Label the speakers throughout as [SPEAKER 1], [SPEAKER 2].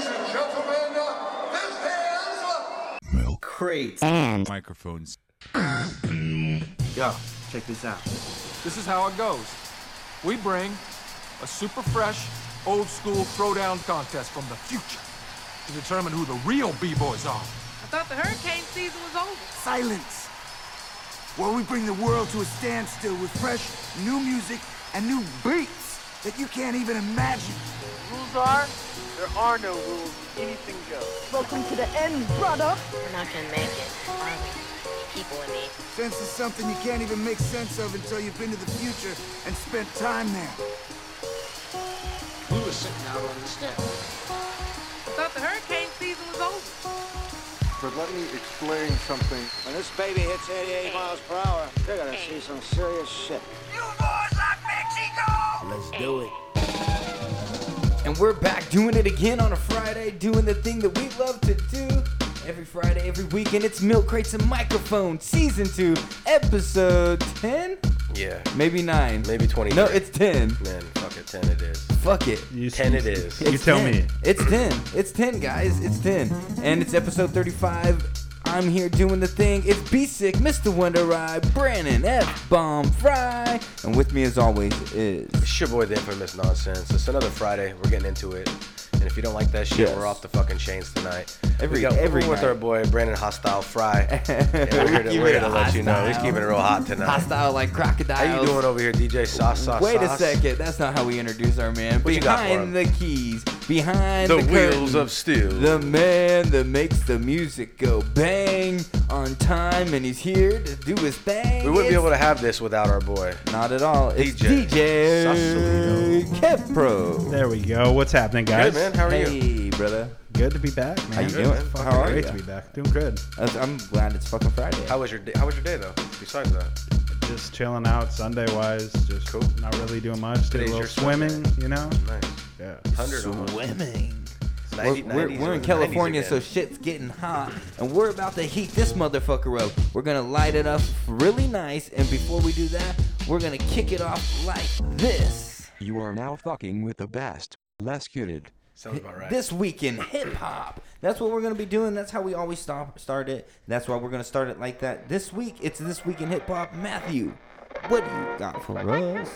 [SPEAKER 1] gentlemen, this is
[SPEAKER 2] Milk.
[SPEAKER 3] Crates.
[SPEAKER 4] and
[SPEAKER 2] Microphones.
[SPEAKER 3] Yo, check this out.
[SPEAKER 5] This is how it goes. We bring a super fresh, old school throwdown contest from the future to determine who the real B-boys are.
[SPEAKER 6] I thought the hurricane season was over.
[SPEAKER 7] Silence! Where we bring the world to a standstill with fresh, new music and new beats that you can't even imagine.
[SPEAKER 8] rules are, there are no rules. Anything goes.
[SPEAKER 9] Welcome to the end, brother.
[SPEAKER 10] We're not gonna make it. are we? People in me.
[SPEAKER 7] Sense is something you can't even make sense of until you've been to the future and spent time there.
[SPEAKER 11] We were sitting out on the steps.
[SPEAKER 6] I thought the hurricane season was over.
[SPEAKER 11] But let me explain something.
[SPEAKER 12] When this baby hits 88 miles per hour, you're gonna see some serious shit.
[SPEAKER 3] Let's do it.
[SPEAKER 4] And we're back doing it again on a Friday, doing the thing that we love to do. Every Friday, every weekend, it's Milk Crates and Microphone, Season 2, Episode 10?
[SPEAKER 13] Yeah,
[SPEAKER 4] Maybe 9.
[SPEAKER 13] maybe 20.
[SPEAKER 4] No, it's 10.
[SPEAKER 13] Man, fuck it, 10 it is.
[SPEAKER 4] Fuck it.
[SPEAKER 13] 10 it is.
[SPEAKER 4] It's
[SPEAKER 14] tell
[SPEAKER 4] 10.
[SPEAKER 14] me.
[SPEAKER 4] It's 10. It's 10, guys. It's 10. And it's episode 35. I'm here doing the thing. It's B Sick, Mr. Wonder Eye, Brandon F. Bomb Fry. And with me, as always, is.
[SPEAKER 13] It's your boy, The Infamous Nonsense. It's another Friday. We're getting into it. And if you don't like that shit,
[SPEAKER 4] Yes.
[SPEAKER 13] we're off the fucking chains tonight.
[SPEAKER 4] Every-
[SPEAKER 13] we got,
[SPEAKER 4] every
[SPEAKER 13] we're with
[SPEAKER 4] night.
[SPEAKER 13] our boy, Brandon Hostile Fry. And
[SPEAKER 4] We
[SPEAKER 13] we're here to,
[SPEAKER 4] keep
[SPEAKER 13] we're
[SPEAKER 4] it
[SPEAKER 13] here to let you know. He's
[SPEAKER 4] hostile.
[SPEAKER 13] keeping it real hot tonight.
[SPEAKER 4] Hostile like crocodiles.
[SPEAKER 13] How you doing over here, DJ Sauce Sauce
[SPEAKER 4] Wait a
[SPEAKER 13] Sauce?
[SPEAKER 4] second, that's not how we introduce our man.
[SPEAKER 13] What you got for
[SPEAKER 4] behind the keys, behind
[SPEAKER 13] The
[SPEAKER 4] the,
[SPEAKER 13] wheels
[SPEAKER 4] curtain,
[SPEAKER 13] of steel.
[SPEAKER 4] the man that makes the music go bang on time, and he's here to do his thing.
[SPEAKER 13] we wouldn't be able to have this without our boy.
[SPEAKER 4] Not at all. It's
[SPEAKER 13] DJ
[SPEAKER 4] DJ Kepro.
[SPEAKER 14] There we go. What's happening, guys?
[SPEAKER 13] Good, man. How are you?
[SPEAKER 4] Hey, brother.
[SPEAKER 14] Good to be back, man.
[SPEAKER 4] How you
[SPEAKER 13] Good,
[SPEAKER 4] doing?
[SPEAKER 13] man.
[SPEAKER 14] Fucking
[SPEAKER 4] How are
[SPEAKER 14] great
[SPEAKER 4] you?
[SPEAKER 14] to be back. Doing good.
[SPEAKER 4] Uh, I'm glad it's fucking Friday.
[SPEAKER 13] How was your day? How was your day though? Besides that,
[SPEAKER 14] Just chilling out Sunday wise. Just
[SPEAKER 13] Cool.
[SPEAKER 14] not really doing much. Did a
[SPEAKER 13] Today's
[SPEAKER 14] little
[SPEAKER 13] your Sunday.
[SPEAKER 14] swimming, you know?
[SPEAKER 13] nice.
[SPEAKER 14] Yeah.
[SPEAKER 13] Hundred almost.
[SPEAKER 4] Swimming.
[SPEAKER 13] 90
[SPEAKER 4] we're, we're,
[SPEAKER 13] 90s,
[SPEAKER 4] we're in
[SPEAKER 13] 90s
[SPEAKER 4] California,
[SPEAKER 13] again.
[SPEAKER 4] so shit's getting hot, and we're about to heat this motherfucker up. We're gonna light it up really nice, and before we do that, we're gonna kick it off like this.
[SPEAKER 15] You are now fucking with the best. Less cuted.
[SPEAKER 13] sounds about right.
[SPEAKER 4] This weekend, hip hop. That's what we're gonna be doing. That's how we always stop, start it. That's why we're gonna start it like that. This week, it's this week in hip hop. Matthew, what do you got for us?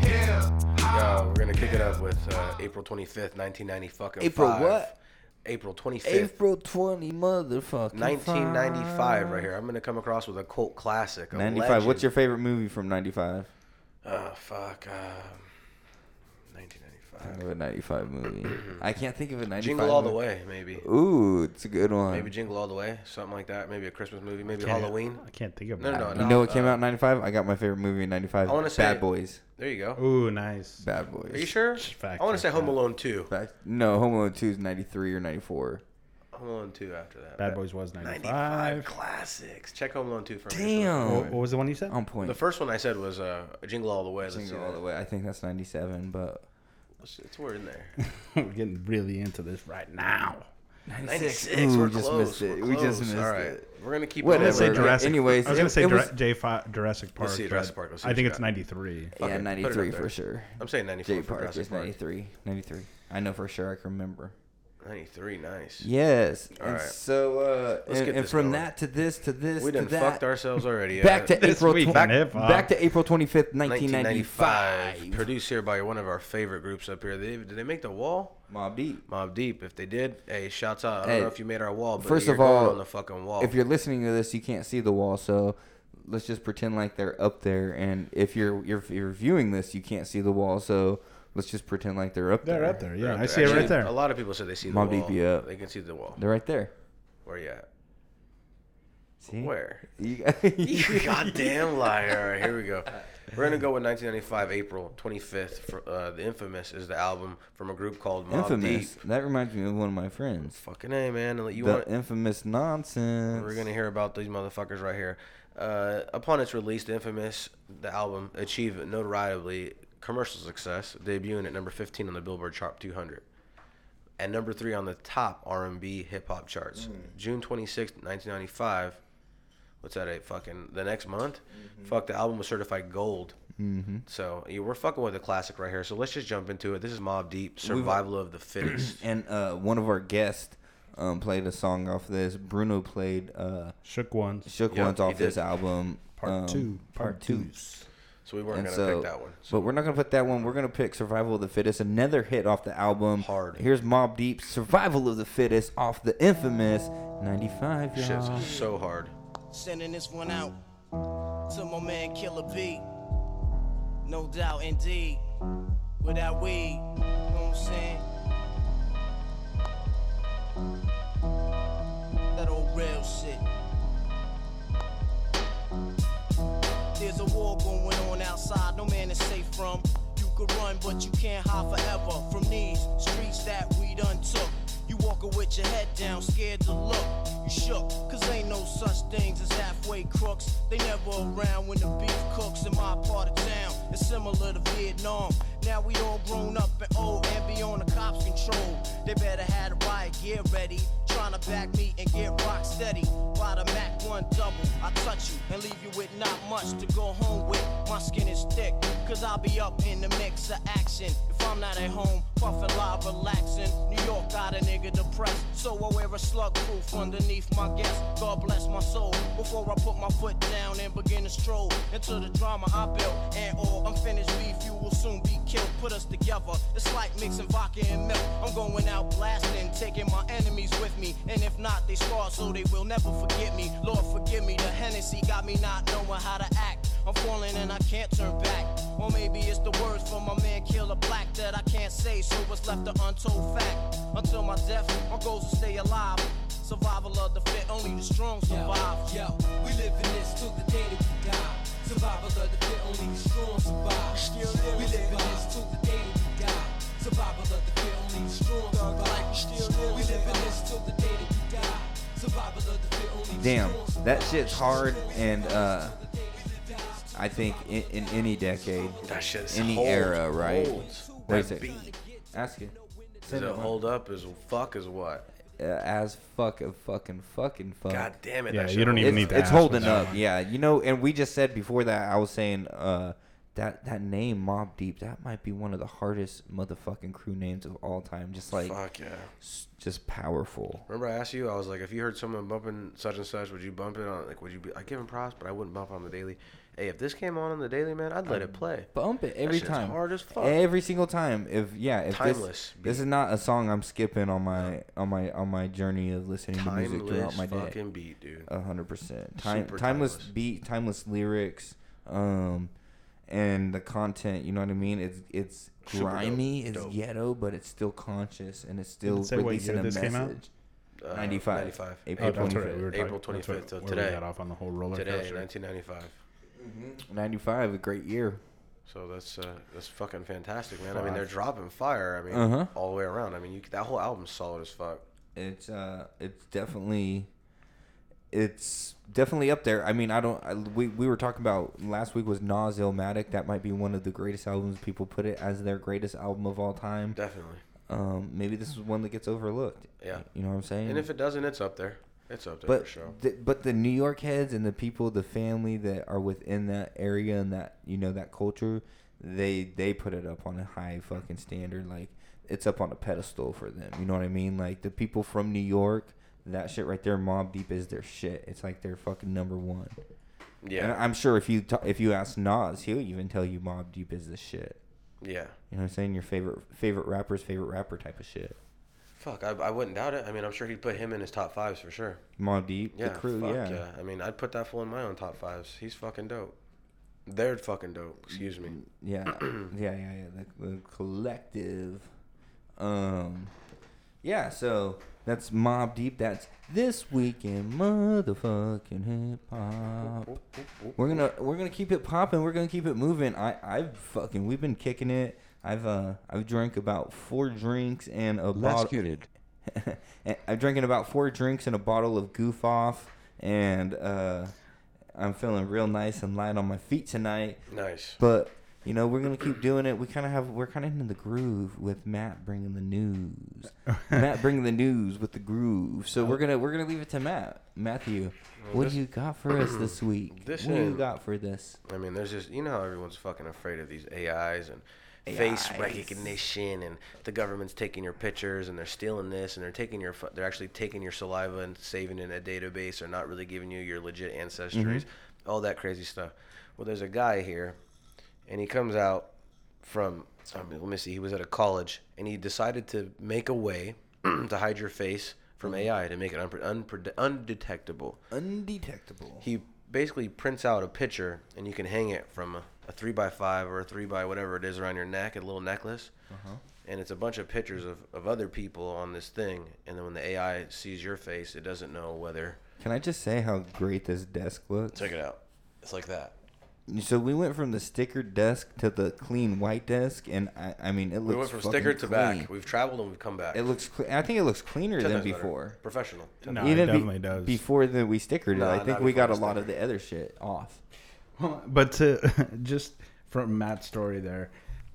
[SPEAKER 13] Yo, we're gonna kick it up with uh, April 25th, 1990. Fucking
[SPEAKER 4] April
[SPEAKER 13] five.
[SPEAKER 4] what?
[SPEAKER 13] April 25th,
[SPEAKER 4] April twenty motherfucking
[SPEAKER 13] 1995. Right here, I'm gonna come across with a cult classic. a
[SPEAKER 4] Ninety five.
[SPEAKER 13] legend.
[SPEAKER 4] What's your favorite movie from ninety five?
[SPEAKER 13] Oh fuck. Um, 1995.
[SPEAKER 4] Kind of a 95 movie. I can't think of a 95
[SPEAKER 13] Jingle all the
[SPEAKER 4] movie.
[SPEAKER 13] way, maybe.
[SPEAKER 4] Ooh, it's a good one.
[SPEAKER 13] Maybe Jingle all the way, something like that. Maybe a Christmas movie. Maybe
[SPEAKER 14] Can't-
[SPEAKER 13] Halloween.
[SPEAKER 14] I can't think of
[SPEAKER 13] No,
[SPEAKER 14] that.
[SPEAKER 13] no, no.
[SPEAKER 4] you know what came
[SPEAKER 13] uh,
[SPEAKER 4] out in 95? I got my favorite movie in 95.
[SPEAKER 13] I wanna say-
[SPEAKER 4] Bad Boys.
[SPEAKER 13] There you go.
[SPEAKER 14] Ooh, nice.
[SPEAKER 4] Bad Boys.
[SPEAKER 13] Are you sure?
[SPEAKER 14] Fact
[SPEAKER 13] I want to
[SPEAKER 14] check
[SPEAKER 13] say Home
[SPEAKER 14] that.
[SPEAKER 13] Alone 2.
[SPEAKER 4] Back- no, Home Alone 2 is 93 or 94.
[SPEAKER 13] Home Alone 2 after that.
[SPEAKER 14] Bad Boys was 95.
[SPEAKER 13] 95 classics. Check Home Alone 2 for me.
[SPEAKER 4] Damn.
[SPEAKER 14] What, what was the one you said?
[SPEAKER 4] On point.
[SPEAKER 13] The first one I said was uh, Jingle All the Way. Let's see
[SPEAKER 4] Jingle all
[SPEAKER 13] that.
[SPEAKER 4] the way. I think that's 97, but.
[SPEAKER 13] It's, it's we're in there.
[SPEAKER 14] We're getting really into this right now.
[SPEAKER 13] 96.
[SPEAKER 4] Ooh,
[SPEAKER 13] we're
[SPEAKER 4] we just
[SPEAKER 13] close.
[SPEAKER 4] missed it.
[SPEAKER 13] We're
[SPEAKER 4] We just
[SPEAKER 13] close.
[SPEAKER 4] missed
[SPEAKER 13] All right.
[SPEAKER 4] it.
[SPEAKER 13] We're gonna keep.
[SPEAKER 4] Whatever.
[SPEAKER 13] it
[SPEAKER 14] I was gonna
[SPEAKER 13] over.
[SPEAKER 14] say Jurassic.
[SPEAKER 4] Anyways,
[SPEAKER 14] I was gonna
[SPEAKER 4] it-
[SPEAKER 14] say
[SPEAKER 4] it
[SPEAKER 14] Jura-
[SPEAKER 4] was-
[SPEAKER 14] J5, Jurassic Park.
[SPEAKER 13] see,
[SPEAKER 14] but
[SPEAKER 13] Jurassic Park. Let's see
[SPEAKER 14] I
[SPEAKER 13] what
[SPEAKER 14] think
[SPEAKER 13] you
[SPEAKER 14] it's
[SPEAKER 13] got.
[SPEAKER 14] 93.
[SPEAKER 4] yeah,
[SPEAKER 13] it. Put it up
[SPEAKER 4] 93
[SPEAKER 13] there.
[SPEAKER 4] for sure.
[SPEAKER 13] I'm saying 94
[SPEAKER 4] J
[SPEAKER 13] for
[SPEAKER 4] Park
[SPEAKER 13] Jurassic
[SPEAKER 4] is
[SPEAKER 13] Park.
[SPEAKER 4] 93. 93. I know for sure. I can remember.
[SPEAKER 13] 93. Nice.
[SPEAKER 4] Yes.
[SPEAKER 13] All
[SPEAKER 4] and
[SPEAKER 13] right.
[SPEAKER 4] so, uh,
[SPEAKER 13] Let's
[SPEAKER 4] and,
[SPEAKER 13] get
[SPEAKER 4] and
[SPEAKER 13] this
[SPEAKER 4] from
[SPEAKER 13] going.
[SPEAKER 4] that to this to this
[SPEAKER 13] We
[SPEAKER 4] to
[SPEAKER 13] done
[SPEAKER 4] that.
[SPEAKER 13] fucked ourselves already.
[SPEAKER 4] back
[SPEAKER 13] Uh,
[SPEAKER 4] to April
[SPEAKER 14] week
[SPEAKER 4] twen-
[SPEAKER 14] in hip-hop.
[SPEAKER 4] back to April 25th, 1995.
[SPEAKER 13] Produced here by one of our favorite groups up here. They, did they make the wall?
[SPEAKER 4] Mob Deep.
[SPEAKER 13] Mob Deep. If they did, hey, shouts out. I don't
[SPEAKER 4] Hey,
[SPEAKER 13] know if you made our wall, but
[SPEAKER 4] first
[SPEAKER 13] you're
[SPEAKER 4] of all,
[SPEAKER 13] going on the fucking wall.
[SPEAKER 4] If you're listening to this, you can't see the wall, so let's just pretend like they're up there. And if you're you're, you're viewing this, you can't see the wall, so let's just pretend like they're up
[SPEAKER 14] They're
[SPEAKER 4] there.
[SPEAKER 14] up there. Yeah,
[SPEAKER 13] Up
[SPEAKER 14] I
[SPEAKER 13] there.
[SPEAKER 14] see it
[SPEAKER 13] Actually,
[SPEAKER 14] right there.
[SPEAKER 13] A lot of people say they see the
[SPEAKER 4] Mobb
[SPEAKER 13] wall.
[SPEAKER 4] Deep, yeah.
[SPEAKER 13] They can see the wall.
[SPEAKER 4] They're right there.
[SPEAKER 13] Where you at?
[SPEAKER 4] See?
[SPEAKER 13] Where?
[SPEAKER 4] You,
[SPEAKER 13] You goddamn liar. All right, here we go. We're going to go with 1995, April 25th. For, uh, the Infamous is the album from a group called Mob
[SPEAKER 4] infamous.
[SPEAKER 13] Deep.
[SPEAKER 4] That reminds me of one of my friends.
[SPEAKER 13] Fucking A, man. And You
[SPEAKER 4] the
[SPEAKER 13] want,
[SPEAKER 4] infamous nonsense.
[SPEAKER 13] we're going to hear about these motherfuckers right here. Uh, upon its release, The Infamous, the album, achieved notoriety commercial success, debuting at number 15 on the Billboard Top 200. and number three on the top R&B hip hop charts. June 26, 1995 what's that? A fucking the next month. Fuck, the album was certified gold.
[SPEAKER 4] Mm-hmm.
[SPEAKER 13] So yeah, we're fucking with a classic right here. So let's just jump into it. This is Mob Deep, Survival of the Fittest.
[SPEAKER 4] And uh, one of our guests um, played a song off this. Bruno played uh,
[SPEAKER 11] Shook Ones.
[SPEAKER 4] Shook
[SPEAKER 13] Yeah,
[SPEAKER 4] Ones
[SPEAKER 13] he
[SPEAKER 4] off this
[SPEAKER 13] did.
[SPEAKER 4] album. Um,
[SPEAKER 11] Part two.
[SPEAKER 4] Part
[SPEAKER 11] Part
[SPEAKER 4] two.
[SPEAKER 13] So we weren't
[SPEAKER 4] And
[SPEAKER 13] gonna pick that one.
[SPEAKER 4] But we're not gonna put that one. We're gonna pick Survival of the Fittest, another hit off the album. Hard. Here's Mob Deep, Survival of the Fittest, off the infamous '95.
[SPEAKER 13] Shit's
[SPEAKER 4] Y'all.
[SPEAKER 13] so hard.
[SPEAKER 16] Sending this one out to my man Killer B. No doubt, indeed. Without weed, you know what I'm saying? That old real shit. There's a war going on outside, no man is safe from. You could run, but you can't hide forever from these streets that we done took. You walking with your head down, scared to look. You shook, cause ain't no such things as halfway crooks. They never around when the beef cooks in my part of town. It's similar to Vietnam. Now we all grown up and old and be on the cops' control. They better have the riot gear ready. Tryna back me and get rock steady. By the Mac 1 double, I touch you and leave you with not much to go home with. My skin is thick, cause I'll be up in the mix of action. If I'm not at home, puffin' live, relaxing. New York got a nigga depressed, so I wear a slug proof underneath my guest. God bless my soul. Before I put my foot down and begin to stroll into the drama I built, and all unfinished beef, you will soon be killed. Put us together, it's like mixing vodka and milk. I'm going out blasting, taking my enemies with me, and if not, they scar so they will never forget me. Lord, forgive me, the Hennessy got me not knowing how to act. I'm falling and I can't turn back. Or maybe it's the words from my man Killer Black that I can't say, so it's left an untold fact. Until my death, my goals will stay alive. Survival of the fit, only the strong survive.
[SPEAKER 7] Yo, we live in this till the day that we die. Survival of the fit, only the strong survive. we live in this till the day that we die. Survival of the fit, only the strong survive. we live in this till the day that we die. Survival of the fit, only the
[SPEAKER 4] Damn,
[SPEAKER 7] strong
[SPEAKER 4] that shit's hard, and uh, I think in, in any decade,
[SPEAKER 13] That shit's
[SPEAKER 4] any
[SPEAKER 13] hold,
[SPEAKER 4] era, right?
[SPEAKER 13] hold.
[SPEAKER 4] Wait a
[SPEAKER 13] That
[SPEAKER 4] second.
[SPEAKER 13] beat.
[SPEAKER 4] Ask it.
[SPEAKER 13] Does
[SPEAKER 4] Send
[SPEAKER 13] it
[SPEAKER 4] it, man.
[SPEAKER 13] hold up as fuck as what?
[SPEAKER 4] Uh, as fuck a fucking fucking fuck.
[SPEAKER 13] God damn it,
[SPEAKER 11] Yeah, that you shit don't even
[SPEAKER 4] It's-
[SPEAKER 11] need to
[SPEAKER 4] It's
[SPEAKER 11] ask
[SPEAKER 4] holding
[SPEAKER 11] with that
[SPEAKER 4] up.
[SPEAKER 11] one.
[SPEAKER 4] Yeah, you know, and we just said before that I was saying uh that that name Mob Deep that might be one of the hardest motherfucking crew names of all time. Just like
[SPEAKER 13] Fuck yeah.
[SPEAKER 4] s- just powerful.
[SPEAKER 13] Remember I asked you, I was like, if you heard someone bumping such and such, would you bump it on? Like, would you be? I give him props, but I wouldn't bump on the daily. Hey, if this came on on the daily, man, I'd let it play.
[SPEAKER 4] Bump it
[SPEAKER 13] That
[SPEAKER 4] every
[SPEAKER 13] shit's
[SPEAKER 4] time.
[SPEAKER 13] Hard as fuck.
[SPEAKER 4] Every single time. If yeah, if
[SPEAKER 13] Timeless
[SPEAKER 4] this this is not a song I'm skipping on my on my on my journey of listening to music throughout
[SPEAKER 13] Timeless
[SPEAKER 4] my day.
[SPEAKER 13] fucking beat, dude.
[SPEAKER 4] A hundred percent. Time,
[SPEAKER 13] Super
[SPEAKER 4] timeless, beat, timeless lyrics, um, and the content. You know what I mean? It's it's
[SPEAKER 13] Super dope.
[SPEAKER 4] grimy, it's
[SPEAKER 13] Dope.
[SPEAKER 4] ghetto, but it's still conscious and it's
[SPEAKER 11] Did
[SPEAKER 4] still
[SPEAKER 11] it say what
[SPEAKER 4] releasing
[SPEAKER 11] year
[SPEAKER 4] a
[SPEAKER 11] this
[SPEAKER 4] message.
[SPEAKER 11] came out? Oh,
[SPEAKER 13] Uh,
[SPEAKER 4] 95.
[SPEAKER 13] 95.
[SPEAKER 4] April
[SPEAKER 11] that's right,
[SPEAKER 4] 25th.
[SPEAKER 11] we were
[SPEAKER 13] April
[SPEAKER 11] talking- that's
[SPEAKER 13] 25th till
[SPEAKER 11] right, where we
[SPEAKER 13] today.
[SPEAKER 11] got off on the whole roller
[SPEAKER 13] Today,
[SPEAKER 11] coaster.
[SPEAKER 13] 1995.
[SPEAKER 4] Ninety-five, a great year.
[SPEAKER 13] So that's uh, that's fucking fantastic, man. I
[SPEAKER 4] Fuck.
[SPEAKER 13] mean, they're dropping fire. I mean,
[SPEAKER 4] Uh-huh.
[SPEAKER 13] all the way around. I mean, you, that whole album's solid as fuck.
[SPEAKER 4] It's uh, it's definitely, it's definitely up there. I mean, I don't. I, we we were talking about last week was Nas Illmatic. That might be one of the greatest albums. People put it as their greatest album of all time.
[SPEAKER 13] Definitely.
[SPEAKER 4] Um, maybe this is one that gets overlooked.
[SPEAKER 13] Yeah.
[SPEAKER 4] You know what I'm saying?
[SPEAKER 13] And if it doesn't, it's up there. It's up there
[SPEAKER 4] but
[SPEAKER 13] for sure.
[SPEAKER 4] th- but the New York heads and the people, the family that are within that area and that you know that culture, they they put it up on a high fucking standard. Like it's up on a pedestal for them. You know what I mean? Like the people from New York, that shit right there, Mob Deep is their shit. It's like their fucking number one.
[SPEAKER 13] Yeah.
[SPEAKER 4] And I'm sure if you t- if you ask Nas, he'll even tell you Mob Deep is the shit.
[SPEAKER 13] Yeah.
[SPEAKER 4] You know what I'm saying? Your favorite favorite rapper's favorite rapper type of shit.
[SPEAKER 13] Fuck, I, I wouldn't doubt it. I mean, I'm sure he'd put him in his top fives for sure.
[SPEAKER 4] Mob Deep,
[SPEAKER 13] Yeah,
[SPEAKER 4] the crew,
[SPEAKER 13] fuck
[SPEAKER 4] yeah.
[SPEAKER 13] I mean, I'd put that fool in my own top fives. He's fucking dope. They're fucking dope. Excuse me.
[SPEAKER 4] yeah, yeah, yeah, yeah. The, the collective. Um, yeah. So that's Mob Deep. That's this weekend, motherfucking hip hop. We're gonna we're gonna keep it popping. We're gonna keep it moving. I I've fucking we've been kicking it. I've uh I've drank about four drinks and a
[SPEAKER 17] Let's
[SPEAKER 4] bottle.
[SPEAKER 17] get it.
[SPEAKER 4] And I'm drinking about four drinks and a bottle of Goof Off, and uh, I'm feeling real nice and light on my feet tonight.
[SPEAKER 13] Nice.
[SPEAKER 4] But You know, we're gonna keep doing it. We kind of have we're kind of in the groove with Matt bringing the news. Matt bringing the news with the groove. So we're gonna we're gonna leave it to Matt. Matthew,
[SPEAKER 13] Well,
[SPEAKER 4] what
[SPEAKER 13] this-
[SPEAKER 4] do you got for us this week?
[SPEAKER 13] This
[SPEAKER 4] what do you
[SPEAKER 13] ain't-
[SPEAKER 4] got for this?
[SPEAKER 13] I mean, there's just you know how everyone's fucking afraid of these AIs and face
[SPEAKER 4] AIs.
[SPEAKER 13] recognition, and the government's taking your pictures and they're stealing this and they're taking your fu- they're actually taking your saliva and saving it in a database. They're not really giving you your legit ancestries,
[SPEAKER 4] Mm-hmm.
[SPEAKER 13] all that crazy stuff. Well, there's a guy here, and he comes out from I mean, let me see, he was at a college and he decided to make a way to hide your face from
[SPEAKER 4] Mm-hmm.
[SPEAKER 13] AI to make it unpre- unpre- undetectable.
[SPEAKER 4] Undetectable.
[SPEAKER 13] He basically prints out a picture, and you can hang it from a, a three by five or a three by whatever it is around your neck, a little necklace.
[SPEAKER 4] Uh-huh.
[SPEAKER 13] And it's a bunch of pictures of, of other people on this thing. And then when the AI sees your face, it doesn't know whether.
[SPEAKER 4] Can I just say how great this desk looks?
[SPEAKER 13] Check it out. It's like that.
[SPEAKER 4] So we went from the stickered desk to the clean white desk, and I, I mean, it looks.
[SPEAKER 13] we went from
[SPEAKER 4] fucking
[SPEAKER 13] sticker to
[SPEAKER 4] clean.
[SPEAKER 13] back. We've traveled and we've come back.
[SPEAKER 4] It looks. Cle- I think it looks cleaner
[SPEAKER 13] Ten
[SPEAKER 4] than
[SPEAKER 13] times better.
[SPEAKER 4] before.
[SPEAKER 13] Professional. Ten
[SPEAKER 14] No,
[SPEAKER 13] times
[SPEAKER 14] it
[SPEAKER 4] Even be-
[SPEAKER 14] definitely does.
[SPEAKER 4] Before that, we stickered it.
[SPEAKER 13] Nah,
[SPEAKER 4] I
[SPEAKER 13] not
[SPEAKER 4] think we
[SPEAKER 13] before
[SPEAKER 4] got a
[SPEAKER 13] we
[SPEAKER 4] lot of the other shit off.
[SPEAKER 14] But to just from Matt's story there,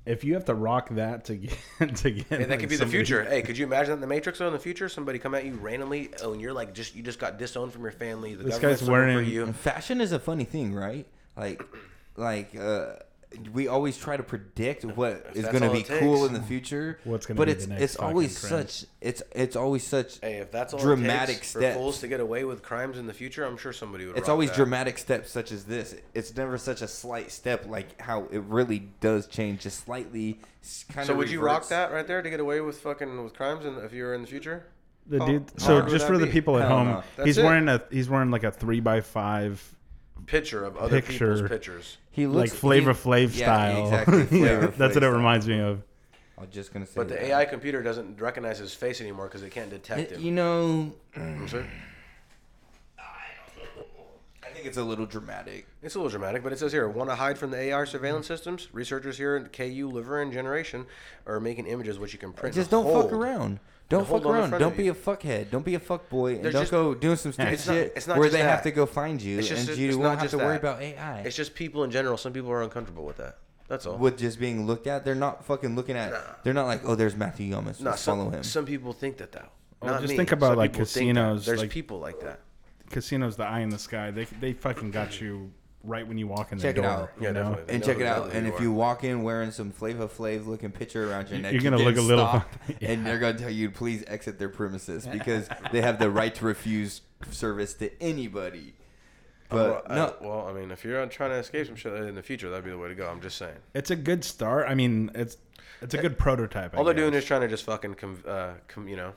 [SPEAKER 14] if you have to rock that to get to get,
[SPEAKER 13] Hey, that
[SPEAKER 14] like,
[SPEAKER 13] could be the
[SPEAKER 14] somebody-
[SPEAKER 13] future. Hey, could you imagine that in the Matrix though, in the future? Somebody come at you randomly, oh, and you're like, just you just got disowned from your family. The
[SPEAKER 14] This
[SPEAKER 13] government's
[SPEAKER 14] guy's
[SPEAKER 13] looking for
[SPEAKER 14] wearing-
[SPEAKER 13] you.
[SPEAKER 4] And fashion is a funny thing, right? Like, like uh, we always try to predict what is
[SPEAKER 13] that's
[SPEAKER 4] going to
[SPEAKER 13] all
[SPEAKER 4] be
[SPEAKER 13] it takes.
[SPEAKER 4] cool in the future.
[SPEAKER 14] What's gonna
[SPEAKER 4] but
[SPEAKER 14] be the
[SPEAKER 4] it's
[SPEAKER 14] next
[SPEAKER 4] it's
[SPEAKER 14] fucking
[SPEAKER 4] always
[SPEAKER 14] trend.
[SPEAKER 4] such it's it's always such
[SPEAKER 13] Hey, if that's all
[SPEAKER 4] dramatic
[SPEAKER 13] it takes
[SPEAKER 4] steps.
[SPEAKER 13] for fools to get away with crimes in the future, I'm sure somebody would.
[SPEAKER 4] it's
[SPEAKER 13] rock
[SPEAKER 4] always
[SPEAKER 13] that.
[SPEAKER 4] dramatic steps such as this. It's never such a slight step like how it really does change just slightly. Kind
[SPEAKER 13] So would you rock that right there to get away with fucking with crimes, and if you were in the future?
[SPEAKER 14] The
[SPEAKER 4] Oh,
[SPEAKER 13] How
[SPEAKER 14] dude.
[SPEAKER 13] hard
[SPEAKER 14] So
[SPEAKER 13] Oh, would
[SPEAKER 14] just
[SPEAKER 13] that
[SPEAKER 14] for the
[SPEAKER 13] be?
[SPEAKER 14] people at
[SPEAKER 4] Hell
[SPEAKER 14] home,
[SPEAKER 4] no.
[SPEAKER 14] he's
[SPEAKER 13] That's it.
[SPEAKER 14] wearing a he's wearing like a three by five
[SPEAKER 13] Picture of other
[SPEAKER 14] Picture.
[SPEAKER 13] people's pictures.
[SPEAKER 4] He looks
[SPEAKER 14] like Flavor
[SPEAKER 4] he-
[SPEAKER 14] Flav
[SPEAKER 4] yeah,
[SPEAKER 14] style.
[SPEAKER 4] exactly.
[SPEAKER 14] Yeah,
[SPEAKER 4] Flavor
[SPEAKER 14] that's
[SPEAKER 4] Flav
[SPEAKER 14] what it
[SPEAKER 4] style.
[SPEAKER 14] reminds me of.
[SPEAKER 4] I was just gonna say.
[SPEAKER 13] But
[SPEAKER 4] that.
[SPEAKER 13] the AI computer doesn't recognize his face anymore because it can't detect
[SPEAKER 4] Y-
[SPEAKER 13] him.
[SPEAKER 4] you know,
[SPEAKER 13] I'm sorry?
[SPEAKER 4] I think it's a little dramatic.
[SPEAKER 13] It's a little dramatic, but it says here, want to hide from the AR
[SPEAKER 4] Mm-hmm.
[SPEAKER 13] surveillance systems? Researchers here at KU Laverne Generation are making images which you can print.
[SPEAKER 4] Just
[SPEAKER 13] and
[SPEAKER 4] don't fuck
[SPEAKER 13] hold.
[SPEAKER 4] around. Don't
[SPEAKER 13] hold
[SPEAKER 4] fuck
[SPEAKER 13] on in
[SPEAKER 4] around.
[SPEAKER 13] front
[SPEAKER 4] Don't
[SPEAKER 13] of
[SPEAKER 4] be
[SPEAKER 13] you.
[SPEAKER 4] a fuckhead. Don't be a fuckboy. And
[SPEAKER 13] There's
[SPEAKER 4] don't
[SPEAKER 13] just-
[SPEAKER 4] go doing some stupid
[SPEAKER 13] It's not-
[SPEAKER 4] shit
[SPEAKER 13] it's not
[SPEAKER 4] where
[SPEAKER 13] just
[SPEAKER 4] they have
[SPEAKER 13] that.
[SPEAKER 4] to go find you,
[SPEAKER 13] It's just-
[SPEAKER 4] and
[SPEAKER 13] it's
[SPEAKER 4] you
[SPEAKER 13] not
[SPEAKER 4] won't have
[SPEAKER 13] just
[SPEAKER 4] to worry
[SPEAKER 13] that.
[SPEAKER 4] about AI.
[SPEAKER 13] It's just people in general. Some people are uncomfortable with that. That's all.
[SPEAKER 4] with just being looked at, they're not fucking looking at. They're not like, oh, there's Matthew Yomas.
[SPEAKER 13] Nah,
[SPEAKER 4] Let's
[SPEAKER 13] some,
[SPEAKER 4] follow him.
[SPEAKER 13] Some people think that though.
[SPEAKER 14] Well,
[SPEAKER 13] Not
[SPEAKER 14] Oh, just
[SPEAKER 13] me.
[SPEAKER 14] think about,
[SPEAKER 13] Some
[SPEAKER 14] like,
[SPEAKER 13] people think that.
[SPEAKER 14] casinos,
[SPEAKER 13] There's
[SPEAKER 14] like-
[SPEAKER 13] people like that.
[SPEAKER 14] Casinos, the eye in the sky. They they fucking got you right when you walk in the
[SPEAKER 4] check
[SPEAKER 14] door.
[SPEAKER 4] it out.
[SPEAKER 14] you know?
[SPEAKER 13] definitely.
[SPEAKER 4] And
[SPEAKER 13] They
[SPEAKER 4] check
[SPEAKER 13] know
[SPEAKER 4] it out.
[SPEAKER 13] exactly
[SPEAKER 4] And
[SPEAKER 13] who
[SPEAKER 4] if
[SPEAKER 13] you
[SPEAKER 4] you walk in wearing some Flavor Flav looking picture around your neck,
[SPEAKER 14] you're
[SPEAKER 4] you
[SPEAKER 14] gonna look
[SPEAKER 4] didn't
[SPEAKER 14] a little
[SPEAKER 4] stop,
[SPEAKER 14] fu-
[SPEAKER 4] and they're gonna tell you to please exit their premises because they have the right to refuse service to anybody. But
[SPEAKER 13] well,
[SPEAKER 4] no,
[SPEAKER 13] I, well, I mean, if you're trying to escape some shit in the future, that'd be the way to go. I'm just saying.
[SPEAKER 14] It's a good start. I mean, it's it's a good prototype. I
[SPEAKER 13] All they're doing
[SPEAKER 14] guess.
[SPEAKER 13] is trying to just fucking, com- uh, com- you know,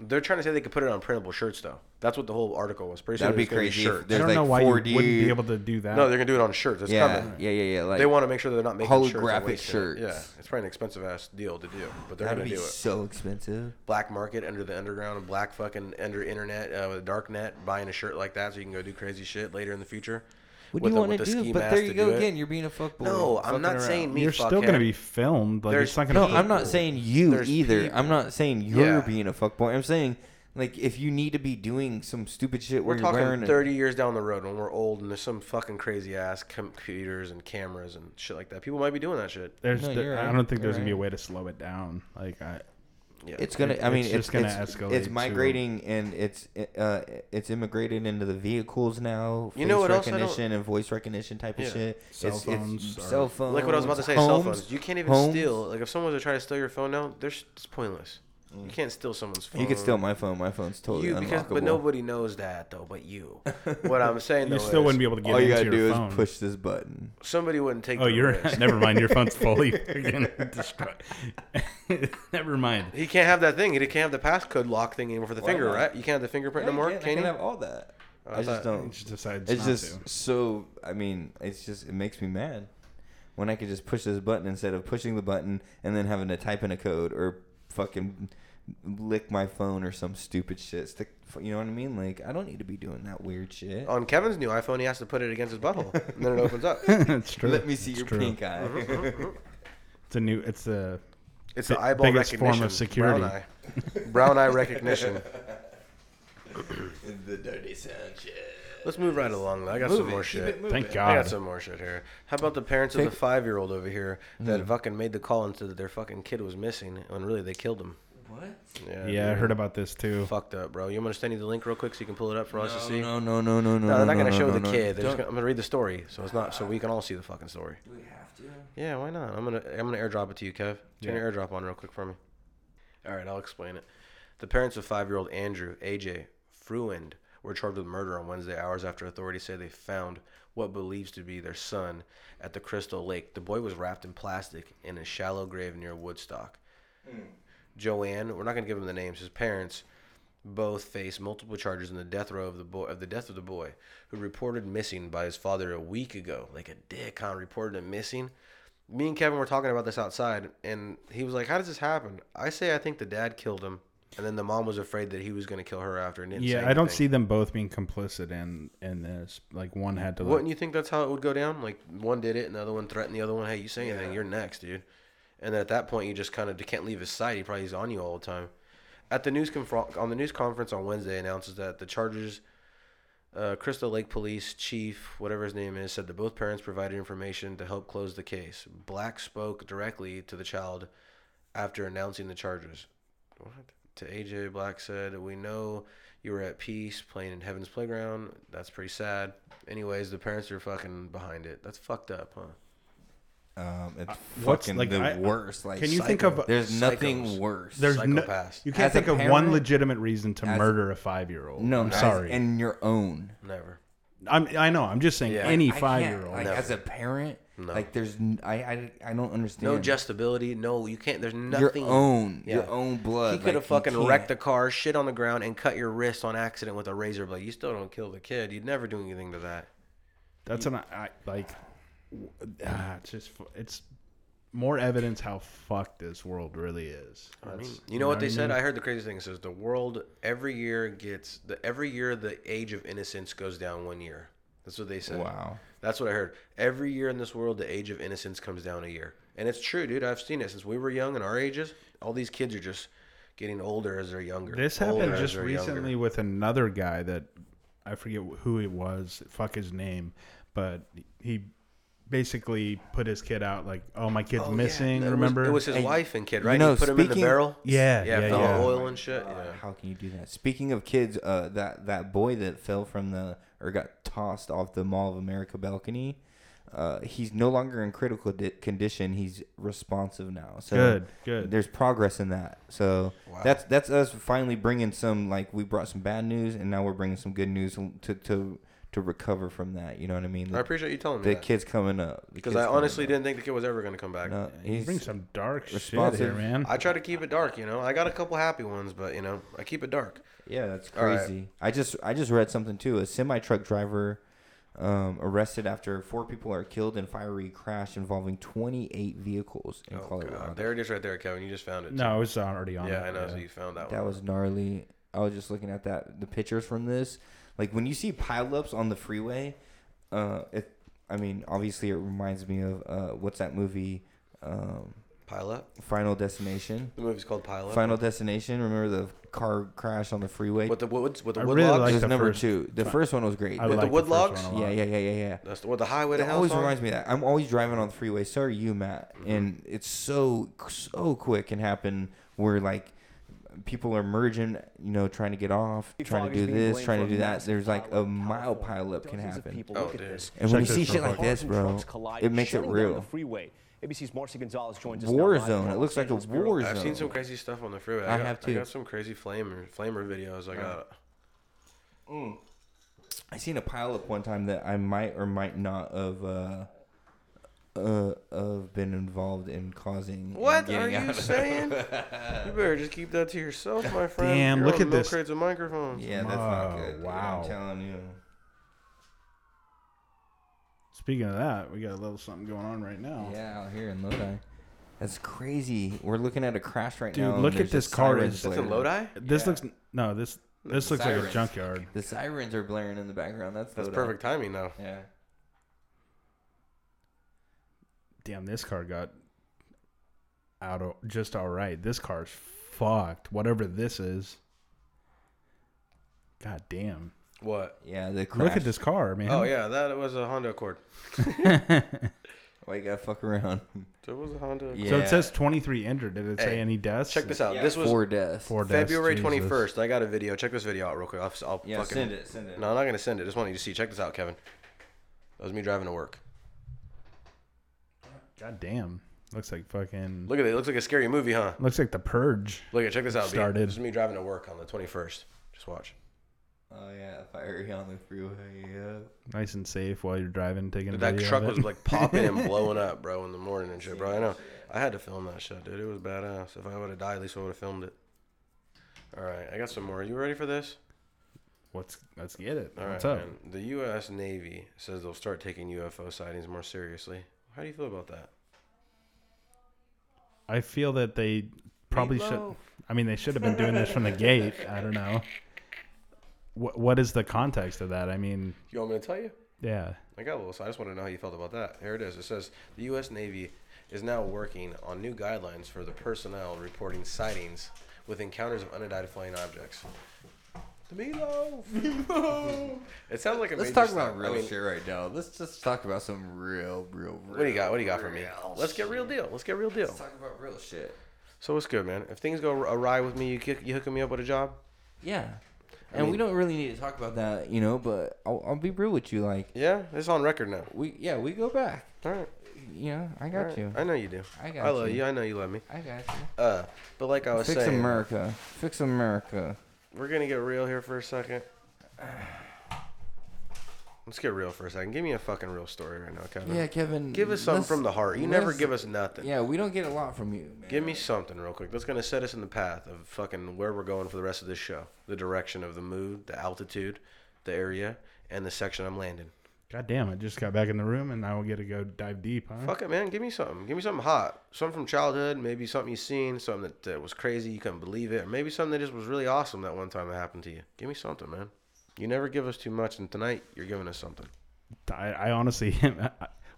[SPEAKER 13] they're trying to say they could put it on printable shirts though. That's what the whole article was. Pretty soon
[SPEAKER 4] That'd be
[SPEAKER 13] it's gonna
[SPEAKER 4] crazy if
[SPEAKER 13] shirts.
[SPEAKER 14] I
[SPEAKER 4] there's
[SPEAKER 14] don't
[SPEAKER 4] like
[SPEAKER 14] know why you
[SPEAKER 4] 4D
[SPEAKER 14] wouldn't be able to do that.
[SPEAKER 13] no, they're gonna do it on shirts. It's
[SPEAKER 4] yeah,
[SPEAKER 13] coming.
[SPEAKER 4] yeah, yeah, yeah. Like
[SPEAKER 13] they want to make sure that they're not making shirts and
[SPEAKER 4] holographic
[SPEAKER 13] wasting it.
[SPEAKER 4] shirts.
[SPEAKER 13] Yeah, it's probably an expensive ass deal to do, but they're
[SPEAKER 4] that'd
[SPEAKER 13] gonna
[SPEAKER 4] be
[SPEAKER 13] do it.
[SPEAKER 4] so expensive.
[SPEAKER 13] black market under the underground and black fucking under internet uh, with dark net buying a shirt like that so you can go do crazy shit later in the future.
[SPEAKER 4] What
[SPEAKER 13] With the-
[SPEAKER 4] do you want
[SPEAKER 13] with
[SPEAKER 4] to
[SPEAKER 13] the
[SPEAKER 4] do?
[SPEAKER 13] ski
[SPEAKER 4] But
[SPEAKER 13] mask
[SPEAKER 4] there
[SPEAKER 13] to
[SPEAKER 4] you
[SPEAKER 13] do
[SPEAKER 4] go
[SPEAKER 13] it.
[SPEAKER 4] again. You're being a fuckboy.
[SPEAKER 13] No, I'm
[SPEAKER 4] Fucking
[SPEAKER 13] not
[SPEAKER 4] around.
[SPEAKER 13] saying me.
[SPEAKER 14] You're still gonna
[SPEAKER 13] fuckhead.
[SPEAKER 14] be filmed. Like
[SPEAKER 13] There's
[SPEAKER 14] it's not
[SPEAKER 4] No,
[SPEAKER 14] gonna. be,
[SPEAKER 4] I'm not saying you
[SPEAKER 13] There's
[SPEAKER 4] either.
[SPEAKER 13] people.
[SPEAKER 4] I'm not saying you're
[SPEAKER 13] Yeah.
[SPEAKER 4] being a fuckboy. I'm saying like if you need to be doing some stupid shit where
[SPEAKER 13] We're
[SPEAKER 4] you're wearing
[SPEAKER 13] talking
[SPEAKER 4] a-
[SPEAKER 13] 30 years down the road when we're old and there's some fucking crazy ass computers and cameras and shit like that. People might be doing that shit.
[SPEAKER 14] There's.
[SPEAKER 4] No,
[SPEAKER 14] the-
[SPEAKER 4] you're
[SPEAKER 14] I
[SPEAKER 4] right.
[SPEAKER 14] don't think there's gonna
[SPEAKER 4] You're
[SPEAKER 14] be a
[SPEAKER 4] right.
[SPEAKER 14] way to slow it down. Like I.
[SPEAKER 13] Yeah.
[SPEAKER 4] It's gonna. I
[SPEAKER 14] It's
[SPEAKER 4] mean, it's
[SPEAKER 14] just gonna
[SPEAKER 4] it's,
[SPEAKER 14] escalate
[SPEAKER 4] It's
[SPEAKER 14] to-
[SPEAKER 4] migrating and it's uh it's immigrated into the vehicles now.
[SPEAKER 13] You know what else I don't-
[SPEAKER 4] recognition and voice recognition type of
[SPEAKER 13] Yeah.
[SPEAKER 4] shit.
[SPEAKER 14] Cell
[SPEAKER 4] it's,
[SPEAKER 14] phones
[SPEAKER 4] It's
[SPEAKER 14] are-
[SPEAKER 4] cell phones.
[SPEAKER 13] like what I was about to say, cell
[SPEAKER 4] homes,
[SPEAKER 13] phones. You can't even
[SPEAKER 4] homes.
[SPEAKER 13] steal. Like if someone was to try to steal your phone now, there's it's pointless.
[SPEAKER 14] Mm.
[SPEAKER 13] You can't steal someone's phone.
[SPEAKER 4] You could steal my phone. My phone's totally
[SPEAKER 13] you
[SPEAKER 4] unlockable.
[SPEAKER 13] because but nobody knows that though, but you. What I'm saying though
[SPEAKER 14] You still
[SPEAKER 13] is,
[SPEAKER 14] wouldn't be able to get
[SPEAKER 4] All you
[SPEAKER 14] into
[SPEAKER 4] gotta
[SPEAKER 14] your
[SPEAKER 4] do
[SPEAKER 14] phone.
[SPEAKER 4] is push this button.
[SPEAKER 13] somebody wouldn't take.
[SPEAKER 14] Oh,
[SPEAKER 13] the
[SPEAKER 14] you're
[SPEAKER 13] risk.
[SPEAKER 14] never mind. Your phone's fully friggin' destroyed. never mind.
[SPEAKER 13] He can't have that thing. He can't have the passcode lock thing anymore for the
[SPEAKER 4] Why
[SPEAKER 13] finger,
[SPEAKER 4] not?
[SPEAKER 13] right? You can't have the fingerprint
[SPEAKER 4] Yeah,
[SPEAKER 13] no more.
[SPEAKER 4] you
[SPEAKER 13] Can,
[SPEAKER 4] can't- I
[SPEAKER 13] you?
[SPEAKER 4] can have all that.
[SPEAKER 13] Oh, I
[SPEAKER 4] I just
[SPEAKER 13] thought-
[SPEAKER 4] don't.
[SPEAKER 14] He just decides
[SPEAKER 4] It's
[SPEAKER 14] not
[SPEAKER 4] just so. I mean, it's just it makes me mad when I could just push this button instead of pushing the button and then having to type in a code or fucking lick my phone or some stupid shit. Stick, you know what I mean? Like I don't need to be doing that weird shit.
[SPEAKER 13] On Kevin's new iPhone, he has to put it against his butthole, and then it opens up. Mm-hmm,
[SPEAKER 14] to. it's true.
[SPEAKER 4] Let me see
[SPEAKER 14] It's
[SPEAKER 4] your
[SPEAKER 14] true.
[SPEAKER 4] pink eye.
[SPEAKER 14] It's a new. It's a.
[SPEAKER 13] It's
[SPEAKER 14] bi-
[SPEAKER 13] the eyeball
[SPEAKER 14] biggest
[SPEAKER 13] recognition.
[SPEAKER 14] form of security.
[SPEAKER 13] mm-hmm. Brown eye, brown eye recognition.
[SPEAKER 4] the dirty Sanchez.
[SPEAKER 13] Let's move right along. Though. I got
[SPEAKER 18] Move
[SPEAKER 13] some
[SPEAKER 18] it.
[SPEAKER 13] more
[SPEAKER 18] Keep
[SPEAKER 13] shit.
[SPEAKER 18] it moving. Thank
[SPEAKER 13] I
[SPEAKER 18] God.
[SPEAKER 13] got some more shit here. How about the parents of the
[SPEAKER 18] Take-
[SPEAKER 13] five-year-old over here that
[SPEAKER 18] Mm.
[SPEAKER 13] fucking made the call and said that their fucking kid was missing when really they killed him?
[SPEAKER 18] What?
[SPEAKER 13] Yeah,
[SPEAKER 14] Yeah, I
[SPEAKER 13] dude.
[SPEAKER 14] heard about this too.
[SPEAKER 13] Fucked up, bro. You want me to send you the link real quick so you can pull it up for us to
[SPEAKER 18] No,
[SPEAKER 13] Oh, see?
[SPEAKER 18] no, no, no, no, no,
[SPEAKER 13] they're not
[SPEAKER 18] no,
[SPEAKER 13] gonna
[SPEAKER 18] no,
[SPEAKER 13] show
[SPEAKER 18] no,
[SPEAKER 13] the
[SPEAKER 18] no.
[SPEAKER 13] kid. They're just
[SPEAKER 18] Don't-
[SPEAKER 13] gonna, I'm gonna read the story, so it's not so we can all see the fucking story.
[SPEAKER 18] Do we have to?
[SPEAKER 13] Yeah, why not? I'm gonna I'm gonna airdrop it to you, Kev. Turn
[SPEAKER 14] Yeah.
[SPEAKER 13] your airdrop on real quick for me. All right, I'll explain it. The parents of five-year-old Andrew AJ Fruend were charged with murder on Wednesday, hours after authorities say they found what believes to be their son at the Crystal Lake. The boy was wrapped in plastic in a shallow grave near Woodstock. Joanne, we're not going to give him the names. His parents both face multiple charges in the death row of the boy of the death of the boy, who reported missing by his father a week ago. Like a dick, huh? Reported him missing. Me and Kevin were talking about this outside, and he was like, "How does this happen?" I say, "I think the dad killed him, and then the mom was afraid that he was going to kill her after." And didn't say
[SPEAKER 14] Yeah, I don't
[SPEAKER 13] anything.
[SPEAKER 14] see them both being complicit in in this. Like one had to. Like,
[SPEAKER 13] Wouldn't you think that's how it would go down? Like one did it, and the other one threatened the other one. Hey, you say anything, you're next, dude. And then at that point, you just kind of can't leave his sight. He probably is on you all the time. At the news conf- on the news conference on Wednesday, announces that the Chargers, uh, Crystal Lake Police Chief, whatever his name is, said that both parents provided information to help close the case. Black spoke directly to the child after announcing the charges. What? To AJ Black said, "We know you were at peace playing in Heaven's Playground. That's pretty sad. Anyways, the parents are fucking behind it. That's fucked up, huh?
[SPEAKER 4] Um, it's
[SPEAKER 14] Uh, What's
[SPEAKER 4] fucking
[SPEAKER 14] like
[SPEAKER 4] the
[SPEAKER 14] I-
[SPEAKER 4] worst. Like,
[SPEAKER 14] can you think of
[SPEAKER 4] There's nothing
[SPEAKER 14] Psychos.
[SPEAKER 4] worse.
[SPEAKER 14] There's no, you can't
[SPEAKER 4] As a
[SPEAKER 14] think of one
[SPEAKER 4] parent,
[SPEAKER 14] legitimate reason to
[SPEAKER 4] as-
[SPEAKER 14] murder a five year old.
[SPEAKER 4] No,
[SPEAKER 14] I'm
[SPEAKER 4] as-
[SPEAKER 14] sorry.
[SPEAKER 4] and your own.
[SPEAKER 13] Never.
[SPEAKER 14] I'm I know. I'm just saying
[SPEAKER 4] Like,
[SPEAKER 14] any
[SPEAKER 4] I can't-
[SPEAKER 14] five year old.
[SPEAKER 4] Like, as a parent,
[SPEAKER 13] No.
[SPEAKER 4] like there's n- I, I I don't understand.
[SPEAKER 13] No justability. No, you can't. There's
[SPEAKER 4] Your
[SPEAKER 13] nothing.
[SPEAKER 4] own- your own blood,
[SPEAKER 13] He could have
[SPEAKER 4] like, you
[SPEAKER 13] fucking
[SPEAKER 4] can't.
[SPEAKER 13] wrecked the car, shit on the ground, and cut your wrist on accident with a razor blade. You still don't kill the kid. You'd never do anything to that.
[SPEAKER 14] That's an I like. Ah, it's just fu- it's more evidence how fucked this world really is.
[SPEAKER 13] I mean,
[SPEAKER 14] That's-
[SPEAKER 13] you know what they said?
[SPEAKER 14] mean?
[SPEAKER 13] I heard the crazy thing it says the world every year gets the every year the age of innocence goes down one year. That's what they said.
[SPEAKER 4] Wow.
[SPEAKER 13] That's what I heard. Every year in this world, the age of innocence comes down a year, and it's true, dude. I've seen it since we were young and our ages. All these kids are just getting older as they're younger.
[SPEAKER 14] This
[SPEAKER 13] older
[SPEAKER 14] happened
[SPEAKER 13] as
[SPEAKER 14] just
[SPEAKER 13] they're younger.
[SPEAKER 14] recently with another guy that I forget who it was. Fuck his name, but he basically put his kid out like, "Oh, my kid's
[SPEAKER 13] Oh, yeah.
[SPEAKER 14] missing."
[SPEAKER 13] It was-
[SPEAKER 14] Remember?
[SPEAKER 13] it was his wife and kid,
[SPEAKER 4] You
[SPEAKER 13] right?
[SPEAKER 4] know,
[SPEAKER 13] he put him in the
[SPEAKER 4] speaking-
[SPEAKER 13] barrel.
[SPEAKER 14] Yeah, yeah,
[SPEAKER 13] filled
[SPEAKER 14] yeah.
[SPEAKER 13] with oil and shit.
[SPEAKER 4] Uh,
[SPEAKER 13] Yeah.
[SPEAKER 4] How can you do that? Speaking of kids, uh, that that boy that fell from the or got tossed off the Mall of America balcony, uh, he's no longer in critical di- condition. He's responsive now. So
[SPEAKER 14] Good, good.
[SPEAKER 4] There's progress in that. So that's that's us finally bringing some like we brought some bad news and now we're bringing some good news to to to recover from that. You know what I mean?
[SPEAKER 13] I appreciate you telling me
[SPEAKER 4] The
[SPEAKER 13] that.
[SPEAKER 4] kids coming up The
[SPEAKER 13] Because
[SPEAKER 4] kid's
[SPEAKER 13] I
[SPEAKER 4] coming
[SPEAKER 13] honestly
[SPEAKER 4] up.
[SPEAKER 13] didn't think the kid was ever going to come back.
[SPEAKER 4] No,
[SPEAKER 14] You
[SPEAKER 4] he's
[SPEAKER 14] bring some dark shit
[SPEAKER 4] responsive.
[SPEAKER 14] here, man.
[SPEAKER 13] I try to keep it dark, you know. I got a couple happy ones, but you know, I keep it dark.
[SPEAKER 4] Yeah, that's
[SPEAKER 13] All right.
[SPEAKER 4] crazy. I just I just read something too. A semi truck driver um, arrested after four people are killed in fiery crash involving 28 vehicles in
[SPEAKER 13] Oh,
[SPEAKER 4] Colorado.
[SPEAKER 13] God. There it is right there, Kevin. You just found it.
[SPEAKER 14] No, it was already on
[SPEAKER 13] Yeah,
[SPEAKER 14] it,
[SPEAKER 13] I know. So
[SPEAKER 14] yeah.
[SPEAKER 13] you found that,
[SPEAKER 4] That
[SPEAKER 13] one.
[SPEAKER 4] was gnarly. I was just looking at that the pictures from this. Like when you see pileups on the freeway, uh, it. I mean, obviously, it reminds me of uh, what's that movie? Um,
[SPEAKER 13] Pileup?
[SPEAKER 4] Final Destination.
[SPEAKER 13] The movie's called Pileup.
[SPEAKER 4] Final Destination. Remember the car crash on the freeway?
[SPEAKER 13] With the woods, with the
[SPEAKER 4] I
[SPEAKER 13] wood
[SPEAKER 4] really
[SPEAKER 13] logs?
[SPEAKER 4] like This is the number first- two. The first one was great. I
[SPEAKER 13] With the
[SPEAKER 4] like the
[SPEAKER 13] wood
[SPEAKER 4] first
[SPEAKER 13] logs?
[SPEAKER 4] one a lot. Yeah, yeah, yeah, yeah, yeah.
[SPEAKER 13] That's the, what the highway to
[SPEAKER 4] It
[SPEAKER 13] hell
[SPEAKER 4] always
[SPEAKER 13] song?
[SPEAKER 4] reminds me of that I'm always driving on the freeway. So are you, Matt. And it's so so quick can happen where like people are merging, you know, trying to get off, trying to
[SPEAKER 19] fog
[SPEAKER 4] do
[SPEAKER 19] is being
[SPEAKER 4] this,
[SPEAKER 19] blamed
[SPEAKER 4] trying to
[SPEAKER 19] for
[SPEAKER 4] do
[SPEAKER 19] a
[SPEAKER 4] that.
[SPEAKER 19] massive
[SPEAKER 4] There's like a mile pileup can happen.
[SPEAKER 19] people.
[SPEAKER 13] Oh,
[SPEAKER 19] Look at this.
[SPEAKER 4] And when you see shit like
[SPEAKER 19] Cars
[SPEAKER 4] this,
[SPEAKER 19] and
[SPEAKER 4] bro,
[SPEAKER 19] trucks collide,
[SPEAKER 4] it makes it
[SPEAKER 19] shutting down the
[SPEAKER 4] real.
[SPEAKER 19] freeway. ABC's Marcy Gonzalez joins us now
[SPEAKER 4] War
[SPEAKER 19] live from
[SPEAKER 4] zone. It looks
[SPEAKER 19] Los
[SPEAKER 4] like a
[SPEAKER 19] Angeles Bureau.
[SPEAKER 4] war zone.
[SPEAKER 13] I've seen some crazy stuff on the freeway.
[SPEAKER 4] I
[SPEAKER 13] got,
[SPEAKER 4] have too.
[SPEAKER 13] I got some crazy flamer, flamer videos. I got.
[SPEAKER 4] Mm. I seen a pileup one time that I might or might not have uh, uh, have been involved in causing. and
[SPEAKER 13] What
[SPEAKER 4] getting
[SPEAKER 13] are
[SPEAKER 4] out
[SPEAKER 13] you
[SPEAKER 4] of.
[SPEAKER 13] saying? you better just keep that to yourself, my friend.
[SPEAKER 14] Damn,
[SPEAKER 13] You're
[SPEAKER 14] look
[SPEAKER 13] on
[SPEAKER 14] at
[SPEAKER 13] milk
[SPEAKER 14] this.
[SPEAKER 13] Crates with microphones.
[SPEAKER 4] Yeah, that's not
[SPEAKER 14] Oh,
[SPEAKER 4] good. dude.
[SPEAKER 14] wow.
[SPEAKER 4] I'm telling you.
[SPEAKER 14] Speaking of that, we got a little something going on right now.
[SPEAKER 4] Yeah, out here in Lodi. That's crazy. We're looking at a crash right
[SPEAKER 14] Dude,
[SPEAKER 4] now. and
[SPEAKER 14] look at
[SPEAKER 4] there's a
[SPEAKER 14] this car.
[SPEAKER 4] siren
[SPEAKER 14] Is
[SPEAKER 4] blaring.
[SPEAKER 14] This
[SPEAKER 4] Yeah.
[SPEAKER 14] looks no. This this looks like a
[SPEAKER 4] Sirens.
[SPEAKER 14] junkyard.
[SPEAKER 4] The sirens are blaring in the background. That's
[SPEAKER 13] That's
[SPEAKER 4] Lodi.
[SPEAKER 13] perfect timing, though.
[SPEAKER 4] Yeah.
[SPEAKER 14] Damn, this car got out of just all right. This car's fucked. Whatever this is. God damn.
[SPEAKER 13] What?
[SPEAKER 4] Yeah, the crash.
[SPEAKER 14] Look at this car, man.
[SPEAKER 13] Oh yeah, that was a Honda Accord.
[SPEAKER 4] Why you gotta fuck around?
[SPEAKER 13] There was a Honda.
[SPEAKER 14] So it says 23 injured. Did it say
[SPEAKER 13] Hey,
[SPEAKER 14] any deaths?
[SPEAKER 13] Check this out. This was
[SPEAKER 4] Four deaths.
[SPEAKER 14] Four deaths,
[SPEAKER 13] February
[SPEAKER 14] Jesus.
[SPEAKER 13] twenty first. I got a video. Check this video out real quick. I'll, I'll
[SPEAKER 4] Yeah,
[SPEAKER 13] fucking,
[SPEAKER 4] send it, send it.
[SPEAKER 13] No, I'm not gonna send it. Just want you to see. Check this out, Kevin. That was me driving to work.
[SPEAKER 14] God damn. Looks like fucking.
[SPEAKER 13] Look at it. It looks like a scary movie, huh?
[SPEAKER 14] Looks like the purge.
[SPEAKER 13] Look at. Check this out. B.
[SPEAKER 14] Started.
[SPEAKER 13] This is me driving to work on the twenty first. Just watch.
[SPEAKER 4] Oh yeah, fiery on the freeway. Yeah.
[SPEAKER 14] Nice and safe while you're driving, taking. a
[SPEAKER 13] That
[SPEAKER 14] video
[SPEAKER 13] truck
[SPEAKER 14] of it.
[SPEAKER 13] was like popping and blowing up, bro, in the morning and shit, bro. I know. I had to film that shit, dude. It was badass. If I would have died, at least I would have filmed it. All right, I got some more. Are you ready for this?
[SPEAKER 14] Let's let's get it.
[SPEAKER 13] All right,
[SPEAKER 14] What's up?
[SPEAKER 13] man. The U.S. Navy says they'll start taking UFO sightings more seriously. How do you feel about that?
[SPEAKER 14] I feel that they probably
[SPEAKER 13] Meatloaf.
[SPEAKER 14] should. I mean, they should have been doing this from the gate. I don't know. What what is the context of that? I mean,
[SPEAKER 13] You want me to tell you?
[SPEAKER 14] yeah.
[SPEAKER 13] I got a little. So I just want to know how you felt about that. Here it is. It says the U.S. Navy is now working on new guidelines for the personnel reporting sightings with encounters of unidentified flying objects. The meatloaf. It sounds like a
[SPEAKER 4] Let's
[SPEAKER 13] major
[SPEAKER 4] talk
[SPEAKER 13] step.
[SPEAKER 4] about real
[SPEAKER 13] I mean,
[SPEAKER 4] shit right now. Let's just talk about some real, real, real.
[SPEAKER 13] What do you got? What do you got for me?
[SPEAKER 4] real
[SPEAKER 13] Let's get real deal. Let's get real deal.
[SPEAKER 4] Let's talk about real shit.
[SPEAKER 13] So what's good, man? If things go awry with me, you kick, you hooking me up with a job?
[SPEAKER 4] Yeah.
[SPEAKER 13] I
[SPEAKER 4] And we
[SPEAKER 13] mean-
[SPEAKER 4] don't really need to talk about that, you know. But I'll, I'll be real with you, like
[SPEAKER 13] Yeah, it's on record now.
[SPEAKER 4] we yeah we go back.
[SPEAKER 13] All right.
[SPEAKER 4] You know, I
[SPEAKER 13] All
[SPEAKER 4] got
[SPEAKER 13] right.
[SPEAKER 4] you.
[SPEAKER 13] I know you do.
[SPEAKER 4] I got
[SPEAKER 13] I love
[SPEAKER 4] you.
[SPEAKER 13] you. I know you love me.
[SPEAKER 4] I got you.
[SPEAKER 13] Uh, but like I was
[SPEAKER 4] Fix
[SPEAKER 13] saying,
[SPEAKER 4] America. Fix America.
[SPEAKER 13] we're gonna get real here for a second. Let's get real for a second. Give me a fucking real story right now, Kevin.
[SPEAKER 4] Yeah, Kevin.
[SPEAKER 13] Give us something
[SPEAKER 4] let's-
[SPEAKER 13] from the heart. You never
[SPEAKER 4] let's-
[SPEAKER 13] give us nothing.
[SPEAKER 4] Yeah, we don't get a lot from you.
[SPEAKER 13] Give me something real quick. That's gonna set us in the path of fucking where we're going for the rest of this show. The direction of the mood, the altitude, the area, and the section I'm landing.
[SPEAKER 14] God damn! I just got back in the room and now we get to go dive deep, huh?
[SPEAKER 13] Fuck it, man. Give me something. Give me something hot. Something from childhood. Maybe something you seen. Something that, that was crazy. You couldn't believe it. Or maybe something that just was really awesome that one time that happened to you. Give me something, man. You never give us too much, and tonight you're giving us something.
[SPEAKER 14] I, I honestly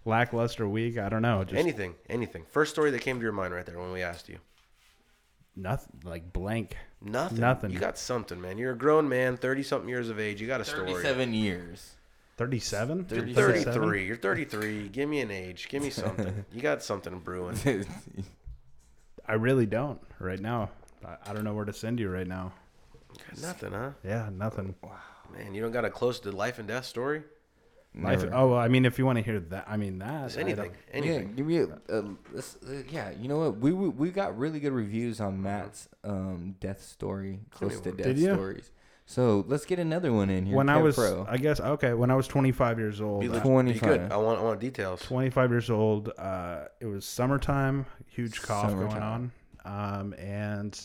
[SPEAKER 14] lackluster week. I don't know. Just
[SPEAKER 13] anything, anything. First story that came to your mind right there when we asked you.
[SPEAKER 14] nothing. Like blank.
[SPEAKER 13] Nothing.
[SPEAKER 14] Nothing.
[SPEAKER 13] You got something, man. You're a grown man, thirty something years of age. You got a story.
[SPEAKER 4] 37 years.
[SPEAKER 14] 37?
[SPEAKER 13] You're 33. You're 33. Give me an age. Give me something. you got something brewing.
[SPEAKER 14] I really don't right now. I, I don't know where to send you right now.
[SPEAKER 13] Got nothing, huh?
[SPEAKER 14] Yeah, nothing.
[SPEAKER 13] Man, you don't got a close to life and death story.
[SPEAKER 14] Life, oh, well, I mean, if you want to hear that, I mean that.
[SPEAKER 13] Just
[SPEAKER 14] I don't-
[SPEAKER 13] anything. Anything.
[SPEAKER 4] Yeah, give me a, a- let's- uh, yeah. You know what? We, we we got really good reviews on Matt's um death story, close to
[SPEAKER 14] one.
[SPEAKER 4] death
[SPEAKER 14] Did ya?
[SPEAKER 4] stories. So let's get another one in here.
[SPEAKER 14] when I
[SPEAKER 4] Kev
[SPEAKER 14] was,
[SPEAKER 4] pro.
[SPEAKER 14] I guess, okay, when I was 25 years old, uh,
[SPEAKER 13] Be
[SPEAKER 14] I-
[SPEAKER 13] leg- Be
[SPEAKER 4] 25.
[SPEAKER 13] good. I want. I want details.
[SPEAKER 14] 25 years old, uh, it was summertime, huge cough going
[SPEAKER 4] Summertime.
[SPEAKER 14] on, um, and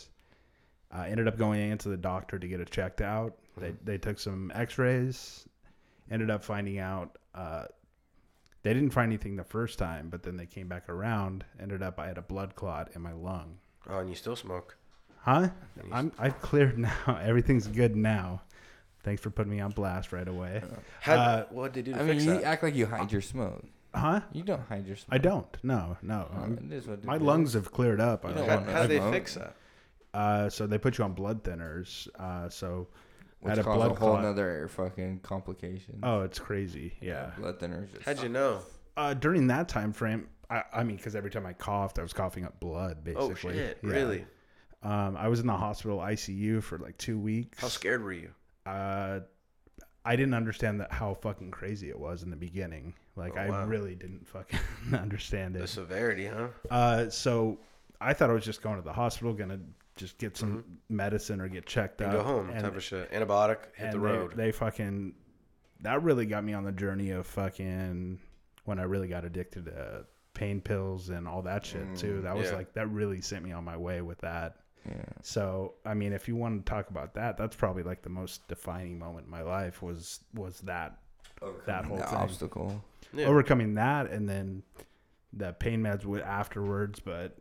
[SPEAKER 14] I ended up going into the doctor to get it checked out. They they took some X-rays, ended up finding out. Uh, they didn't find anything the first time, but then they came back around. Ended up, I had a blood clot in my lung.
[SPEAKER 13] Oh, and you still smoke.
[SPEAKER 14] Huh? I'm I've cleared now. Everything's good now. Thanks for putting me on blast right away.
[SPEAKER 13] How,
[SPEAKER 14] Uh,
[SPEAKER 13] what did you do
[SPEAKER 4] I
[SPEAKER 13] to
[SPEAKER 4] mean,
[SPEAKER 13] fix
[SPEAKER 4] you
[SPEAKER 13] that?
[SPEAKER 4] act like you hide your smoke.
[SPEAKER 14] Huh?
[SPEAKER 4] You don't hide your smoke.
[SPEAKER 14] I don't. No, no. I'm-
[SPEAKER 4] it is what it
[SPEAKER 14] my
[SPEAKER 4] is.
[SPEAKER 14] lungs have cleared up. I
[SPEAKER 4] don't
[SPEAKER 14] don't-
[SPEAKER 13] How,
[SPEAKER 4] want no
[SPEAKER 13] how did they
[SPEAKER 4] smoke.
[SPEAKER 13] fix that?
[SPEAKER 14] Uh, so they put you on blood thinners. Uh, so I
[SPEAKER 4] Which
[SPEAKER 14] had a
[SPEAKER 4] cause
[SPEAKER 14] blood
[SPEAKER 4] a whole
[SPEAKER 14] clot.
[SPEAKER 4] nother fucking complication.
[SPEAKER 14] Oh, it's crazy. Yeah.
[SPEAKER 4] Blood thinners. Just,
[SPEAKER 13] How'd you know?
[SPEAKER 14] Uh, during that time frame, I, I mean, because every time I coughed, I was coughing up blood.
[SPEAKER 13] Oh
[SPEAKER 14] Basically.
[SPEAKER 13] shit!
[SPEAKER 14] Yeah.
[SPEAKER 13] Really?
[SPEAKER 14] Um, I was in the hospital ICU for like two weeks.
[SPEAKER 13] How scared were you?
[SPEAKER 14] uh, I didn't understand that how fucking crazy it was in the beginning. Like
[SPEAKER 13] Oh,
[SPEAKER 14] I
[SPEAKER 13] wow.
[SPEAKER 14] really didn't fucking understand
[SPEAKER 13] The
[SPEAKER 14] it.
[SPEAKER 13] severity, huh?
[SPEAKER 14] Uh, so I thought I was just going to the hospital, gonna just get some medicine or get checked
[SPEAKER 13] You
[SPEAKER 14] out.
[SPEAKER 13] go home,
[SPEAKER 14] and,
[SPEAKER 13] type of shit. Antibiotic, hit
[SPEAKER 14] and
[SPEAKER 13] the road.
[SPEAKER 14] They, they fucking that really got me on the journey of fucking when I really got addicted to pain pills and all that shit too. That was
[SPEAKER 13] Mm, yeah.
[SPEAKER 14] like that really sent me on my way with that.
[SPEAKER 4] Yeah.
[SPEAKER 14] So I mean, if you want to talk about that, that's probably like the most defining moment in my life was was that that whole
[SPEAKER 4] the
[SPEAKER 14] thing.
[SPEAKER 4] obstacle.
[SPEAKER 13] Yeah.
[SPEAKER 14] overcoming that, and then the pain meds wi- afterwards. But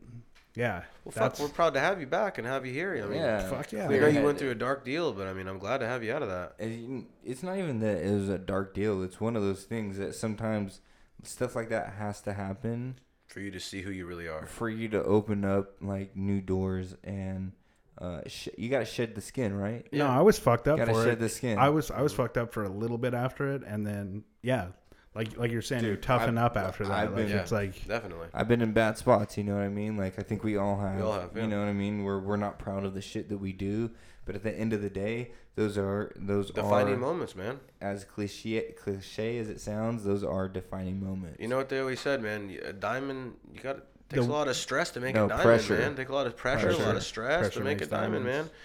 [SPEAKER 14] yeah,
[SPEAKER 13] well, fuck,
[SPEAKER 14] that's
[SPEAKER 13] we're proud to have you back and have you here. I mean,
[SPEAKER 4] Yeah.
[SPEAKER 14] fuck yeah.
[SPEAKER 13] we know you
[SPEAKER 4] Clear-headed.
[SPEAKER 13] went through a dark deal, but I mean, I'm glad to have you out of that.
[SPEAKER 4] And you- It's not even that it was a dark deal. It's one of those things that sometimes stuff like that has to happen
[SPEAKER 13] For you to see who you really are.
[SPEAKER 4] for you to open up like new doors and Uh, sh- you gotta shed the skin, right?
[SPEAKER 14] No, I was fucked up
[SPEAKER 4] Gotta
[SPEAKER 14] for
[SPEAKER 4] shed
[SPEAKER 14] it.
[SPEAKER 4] the skin.
[SPEAKER 14] I was I was fucked up for a little bit after it, and then yeah, like like you're saying, you toughen up after that.
[SPEAKER 4] I've
[SPEAKER 14] like
[SPEAKER 4] been-
[SPEAKER 14] it's like
[SPEAKER 13] definitely.
[SPEAKER 4] I've been in bad spots, you know what I mean? Like I think we all have.
[SPEAKER 13] We all have, yeah.
[SPEAKER 4] You know what I mean? We're we're not proud of the shit that we do, but at the end of the day, those are those
[SPEAKER 13] Defining
[SPEAKER 4] are-
[SPEAKER 13] moments, man.
[SPEAKER 4] As cliche cliche as it sounds, those are defining moments.
[SPEAKER 13] You know what they always said, man. A diamond, you got takes a
[SPEAKER 4] The-
[SPEAKER 13] lot of stress to make
[SPEAKER 4] No,
[SPEAKER 13] a diamond,
[SPEAKER 4] pressure.
[SPEAKER 13] man. Take a lot of pressure, a lot of stress
[SPEAKER 14] Pressure
[SPEAKER 13] to make a
[SPEAKER 14] makes
[SPEAKER 13] diamond,
[SPEAKER 14] diamonds.
[SPEAKER 13] man.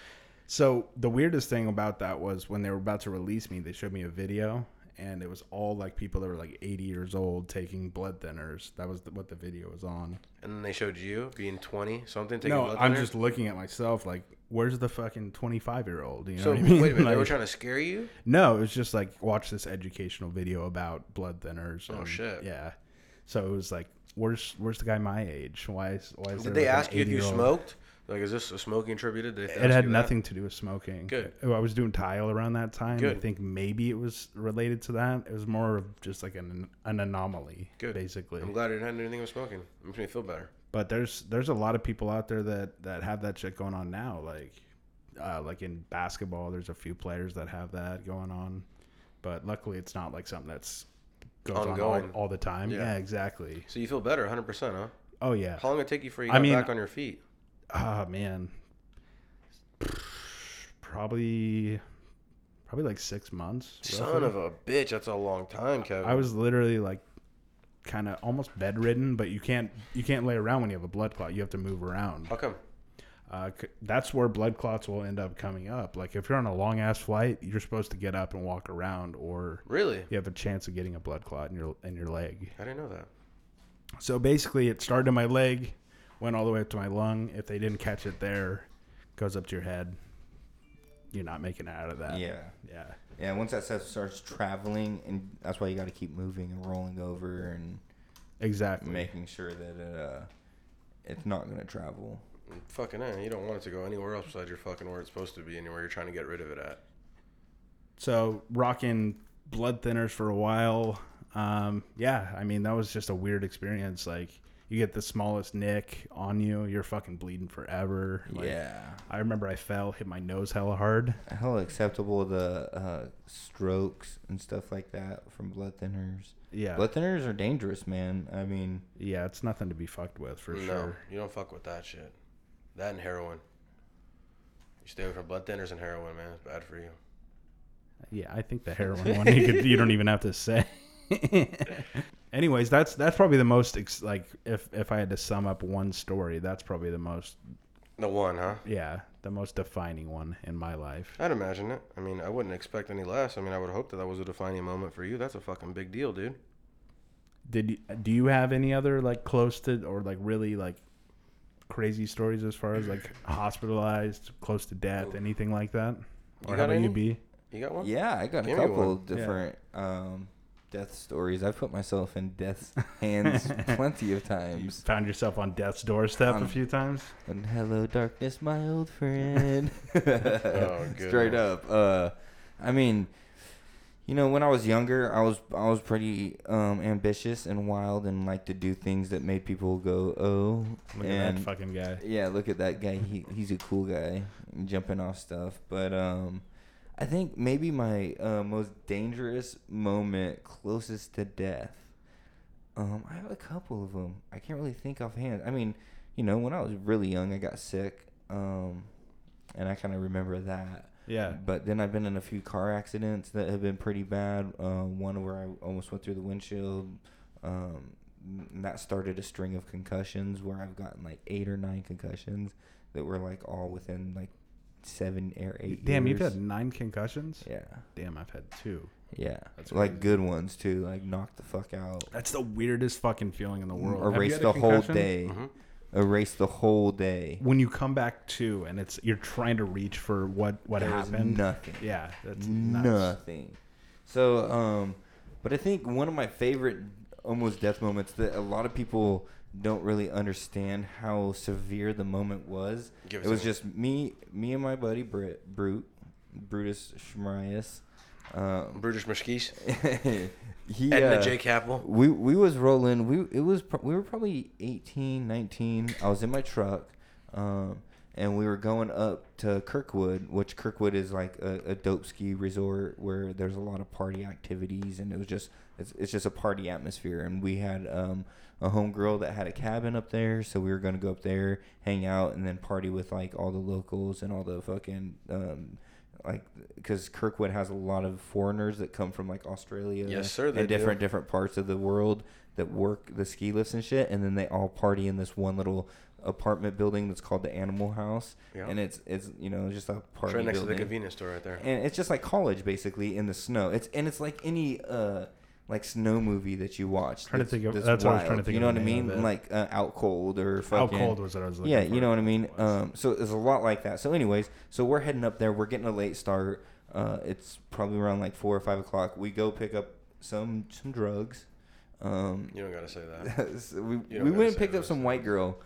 [SPEAKER 14] So the weirdest thing about that was when they were about to release me, they showed me a video, and it was all like people that were like 80 years old taking blood thinners. That was the, what the video was on.
[SPEAKER 13] And then they showed you being twenty something. Taking
[SPEAKER 14] no,
[SPEAKER 13] blood
[SPEAKER 14] I'm
[SPEAKER 13] thinners.
[SPEAKER 14] just looking at myself like, where's the fucking 25 year old? You know
[SPEAKER 13] So,
[SPEAKER 14] what I mean?
[SPEAKER 13] wait a minute, they were
[SPEAKER 14] Like-
[SPEAKER 13] trying to scare you?
[SPEAKER 14] No, it was just like watch this educational video about blood thinners.
[SPEAKER 13] Oh,
[SPEAKER 14] and-
[SPEAKER 13] shit.
[SPEAKER 14] Yeah, so it was like, where's where's the guy my age? Why is why is
[SPEAKER 13] Did
[SPEAKER 14] there,
[SPEAKER 13] they
[SPEAKER 14] like, an
[SPEAKER 13] ask you if you
[SPEAKER 14] 80-year-old?
[SPEAKER 13] smoked? Like, is this a smoking attributed? Did they
[SPEAKER 14] It
[SPEAKER 13] ask
[SPEAKER 14] had
[SPEAKER 13] you that?
[SPEAKER 14] nothing to do with smoking.
[SPEAKER 13] Good.
[SPEAKER 14] I was doing tile around that time. I
[SPEAKER 13] Good.
[SPEAKER 14] think maybe it was related to that. It was more of just like an an anomaly,
[SPEAKER 13] Good.
[SPEAKER 14] basically.
[SPEAKER 13] I'm glad it had anything with smoking. It makes me feel better.
[SPEAKER 14] But there's there's a lot of people out there that that have that shit going on now. Like, uh, like in basketball, there's a few players that have that going on. But luckily, it's not like something that's goes on
[SPEAKER 13] Ongoing.
[SPEAKER 14] all, all the time.
[SPEAKER 13] Yeah.
[SPEAKER 14] yeah exactly.
[SPEAKER 13] So you feel better, 100, percent huh?
[SPEAKER 14] Oh, yeah.
[SPEAKER 13] How long did it take you for you
[SPEAKER 14] I
[SPEAKER 13] got
[SPEAKER 14] mean-
[SPEAKER 13] back on your feet?
[SPEAKER 14] Ah man, probably probably like six months.
[SPEAKER 13] Son
[SPEAKER 14] roughly.
[SPEAKER 13] of a bitch, that's a long time, Kevin.
[SPEAKER 14] I was literally like kind of almost bedridden, but you can't you can't lay around when you have a blood clot. You have to move around.
[SPEAKER 13] How come?
[SPEAKER 14] Uh, c- that's where blood clots will end up coming up. Like if you're on a long ass flight, you're supposed to get up and walk around, or
[SPEAKER 13] Really?
[SPEAKER 14] you have a chance of getting a blood clot in your in your leg.
[SPEAKER 13] I didn't know that.
[SPEAKER 14] So basically, it started in my leg, went all the way up to my lung. If they didn't catch it there, goes up to your head. You're not making it out of that.
[SPEAKER 4] Yeah.
[SPEAKER 14] Yeah.
[SPEAKER 4] Yeah, once that stuff starts traveling, and that's why you got to keep moving and rolling over and
[SPEAKER 14] exactly
[SPEAKER 4] making sure that it uh, it's not gonna travel.
[SPEAKER 13] Fucking A, you don't want it to go anywhere else besides your fucking where it's supposed to be, anywhere you're trying to get rid of it at.
[SPEAKER 14] So rocking blood thinners for a while. Um, yeah, I mean that was just a weird experience. Like you get the smallest nick on you, you're fucking bleeding forever. Like,
[SPEAKER 4] Yeah.
[SPEAKER 14] I remember I fell, hit my nose hella hard.
[SPEAKER 4] How acceptable the uh, strokes and stuff like that from blood thinners.
[SPEAKER 14] Yeah.
[SPEAKER 4] blood thinners are dangerous, man. I mean,
[SPEAKER 14] yeah, it's nothing to be fucked with for
[SPEAKER 13] no,
[SPEAKER 14] sure.
[SPEAKER 13] you don't fuck with that shit. That and heroin. You stay away from blood thinners and heroin, man. It's bad for you.
[SPEAKER 14] Yeah, I think the heroin one you, could, you don't even have to say. Anyways, that's that's probably the most ex- like if if I had to sum up one story, that's probably the most
[SPEAKER 13] The one, huh?
[SPEAKER 14] yeah the most defining one in my life.
[SPEAKER 13] I'd imagine it. I mean, I wouldn't expect any less. I mean, I would hope that that was a defining moment for you. That's a fucking big deal, dude.
[SPEAKER 14] Did you, do you have any other like close to or like really like crazy stories as far as like hospitalized, close to death, anything like that? Or how about you, B?
[SPEAKER 13] You got one?
[SPEAKER 4] Yeah, I got
[SPEAKER 13] Give
[SPEAKER 4] a
[SPEAKER 13] me
[SPEAKER 4] couple
[SPEAKER 13] one.
[SPEAKER 4] different um, death stories. I've put myself in death's hands plenty of times.
[SPEAKER 14] Found yourself on death's doorstep
[SPEAKER 4] Um,
[SPEAKER 14] a few times.
[SPEAKER 4] And hello, darkness, my old friend. Straight
[SPEAKER 13] goodness.
[SPEAKER 4] up. Uh, I mean, you know, when I was younger, I was I was pretty um, ambitious and wild and liked to do things that made people go, oh.
[SPEAKER 14] Look at that
[SPEAKER 4] and
[SPEAKER 14] fucking guy.
[SPEAKER 4] Yeah, look at that guy. He he's a cool guy, jumping off stuff. But um, I think maybe my uh, most dangerous moment, closest to death. Um, I have a couple of them. I can't really think offhand. I mean, you know, when I was really young, I got sick. Um, and I kind of remember that.
[SPEAKER 14] Yeah.
[SPEAKER 4] But then I've been in a few car accidents that have been pretty bad. Uh, one where I almost went through the windshield. Um, and that started a string of concussions where I've gotten like eight or nine concussions that were like all within like seven or eight.
[SPEAKER 14] Damn,
[SPEAKER 4] years.
[SPEAKER 14] you've had nine concussions.
[SPEAKER 4] Yeah.
[SPEAKER 14] Damn, I've had two.
[SPEAKER 4] Yeah,
[SPEAKER 14] That's
[SPEAKER 4] like good ones too. Like knocked the fuck out.
[SPEAKER 14] That's the weirdest fucking feeling in the world. Have you
[SPEAKER 4] Mm, Erase
[SPEAKER 14] had a
[SPEAKER 4] the whole
[SPEAKER 14] concussion? Mm-hmm.
[SPEAKER 4] day.
[SPEAKER 13] Mm-hmm.
[SPEAKER 4] Erase the whole day.
[SPEAKER 14] When you come back to and it's you're trying to reach for what what
[SPEAKER 4] There was
[SPEAKER 14] happened.
[SPEAKER 4] nothing.
[SPEAKER 14] Yeah, that's nuts.
[SPEAKER 4] nothing. So, um, but I think one of my favorite almost death moments that a lot of people don't really understand how severe the moment was.
[SPEAKER 13] Give
[SPEAKER 4] it
[SPEAKER 13] us
[SPEAKER 4] was
[SPEAKER 13] a-
[SPEAKER 4] just me, me and my buddy Brit, Brute, Brutus Schmarius. Um,
[SPEAKER 13] Brutus Meshkis.
[SPEAKER 4] he
[SPEAKER 13] Edna
[SPEAKER 4] uh,
[SPEAKER 13] J. Capel.
[SPEAKER 4] We we was rolling. We it was pro- we were probably 18, 19. I was in my truck, um, and we were going up to Kirkwood, which Kirkwood is like a, a dope ski resort where there's a lot of party activities, and it was just it's, it's just a party atmosphere. And we had um, a homegirl that had a cabin up there, so we were gonna go up there, hang out, and then party with like all the locals and all the fucking um, like because Kirkwood has a lot of foreigners that come from like Australia,
[SPEAKER 13] Yes, sir, they
[SPEAKER 4] and different
[SPEAKER 13] do.
[SPEAKER 4] different parts of the world that work the ski lifts and shit, and then they all party in this one little apartment building that's called the Animal House,
[SPEAKER 13] Yeah.
[SPEAKER 4] and it's it's you know just a party
[SPEAKER 13] right next to the
[SPEAKER 4] building.
[SPEAKER 13] convenience store right there.
[SPEAKER 4] and it's just like college basically in the snow. It's and it's like any uh like snow movie that you watch.
[SPEAKER 14] Trying to
[SPEAKER 4] that's-
[SPEAKER 14] think of-
[SPEAKER 4] that's
[SPEAKER 14] that's what I was trying to think
[SPEAKER 4] You
[SPEAKER 14] of
[SPEAKER 4] know
[SPEAKER 14] the
[SPEAKER 4] what I
[SPEAKER 14] name
[SPEAKER 4] mean?
[SPEAKER 14] of it.
[SPEAKER 4] Like uh, Out Cold or
[SPEAKER 14] Out
[SPEAKER 4] fucking
[SPEAKER 14] Cold was what I was looking
[SPEAKER 4] Yeah,
[SPEAKER 14] for.
[SPEAKER 4] you know what I mean. Um, so it's a lot like that. So anyways, so we're heading up there. We're getting a late start. Uh, it's probably around like four or five o'clock. We go pick up some some drugs. Um,
[SPEAKER 13] You don't gotta say that.
[SPEAKER 4] so we
[SPEAKER 13] You don't
[SPEAKER 4] we
[SPEAKER 13] gotta
[SPEAKER 4] went and
[SPEAKER 13] say
[SPEAKER 4] picked up some white girl.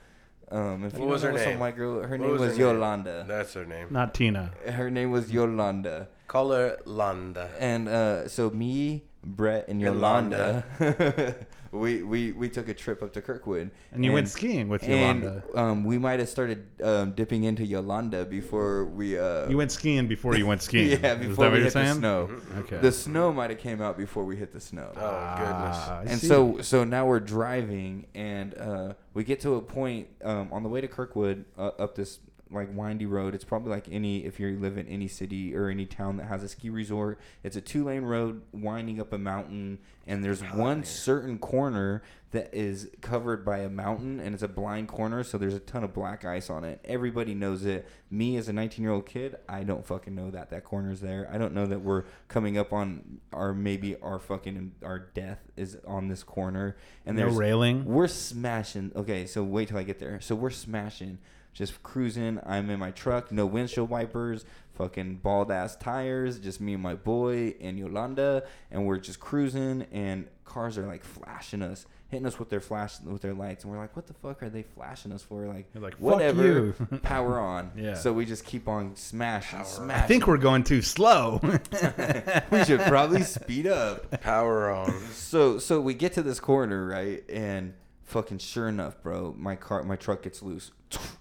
[SPEAKER 4] Um, if you
[SPEAKER 13] What was
[SPEAKER 4] don't
[SPEAKER 13] her
[SPEAKER 4] know some
[SPEAKER 13] name?
[SPEAKER 4] white girl, her
[SPEAKER 13] What
[SPEAKER 4] name
[SPEAKER 13] was
[SPEAKER 4] was,
[SPEAKER 13] her name?
[SPEAKER 4] Yolanda.
[SPEAKER 13] That's her name.
[SPEAKER 14] Not Tina.
[SPEAKER 4] Her name was Yolanda.
[SPEAKER 13] Call her Landa.
[SPEAKER 4] And uh, so me, Brett, and Yolanda, we, we we took a trip up to Kirkwood.
[SPEAKER 14] And you went skiing with
[SPEAKER 4] and,
[SPEAKER 14] Yolanda.
[SPEAKER 4] um, we might have started um, dipping into Yolanda before we. Uh,
[SPEAKER 14] You went skiing before you went skiing. Is
[SPEAKER 4] yeah,
[SPEAKER 14] that
[SPEAKER 4] before
[SPEAKER 14] what
[SPEAKER 4] we
[SPEAKER 14] you're
[SPEAKER 4] hit the
[SPEAKER 14] saying?
[SPEAKER 4] snow.
[SPEAKER 14] Mhm. Okay.
[SPEAKER 4] The snow might have came out before we hit the snow.
[SPEAKER 13] Oh, goodness. Ah, I
[SPEAKER 4] and
[SPEAKER 13] see.
[SPEAKER 4] so so now we're driving, and uh, we get to a point um, on the way to Kirkwood uh, up this like windy road. It's probably like any if you live in any city or any town that has a ski resort. It's a two lane road winding up a mountain, and there's one certain corner that is covered by a mountain, and it's a blind corner, so there's a ton of black ice on it. Everybody knows it. Me as a 19 year old kid, I don't fucking know that that corner's there. I don't know that we're coming up on our maybe our fucking our death is on this corner, and
[SPEAKER 14] No
[SPEAKER 4] there's
[SPEAKER 14] railing?
[SPEAKER 4] we're smashing. Okay, so wait till I get there. So we're smashing, just cruising. I'm in my truck, no windshield wipers, fucking bald ass tires, just me and my boy and Yolanda, and we're just cruising. And cars are like flashing us, hitting us with their flash with their lights, and we're like, what the fuck are they flashing us for? Like,
[SPEAKER 14] like, "Fuck
[SPEAKER 4] whatever,
[SPEAKER 14] you."
[SPEAKER 4] power on.
[SPEAKER 14] Yeah.
[SPEAKER 4] So we just keep on smashing, smashing.
[SPEAKER 14] I think we're going too slow.
[SPEAKER 4] we should probably speed up.
[SPEAKER 13] Power on.
[SPEAKER 4] So so we get to this corner, right? And fucking sure enough, bro, my car my truck gets loose.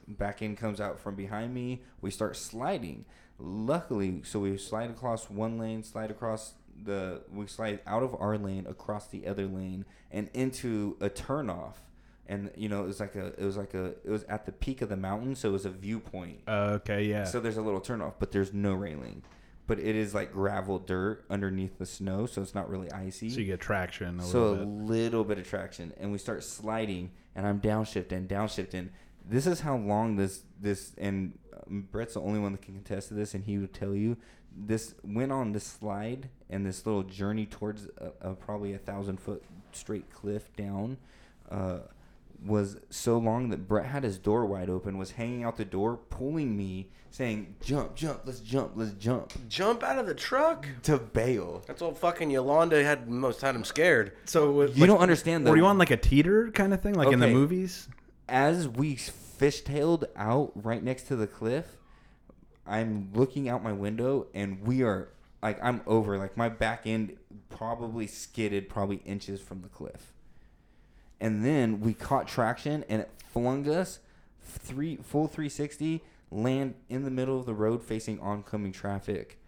[SPEAKER 4] Back end comes out from behind me. We start sliding. Luckily, so we slide across one lane, slide across the we slide out of our lane across the other lane and into a turnoff. And you know, it was like a it was like a it was at the peak of the mountain, so it was a viewpoint.
[SPEAKER 14] okay, yeah.
[SPEAKER 4] So there's a little turnoff, but there's no railing. But it is like gravel dirt underneath the snow, so it's not really icy.
[SPEAKER 14] So you get traction a
[SPEAKER 4] so
[SPEAKER 14] little
[SPEAKER 4] a little bit of traction, and we start sliding, and I'm downshifting, downshifting. This is how long this this and um, Brett's the only one that can contest to this, and he would tell you this went on this slide and this little journey towards a, a probably a thousand foot straight cliff down. Uh, was so long that Brett had his door wide open, was hanging out the door, pulling me, saying, "Jump, jump, let's jump, let's jump."
[SPEAKER 13] Jump out of the truck.
[SPEAKER 4] To bail.
[SPEAKER 13] That's all fucking Yolanda had most had him scared.
[SPEAKER 14] So
[SPEAKER 4] You don't understand.
[SPEAKER 14] Were
[SPEAKER 4] though.
[SPEAKER 14] you on like a teeter kind of thing, like in the
[SPEAKER 4] Okay.
[SPEAKER 14] movies?
[SPEAKER 4] As we fishtailed out right next to the cliff, I'm looking out my window and we are like I'm over like my back end probably skidded probably inches from the cliff. And then we caught traction and it flung us three full 360 land in the middle of the road facing oncoming traffic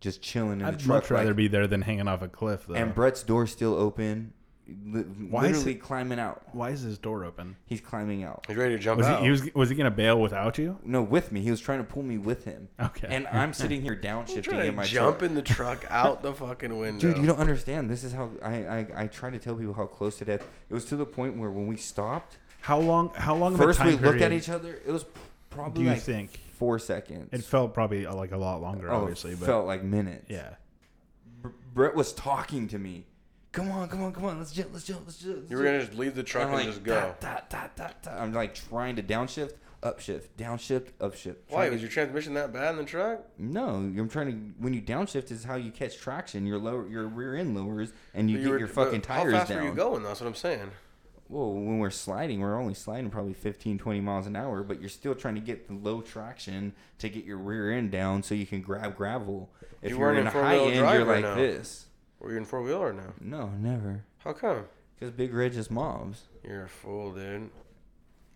[SPEAKER 4] just chilling in the
[SPEAKER 14] I'd
[SPEAKER 4] truck
[SPEAKER 14] much rather
[SPEAKER 4] like-
[SPEAKER 14] be there than hanging off a cliff, though.
[SPEAKER 4] and Brett's door still open li-
[SPEAKER 14] is
[SPEAKER 4] literally
[SPEAKER 14] it-
[SPEAKER 4] climbing out
[SPEAKER 14] why is his door open?
[SPEAKER 4] he's climbing out
[SPEAKER 13] He's ready to jump
[SPEAKER 14] Was he,
[SPEAKER 13] out.
[SPEAKER 14] he was was he gonna bail without you?
[SPEAKER 4] no, with me. He was trying to pull me with him.
[SPEAKER 14] Okay.
[SPEAKER 4] And I'm sitting here
[SPEAKER 13] He's
[SPEAKER 4] downshifting
[SPEAKER 13] trying to
[SPEAKER 4] in my
[SPEAKER 13] jump
[SPEAKER 4] truck.
[SPEAKER 13] in the truck out the fucking window.
[SPEAKER 4] Dude, you don't understand. This is how I, I I try to tell people how close to death. It was to the point where when we stopped,
[SPEAKER 14] How long? How long? of a
[SPEAKER 4] first
[SPEAKER 14] time
[SPEAKER 4] we looked at
[SPEAKER 14] period
[SPEAKER 4] each other. It was p- probably
[SPEAKER 14] Do you
[SPEAKER 4] like
[SPEAKER 14] think
[SPEAKER 4] four seconds.
[SPEAKER 14] it felt probably uh, like a lot longer?
[SPEAKER 4] Oh, it
[SPEAKER 14] obviously, but
[SPEAKER 4] felt like minutes.
[SPEAKER 14] Yeah.
[SPEAKER 4] Br- Brett was talking to me. Come on, come on, come on. Let's jump, let's jump, let's jump. let's
[SPEAKER 13] You were gonna
[SPEAKER 4] jump." Uh-huh.
[SPEAKER 13] just leave the truck
[SPEAKER 4] I'm
[SPEAKER 13] and
[SPEAKER 4] like,
[SPEAKER 13] just go.
[SPEAKER 4] "Dot, dot, dot, dot." I'm like trying to downshift, upshift, downshift, upshift.
[SPEAKER 13] Why
[SPEAKER 4] trying to-
[SPEAKER 13] was your transmission that bad in the truck?
[SPEAKER 4] No, I'm trying to. When you downshift is how you catch traction. Your lower, your rear end lowers, and you,
[SPEAKER 13] You
[SPEAKER 4] get
[SPEAKER 13] were-
[SPEAKER 4] your fucking
[SPEAKER 13] but
[SPEAKER 4] tires
[SPEAKER 13] How fast
[SPEAKER 4] down.
[SPEAKER 13] were you going? That's what I'm saying.
[SPEAKER 4] Well, when we're sliding, we're only sliding probably 15, 20 miles an hour, but you're still trying to get the low traction to get your rear end down so you can grab gravel. If
[SPEAKER 13] You
[SPEAKER 4] you are
[SPEAKER 13] weren't
[SPEAKER 4] in
[SPEAKER 13] in
[SPEAKER 4] a high
[SPEAKER 13] four-wheel
[SPEAKER 4] end,
[SPEAKER 13] drive
[SPEAKER 4] you're
[SPEAKER 13] right
[SPEAKER 4] like
[SPEAKER 13] now.
[SPEAKER 4] this.
[SPEAKER 13] Were you in four wheel or no?
[SPEAKER 4] No, never.
[SPEAKER 13] How come?
[SPEAKER 4] Because Big Red just mobs.
[SPEAKER 13] You're a fool, dude.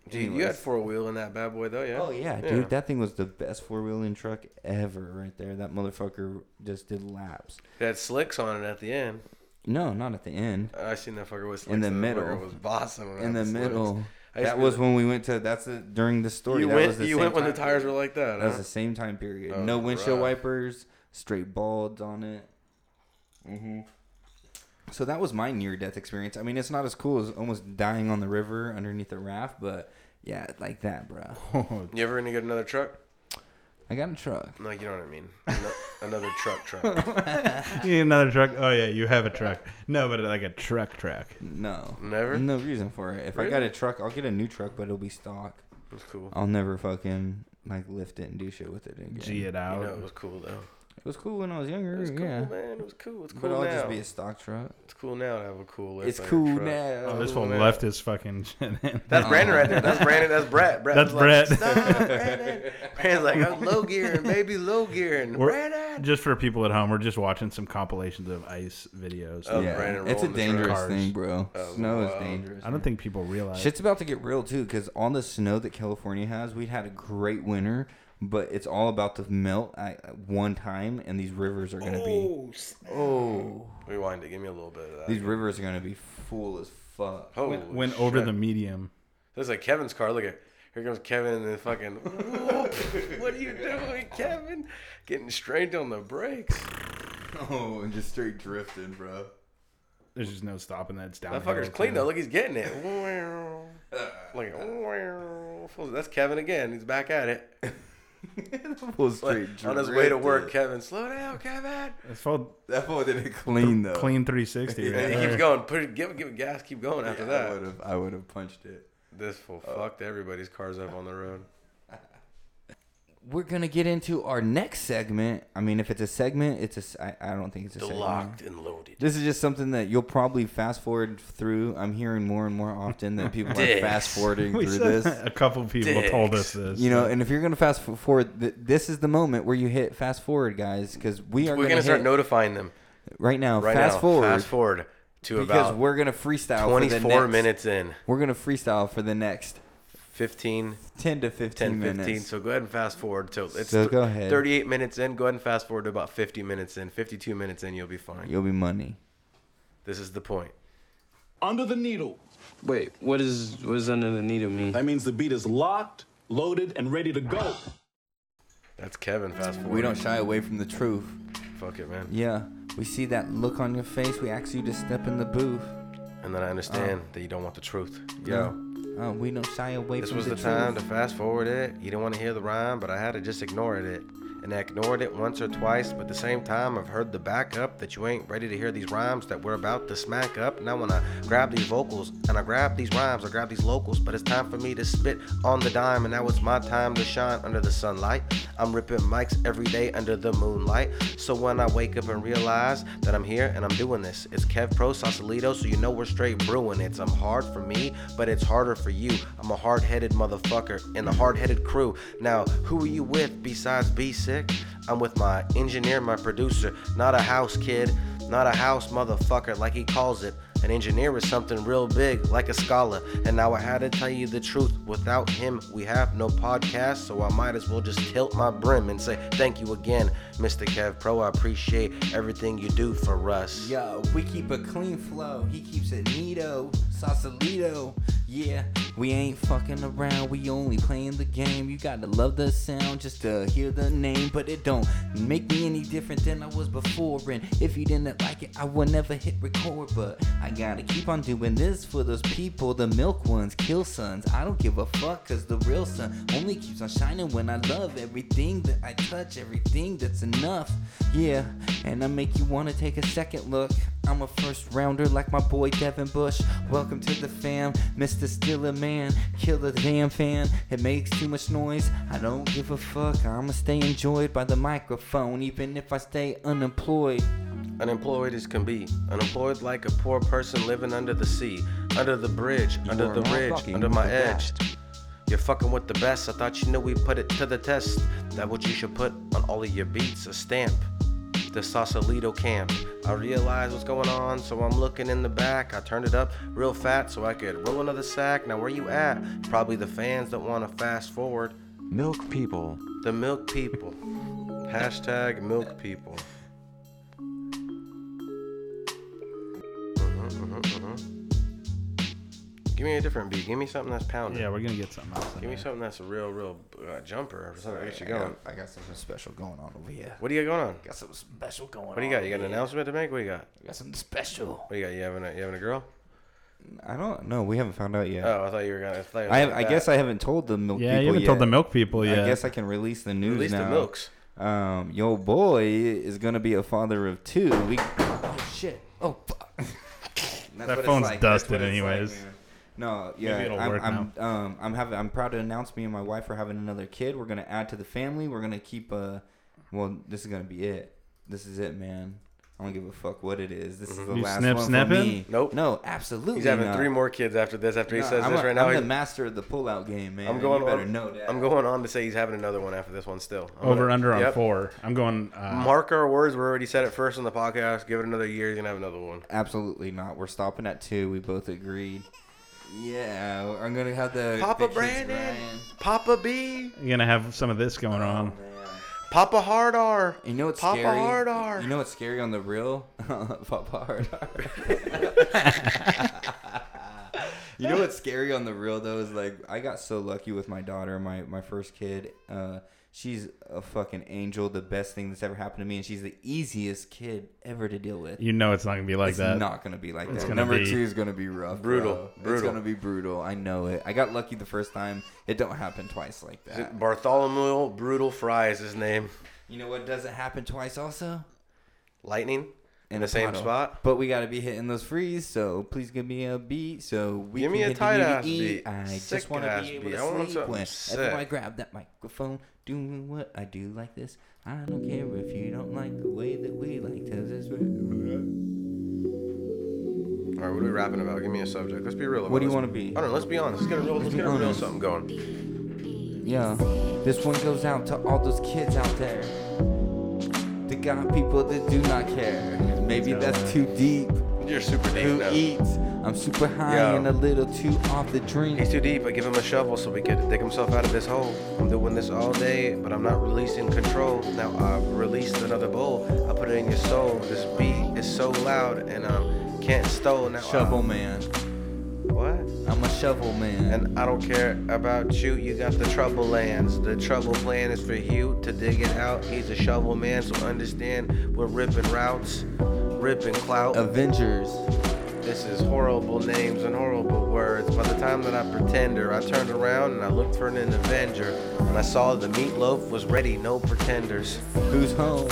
[SPEAKER 13] Dude, you had four wheel in that bad boy though, yeah.
[SPEAKER 4] Oh yeah, dude, that thing was the best four wheeling truck ever, right there. That motherfucker just did laps.
[SPEAKER 13] It had slicks on it at the end.
[SPEAKER 4] No, not at the end.
[SPEAKER 13] I seen that fucker with slicks.
[SPEAKER 4] In the
[SPEAKER 13] and that
[SPEAKER 4] middle.
[SPEAKER 13] fucker was bossing. when I
[SPEAKER 4] In the
[SPEAKER 13] had slicks.
[SPEAKER 4] middle.
[SPEAKER 13] I used
[SPEAKER 4] That
[SPEAKER 13] to-
[SPEAKER 4] was when we went to. That's the during the story.
[SPEAKER 13] You
[SPEAKER 4] that
[SPEAKER 13] went-
[SPEAKER 4] was the
[SPEAKER 13] you
[SPEAKER 4] same
[SPEAKER 13] went when the
[SPEAKER 4] time
[SPEAKER 13] tires
[SPEAKER 4] period.
[SPEAKER 13] were like that,
[SPEAKER 4] That was
[SPEAKER 13] huh?
[SPEAKER 4] the same time period.
[SPEAKER 13] Oh,
[SPEAKER 4] no windshield
[SPEAKER 13] right.
[SPEAKER 4] wipers, straight balds on it. Mm-hmm. So that was my near death experience. I mean, it's not as cool as almost dying on the river underneath a raft, but yeah, like that, bro.
[SPEAKER 13] You ever gonna get another truck?
[SPEAKER 4] I got in a truck.
[SPEAKER 13] No, you know what I mean. Ano- Another truck truck.
[SPEAKER 14] You need another truck? Oh yeah, you have a truck. No, but like a truck truck.
[SPEAKER 4] No,
[SPEAKER 13] never.
[SPEAKER 4] No reason for it. If I got
[SPEAKER 13] Really?
[SPEAKER 4] a truck, I'll get a new truck, but it'll be stock.
[SPEAKER 13] That's cool.
[SPEAKER 4] I'll never fucking like lift it and do shit with it again.
[SPEAKER 14] G it out.
[SPEAKER 13] You know it was cool though.
[SPEAKER 4] It was cool when I was younger.
[SPEAKER 13] It was cool,
[SPEAKER 4] yeah.
[SPEAKER 13] man. It was cool. It's
[SPEAKER 4] But
[SPEAKER 13] cool
[SPEAKER 4] it'll
[SPEAKER 13] now.
[SPEAKER 4] just be a stock truck.
[SPEAKER 13] It's cool now to have a cool. lift
[SPEAKER 4] It's
[SPEAKER 13] on your
[SPEAKER 4] cool
[SPEAKER 13] truck.
[SPEAKER 4] now.
[SPEAKER 14] Oh, this
[SPEAKER 13] Cool
[SPEAKER 14] one
[SPEAKER 13] now.
[SPEAKER 14] left his fucking shit. in.
[SPEAKER 13] That's Brandon right there. That's Brandon. That's Brett. Brett
[SPEAKER 14] That's
[SPEAKER 13] was like,
[SPEAKER 14] Brett.
[SPEAKER 13] Stop, Brandon. Brandon's like, I'm low gear and baby low gear and
[SPEAKER 14] We're-
[SPEAKER 13] Brandon.
[SPEAKER 14] just for people at home, we're just watching some compilations of ice videos.
[SPEAKER 13] Of Yeah, Brandon
[SPEAKER 4] it's a
[SPEAKER 13] rolling the
[SPEAKER 4] dangerous
[SPEAKER 13] truck.
[SPEAKER 4] thing, bro.
[SPEAKER 13] Oh,
[SPEAKER 4] snow
[SPEAKER 13] wow.
[SPEAKER 4] is dangerous.
[SPEAKER 14] I don't think people realize.
[SPEAKER 4] Shit's about to get real too, because all the snow that California has, we had a great winter, but it's all about to melt at at one time, and these rivers are gonna be. Oh.
[SPEAKER 13] Rewind it. Give me a little bit of that.
[SPEAKER 4] These rivers are gonna be full as fuck.
[SPEAKER 13] Oh, Holy
[SPEAKER 14] went, went over
[SPEAKER 13] shit.
[SPEAKER 14] the medium.
[SPEAKER 13] This is like Kevin's car. Look at here comes Kevin and the fucking. Whoop. what are you doing, Kevin? Getting strained on the brakes.
[SPEAKER 4] Oh, and just straight drifting, bro.
[SPEAKER 14] There's just no stopping that. It's down.
[SPEAKER 13] That fucker's clean though. Look, he's getting it. Like that's Kevin again. He's back at it.
[SPEAKER 4] Full
[SPEAKER 13] Like,
[SPEAKER 4] straight
[SPEAKER 13] on his way to work,
[SPEAKER 4] drifting.
[SPEAKER 13] Kevin, slow down, Kevin.
[SPEAKER 14] That's called
[SPEAKER 4] That boy did it clean though.
[SPEAKER 14] clean 360.
[SPEAKER 13] And
[SPEAKER 14] right
[SPEAKER 13] he keeps
[SPEAKER 14] there.
[SPEAKER 13] going. Put it, give, give it gas. Keep going after
[SPEAKER 4] Yeah, I
[SPEAKER 13] that.
[SPEAKER 4] would have. I would have punched it. Oh.
[SPEAKER 13] This fool fucked everybody's cars up on the road.
[SPEAKER 4] We're gonna get into our next segment. I mean, if it's a segment, it's a. s- I, I don't think it's a
[SPEAKER 13] The
[SPEAKER 4] segment.
[SPEAKER 13] locked and loaded.
[SPEAKER 4] This is just something that you'll probably fast forward through. I'm hearing more and more often that people are
[SPEAKER 13] Dicks.
[SPEAKER 4] fast forwarding
[SPEAKER 14] We
[SPEAKER 4] through
[SPEAKER 14] said
[SPEAKER 4] this.
[SPEAKER 14] that. A couple people told us Dicks. this.
[SPEAKER 4] You know, and if you're gonna fast f- forward, th- this is the moment where you hit fast forward, guys, because we are.
[SPEAKER 13] We're gonna start
[SPEAKER 4] hit-
[SPEAKER 13] notifying them.
[SPEAKER 4] right now.
[SPEAKER 13] Right
[SPEAKER 4] fast
[SPEAKER 13] now,
[SPEAKER 4] forward.
[SPEAKER 13] fast forward to
[SPEAKER 4] because
[SPEAKER 13] about
[SPEAKER 4] we're gonna freestyle.
[SPEAKER 13] 24
[SPEAKER 4] for the next,
[SPEAKER 13] minutes in.
[SPEAKER 4] We're gonna freestyle for the next
[SPEAKER 13] 15,
[SPEAKER 4] 10 to 15
[SPEAKER 13] 10, 15.
[SPEAKER 4] minutes.
[SPEAKER 13] So go ahead and fast forward till it's
[SPEAKER 4] So
[SPEAKER 13] th-
[SPEAKER 4] go ahead.
[SPEAKER 13] 38 minutes in. Go ahead and fast forward to about 50 minutes in. 52 minutes in, you'll be fine.
[SPEAKER 4] You'll be money.
[SPEAKER 13] This is the point.
[SPEAKER 20] Under the needle. Wait, what is what does under the needle mean? That means the beat is locked, loaded, and ready to go.
[SPEAKER 13] That's Kevin fast forward.
[SPEAKER 4] We don't shy away from the truth.
[SPEAKER 13] Fuck it, man.
[SPEAKER 4] Yeah, we see that look on your face. We ask you to step in the booth.
[SPEAKER 13] And then I
[SPEAKER 4] Um,
[SPEAKER 13] understand that you don't want the truth. Yo.
[SPEAKER 4] Uh, uh, we don't shy away
[SPEAKER 13] This
[SPEAKER 4] from
[SPEAKER 13] was
[SPEAKER 4] the,
[SPEAKER 13] the, time to
[SPEAKER 4] truth.
[SPEAKER 13] fast forward it. You didn't want to hear the rhyme, but I had to just ignore it. And I ignored it once or twice, but at the same time, I've heard the backup that you ain't ready to hear these rhymes that we're about to smack up. Now, when I grab these vocals and I grab these rhymes, I grab these locals, but it's time for me to spit on the dime. And now it's my time to shine under the sunlight. I'm ripping mics every day under the moonlight. So when I wake up and realize that I'm here and I'm doing this, it's Kev Pro Sausalito, so you know we're straight brewing it. Some hard for me, but it's harder for you. I'm a hard headed motherfucker in the hard headed crew. Now, who are you with besides B Sick? I'm with my engineer, my producer, not a house kid, not a house motherfucker like he calls it. An engineer is something real big, like a scholar. And now I had to tell you the truth. Without him, we have no podcast, so I might as well just tilt my brim and say thank you again, Mr. Kev Pro. I appreciate everything you do for us.
[SPEAKER 4] Yo, we keep a clean flow. He keeps it neato, Sausalito. Yeah, we ain't fucking around. We only playing the game. You gotta love the sound just to hear the name, but it don't make me any different than I was before. And if you didn't like it, I would never hit record. But I gotta keep on doing this for those people, the milk ones, kill sons. I don't give a fuck, cause the real sun only keeps on shining when I love everything that I touch, everything that's enough. Yeah, and I make you wanna take a second look. I'm a first rounder like my boy Devin Bush. Welcome to the fam, Mr. Still a Man. Kill the damn fan, it makes too much noise. I don't give a fuck, I'ma stay enjoyed by the microphone, even if I stay unemployed.
[SPEAKER 13] Unemployed as can be. Unemployed like a poor person living under the sea, under the bridge, under
[SPEAKER 4] are
[SPEAKER 13] the
[SPEAKER 4] now
[SPEAKER 13] ridge,
[SPEAKER 4] fucking
[SPEAKER 13] under
[SPEAKER 4] with
[SPEAKER 13] my
[SPEAKER 4] the
[SPEAKER 13] edge. You're fucking with the best. I thought you knew we put it to the test. That what you should put on all of your beats, a stamp. the Sausalito camp. I realized what's going on, so I'm looking in the back. I turned it up real fat so I could roll another sack. Now, where you at? Probably the fans that want to fast forward.
[SPEAKER 15] Milk people.
[SPEAKER 13] The milk people. Hashtag milk people. Mhm, mhm, mhm. Give me a different beat. Give me something that's pounding.
[SPEAKER 14] Yeah, we're gonna get something else. in
[SPEAKER 13] Give me
[SPEAKER 14] there.
[SPEAKER 13] something that's a real, real uh, jumper. Or something. Get you
[SPEAKER 4] I got-
[SPEAKER 13] going.
[SPEAKER 4] I got something special going on over here.
[SPEAKER 13] What do you got going on?
[SPEAKER 4] Got something special going on.
[SPEAKER 13] What do you got? You got
[SPEAKER 4] over
[SPEAKER 13] an
[SPEAKER 4] here.
[SPEAKER 13] announcement to make? What do you got?
[SPEAKER 4] I got something special.
[SPEAKER 13] What do you got? You having a you having a girl?
[SPEAKER 4] I don't know. We haven't found out yet.
[SPEAKER 13] Oh, I thought you were gonna. I, thought you were
[SPEAKER 4] I, have,
[SPEAKER 13] like
[SPEAKER 4] I
[SPEAKER 13] that.
[SPEAKER 4] guess I haven't told the milk
[SPEAKER 14] Yeah, you
[SPEAKER 4] people
[SPEAKER 14] haven't
[SPEAKER 4] yet.
[SPEAKER 14] told the milk people
[SPEAKER 4] I
[SPEAKER 14] yet.
[SPEAKER 4] guess I can release the news
[SPEAKER 13] Release the
[SPEAKER 4] now.
[SPEAKER 13] milks.
[SPEAKER 4] Um, your boy is gonna be a father of two. We oh shit. Oh fuck. That's
[SPEAKER 14] That
[SPEAKER 4] what it's
[SPEAKER 14] phone's
[SPEAKER 4] like. That's
[SPEAKER 14] dusted,
[SPEAKER 4] what it's like,
[SPEAKER 14] anyways.
[SPEAKER 4] man. no, yeah,
[SPEAKER 14] Maybe it'll
[SPEAKER 4] I'm,
[SPEAKER 14] work
[SPEAKER 4] I'm, Um, I'm having. I'm proud to announce me and my wife are having another kid. We're gonna add to the family. We're gonna keep. Uh, well, this is gonna be it. This is it, man. I don't give a fuck what it is. This is the
[SPEAKER 14] You
[SPEAKER 4] last
[SPEAKER 14] snip
[SPEAKER 4] one
[SPEAKER 14] snapping?
[SPEAKER 4] for me.
[SPEAKER 13] Nope.
[SPEAKER 4] No, absolutely.
[SPEAKER 13] He's having
[SPEAKER 4] not.
[SPEAKER 13] three more kids after this. After he
[SPEAKER 4] No,
[SPEAKER 13] says
[SPEAKER 4] I'm
[SPEAKER 13] this
[SPEAKER 4] a-
[SPEAKER 13] right now,
[SPEAKER 4] I'm
[SPEAKER 13] he-
[SPEAKER 4] the master of the pullout game, man.
[SPEAKER 13] I'm going
[SPEAKER 4] You better
[SPEAKER 13] on.
[SPEAKER 4] know that.
[SPEAKER 13] I'm going on to say he's having another one after this one. Still I'm
[SPEAKER 14] Over
[SPEAKER 13] gonna-
[SPEAKER 14] under on
[SPEAKER 13] Yep.
[SPEAKER 14] four. I'm going. Uh,
[SPEAKER 13] Mark our words. We already said it first on the podcast. Give it another year. He's gonna have another one.
[SPEAKER 4] Absolutely not. We're stopping at two. We both agreed. Yeah, I'm gonna have the
[SPEAKER 13] Papa
[SPEAKER 4] the kids,
[SPEAKER 13] Brandon,
[SPEAKER 4] Ryan.
[SPEAKER 13] Papa B,
[SPEAKER 14] you're gonna have some of this
[SPEAKER 13] Oh,
[SPEAKER 14] going on.
[SPEAKER 13] Papa Hard R.
[SPEAKER 4] You know what's
[SPEAKER 13] Papa
[SPEAKER 4] scary?
[SPEAKER 13] Hard R.
[SPEAKER 4] You know what's scary on the real? Papa Hard R. you know what's scary on the real though is like I got so lucky with my daughter, my my first kid. Uh, she's a fucking angel, the best thing that's ever happened to me, and she's the easiest kid ever to deal with.
[SPEAKER 14] You know it's not gonna be like
[SPEAKER 4] it's
[SPEAKER 14] that.
[SPEAKER 4] not gonna be like
[SPEAKER 14] It's
[SPEAKER 4] that.
[SPEAKER 14] gonna
[SPEAKER 4] Number
[SPEAKER 14] be-
[SPEAKER 4] two is gonna be rough.
[SPEAKER 13] Brutal.
[SPEAKER 4] bro. It's
[SPEAKER 13] Brutal.
[SPEAKER 4] gonna be brutal. I know it. I got lucky the first time. It don't happen twice like
[SPEAKER 13] Is
[SPEAKER 4] that.
[SPEAKER 13] it Bartholomew Brutal Fry is his name.
[SPEAKER 4] You know what doesn't happen twice also?
[SPEAKER 13] Lightning in
[SPEAKER 4] a
[SPEAKER 13] the same
[SPEAKER 4] bottle.
[SPEAKER 13] spot.
[SPEAKER 4] But we gotta be hitting those frees, so please give me a beat. So we
[SPEAKER 13] Give
[SPEAKER 4] can
[SPEAKER 13] me a
[SPEAKER 4] hit the
[SPEAKER 13] tight ass
[SPEAKER 4] DVD.
[SPEAKER 13] beat.
[SPEAKER 4] I
[SPEAKER 13] Sick
[SPEAKER 4] just wanna
[SPEAKER 13] ass
[SPEAKER 4] be able
[SPEAKER 13] beat. I
[SPEAKER 4] to
[SPEAKER 13] want
[SPEAKER 4] sleep
[SPEAKER 13] something
[SPEAKER 4] when
[SPEAKER 13] sick.
[SPEAKER 4] I grab that microphone, doing what I do like this. I don't care if you don't like the way that we like to this.
[SPEAKER 13] All right, what are we rapping about? Give me a subject. Let's be real. About
[SPEAKER 4] What do you
[SPEAKER 13] this.
[SPEAKER 4] wanna be?
[SPEAKER 13] I don't know. Let's be honest. Let's get a real. Let's
[SPEAKER 4] be
[SPEAKER 13] get a real
[SPEAKER 4] honest.
[SPEAKER 13] something going.
[SPEAKER 4] Yeah, this one goes out to all those kids out there. The got people that do not care. Maybe that's too deep.
[SPEAKER 13] You're super deep
[SPEAKER 4] Who
[SPEAKER 13] now.
[SPEAKER 4] eats? I'm super high
[SPEAKER 13] Yo.
[SPEAKER 4] and a little too off the drink.
[SPEAKER 13] He's too deep. I give him a shovel so he could dig himself out of this hole. I'm doing this all day, but I'm not releasing control. Now I've released another bowl. I put it in your soul. This beat is so loud and I can't stole. Now um,
[SPEAKER 4] Shovel
[SPEAKER 13] I,
[SPEAKER 4] man.
[SPEAKER 13] What?
[SPEAKER 4] I'm a shovel man.
[SPEAKER 13] And I don't care about you. You got the trouble lands. The trouble plan is for you to dig it out. He's a shovel man, so understand we're ripping routes, ripping clout.
[SPEAKER 4] Avengers.
[SPEAKER 13] This is horrible names and horrible words. By the time that I pretender, I turned around and I looked for an Avenger. And I saw the meatloaf was ready, no pretenders.
[SPEAKER 4] Who's home?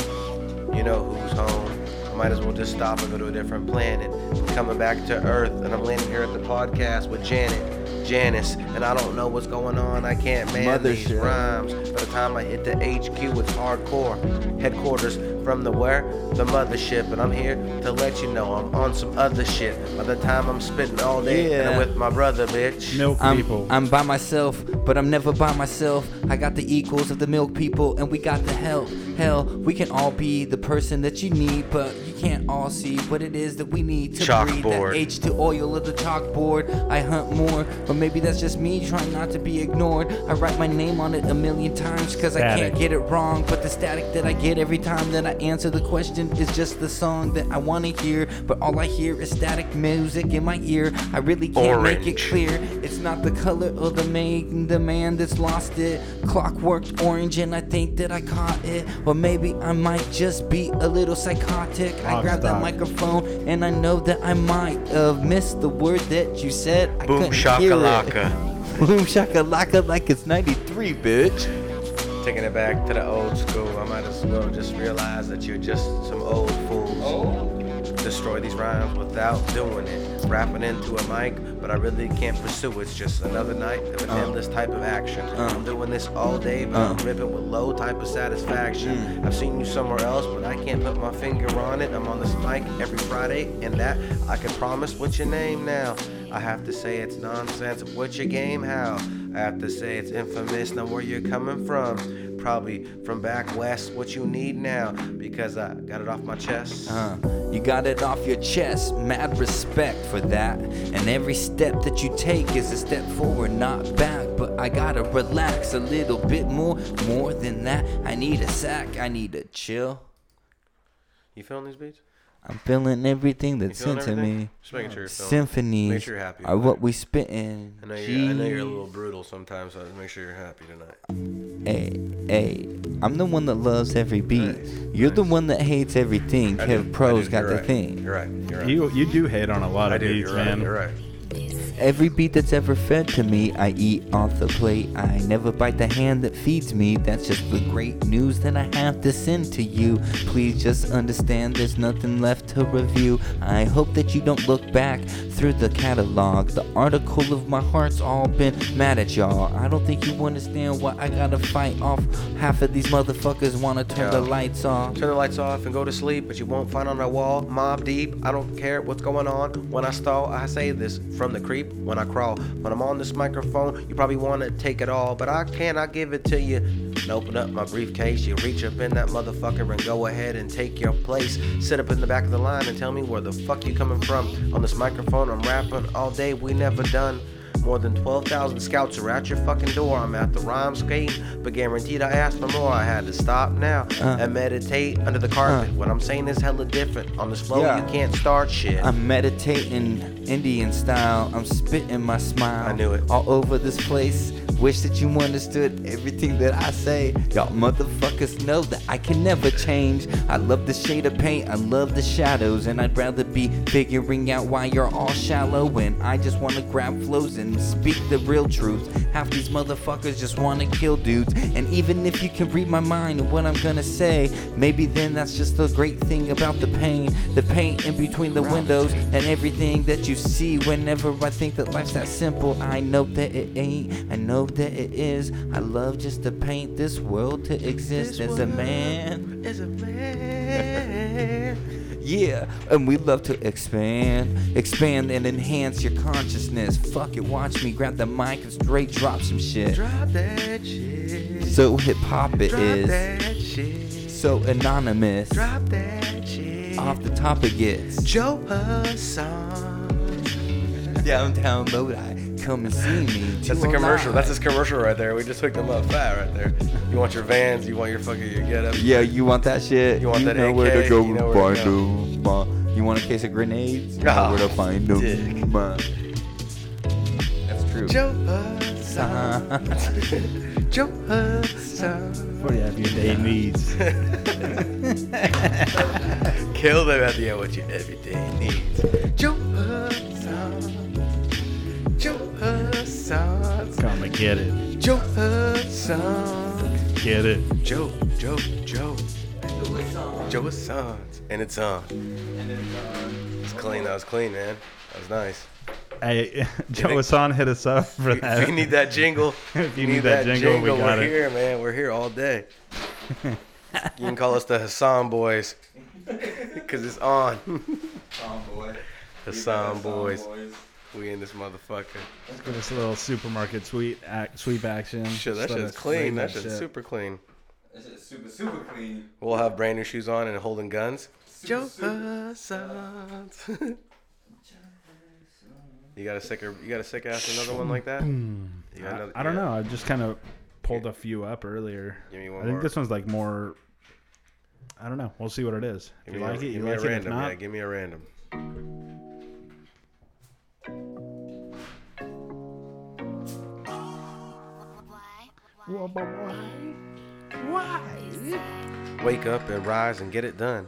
[SPEAKER 13] You know who's home. I might as well just stop and go to a different planet. I'm coming back to Earth and I'm landing here at the podcast with Janet, Janice, and I don't know what's going on. I can't man these
[SPEAKER 4] Mothership.
[SPEAKER 13] rhymes. By the time I hit the HQ, it's hardcore. Headquarters from the where? The mothership. And I'm here to let you know I'm on some other shit. By the time I'm spitting all day and I'm
[SPEAKER 4] Yeah.
[SPEAKER 13] with my brother, bitch.
[SPEAKER 14] Milk
[SPEAKER 4] I'm,
[SPEAKER 14] people.
[SPEAKER 4] I'm by myself, but I'm never by myself. I got the equals of the milk people, and we got the help. Hell, we can all be the person that you need, but you can't all see what it is that we need to breathe
[SPEAKER 13] Chalkboard.
[SPEAKER 4] that H to oil of the chalkboard. I hunt more, but maybe that's just me trying not to be ignored. I write my name on it a million times because I
[SPEAKER 14] Static.
[SPEAKER 4] can't get it wrong, but the static that I get every time that I answer the question is just the song that I want to hear, but all I hear is static music in my ear. I really can't make it
[SPEAKER 13] Orange.
[SPEAKER 4] clear. It's not the color of the man, the man that's lost it. Clockworked orange, and I think that I caught it. Or maybe I might just be a little psychotic. I
[SPEAKER 14] Rock
[SPEAKER 4] grabbed that
[SPEAKER 14] star.
[SPEAKER 4] microphone, and I know that I might have missed the word that you said. I
[SPEAKER 13] Boom
[SPEAKER 4] couldn't hear it.
[SPEAKER 13] shakalaka.
[SPEAKER 4] Boom shakalaka, like it's '93, bitch.
[SPEAKER 13] Taking it back to the old school, I might as well just realize that you're just some old fools. Destroy these rhymes without doing it. Rapping into a mic, but I really can't pursue. It's just another night of an
[SPEAKER 4] Uh.
[SPEAKER 13] endless type of action.
[SPEAKER 4] Uh.
[SPEAKER 13] I'm doing this all day, but I'm
[SPEAKER 4] Uh.
[SPEAKER 13] ripping with low type of satisfaction.
[SPEAKER 4] Mm.
[SPEAKER 13] I've seen you somewhere else, but I can't put my finger on it. I'm on this mic every Friday, and that I can promise. What's your name now? I have to say it's nonsense. What's your game? How? I have to say it's infamous. Now where you're coming from? probably from back west. What you need now because I got it off my chest.
[SPEAKER 4] Uh, you got it off your chest, mad respect for that. And every step that you take is a step forward, not back. But I gotta relax a little bit more, more than that. I need a sack, I need a chill.
[SPEAKER 13] You feeling these beats?
[SPEAKER 4] I'm feeling everything that's
[SPEAKER 13] feeling
[SPEAKER 4] sent to
[SPEAKER 13] everything?
[SPEAKER 4] me.
[SPEAKER 13] Just making sure you're feeling-
[SPEAKER 4] Symphonies
[SPEAKER 13] make sure you're happy
[SPEAKER 4] are
[SPEAKER 13] with
[SPEAKER 4] what we spittin'.
[SPEAKER 13] I know you're, I know you're a little brutal sometimes, so I just make sure you're happy tonight.
[SPEAKER 4] Hey, hey, I'm the one that loves every beat. You're the one that hates everything.
[SPEAKER 13] I
[SPEAKER 4] Kev
[SPEAKER 13] did- I
[SPEAKER 4] Pro's
[SPEAKER 13] did,
[SPEAKER 4] got
[SPEAKER 13] you're
[SPEAKER 4] the
[SPEAKER 13] right,
[SPEAKER 4] thing.
[SPEAKER 13] You're right. You're right.
[SPEAKER 14] You you do hate on a lot
[SPEAKER 13] I
[SPEAKER 14] of
[SPEAKER 13] do.
[SPEAKER 14] beats,
[SPEAKER 13] You're right.
[SPEAKER 14] man.
[SPEAKER 13] You're right.
[SPEAKER 4] Every beat that's ever fed to me, I eat off the plate. I never bite the hand that feeds me. That's just the great news that I have to send to you. Please just understand there's nothing left to review. I hope that you don't look back through the catalog. The article of my heart's all been mad at y'all. I don't think you understand why I gotta fight off. Half of these motherfuckers wanna turn the
[SPEAKER 13] Yeah.
[SPEAKER 4] lights off.
[SPEAKER 13] Turn the lights off and go to sleep, but you won't find on our wall. Mob deep, I don't care what's going on. When I stall, I say this from the creep when I crawl. When I'm on this microphone, you probably want to take it all, but I can't, I give it to you. And open up my briefcase, you reach up in that motherfucker and go ahead and take your place. Sit up in the back of the line and tell me where the fuck you coming from. On this microphone, I'm rapping all day, we never done. More than 12,000 scouts are at your fucking door. I'm at the rhyme scheme, but guaranteed I asked for more. I had to stop now
[SPEAKER 4] Uh.
[SPEAKER 13] and meditate under the carpet. What I'm saying is hella different. On this flow,
[SPEAKER 4] Yeah.
[SPEAKER 13] you can't start shit.
[SPEAKER 4] I'm meditating Indian style. I'm spitting my smile. I knew it. All over this place. Wish that you understood everything that I say. Y'all motherfuckers know that I can never change. I love the shade of paint. I love the shadows. And I'd rather be figuring out why you're all shallow. And I just wanna grab flows and speak the real truth. Half these motherfuckers just wanna kill dudes. And even if you can read my mind and what I'm gonna say, maybe then that's just the great thing about the pain. The paint in between the windows and everything that you see. Whenever I think that life's that simple, I know that it ain't. I know that it is. I love just to paint this world to exist as a man.
[SPEAKER 13] Is a man.
[SPEAKER 4] Yeah, and we love to expand, expand and enhance your consciousness. Fuck it, watch me grab the mic and straight drop some shit.
[SPEAKER 13] Drop that shit.
[SPEAKER 4] So hip hop it
[SPEAKER 13] Drop
[SPEAKER 4] is.
[SPEAKER 13] that shit.
[SPEAKER 4] So anonymous.
[SPEAKER 13] Drop that shit.
[SPEAKER 4] Off the top it gets.
[SPEAKER 13] Joe Passan.
[SPEAKER 4] Downtown Lodi, come and see me.
[SPEAKER 13] That's the commercial. That's his commercial right there. We just hooked him up fat right there. You want your vans, you want your fucking your get up.
[SPEAKER 4] Yeah, you want that shit.
[SPEAKER 13] You want that
[SPEAKER 4] know
[SPEAKER 13] AK,
[SPEAKER 4] where to go
[SPEAKER 13] you know where to
[SPEAKER 4] find
[SPEAKER 13] go.
[SPEAKER 4] 'em, ma. You want a case of grenades? You know
[SPEAKER 13] Ah,
[SPEAKER 4] where to find 'em,
[SPEAKER 13] dick.
[SPEAKER 4] ma. That's true.
[SPEAKER 13] Joe Passan. Joe Passan.
[SPEAKER 14] What do you have your day needs?
[SPEAKER 13] Kill them at the end with your everyday needs. Joe Passan. Joe Passan.
[SPEAKER 14] Come and get it.
[SPEAKER 13] Joe Passan.
[SPEAKER 14] Get it.
[SPEAKER 13] Joe, Joe, Joe. Joe is sons. And it's on. It's clean. That was clean, man. That was nice.
[SPEAKER 14] Hey, Joe
[SPEAKER 13] think-
[SPEAKER 14] Hassan hit us up for that.
[SPEAKER 13] If you need that jingle,
[SPEAKER 14] if you need, that, jingle, we got
[SPEAKER 13] are
[SPEAKER 14] it.
[SPEAKER 13] here, man. We're here all day. you can call us the Hassan Boys because it's on. Hassan Boy. Hassan Boys. We in this motherfucker.
[SPEAKER 14] Give us a little supermarket sweep, ac- sweep action.
[SPEAKER 13] Shit, that
[SPEAKER 14] Just let
[SPEAKER 13] shit's
[SPEAKER 14] us
[SPEAKER 13] clean.
[SPEAKER 14] bring
[SPEAKER 13] That shit's
[SPEAKER 14] shit.
[SPEAKER 13] super clean.
[SPEAKER 4] That shit's super, super clean.
[SPEAKER 13] We'll have brand new shoes on and holding guns.
[SPEAKER 16] Joe Hussons.
[SPEAKER 13] You got a sicker. You got a sick ass another one like that.
[SPEAKER 14] Boom.
[SPEAKER 13] You got another-
[SPEAKER 14] I, I don't
[SPEAKER 13] yeah.
[SPEAKER 14] know. I just kind of pulled a few up earlier.
[SPEAKER 13] Give me
[SPEAKER 14] I
[SPEAKER 13] one
[SPEAKER 14] think
[SPEAKER 13] more.
[SPEAKER 14] this one's like more. I don't know. We'll see what it is. If
[SPEAKER 13] Give
[SPEAKER 14] you
[SPEAKER 13] me a-
[SPEAKER 14] like it, you
[SPEAKER 13] give me a
[SPEAKER 14] like it. If
[SPEAKER 13] random.
[SPEAKER 14] not,
[SPEAKER 13] Yeah, give me a random.
[SPEAKER 21] Why?
[SPEAKER 13] Wake up and rise and get it done.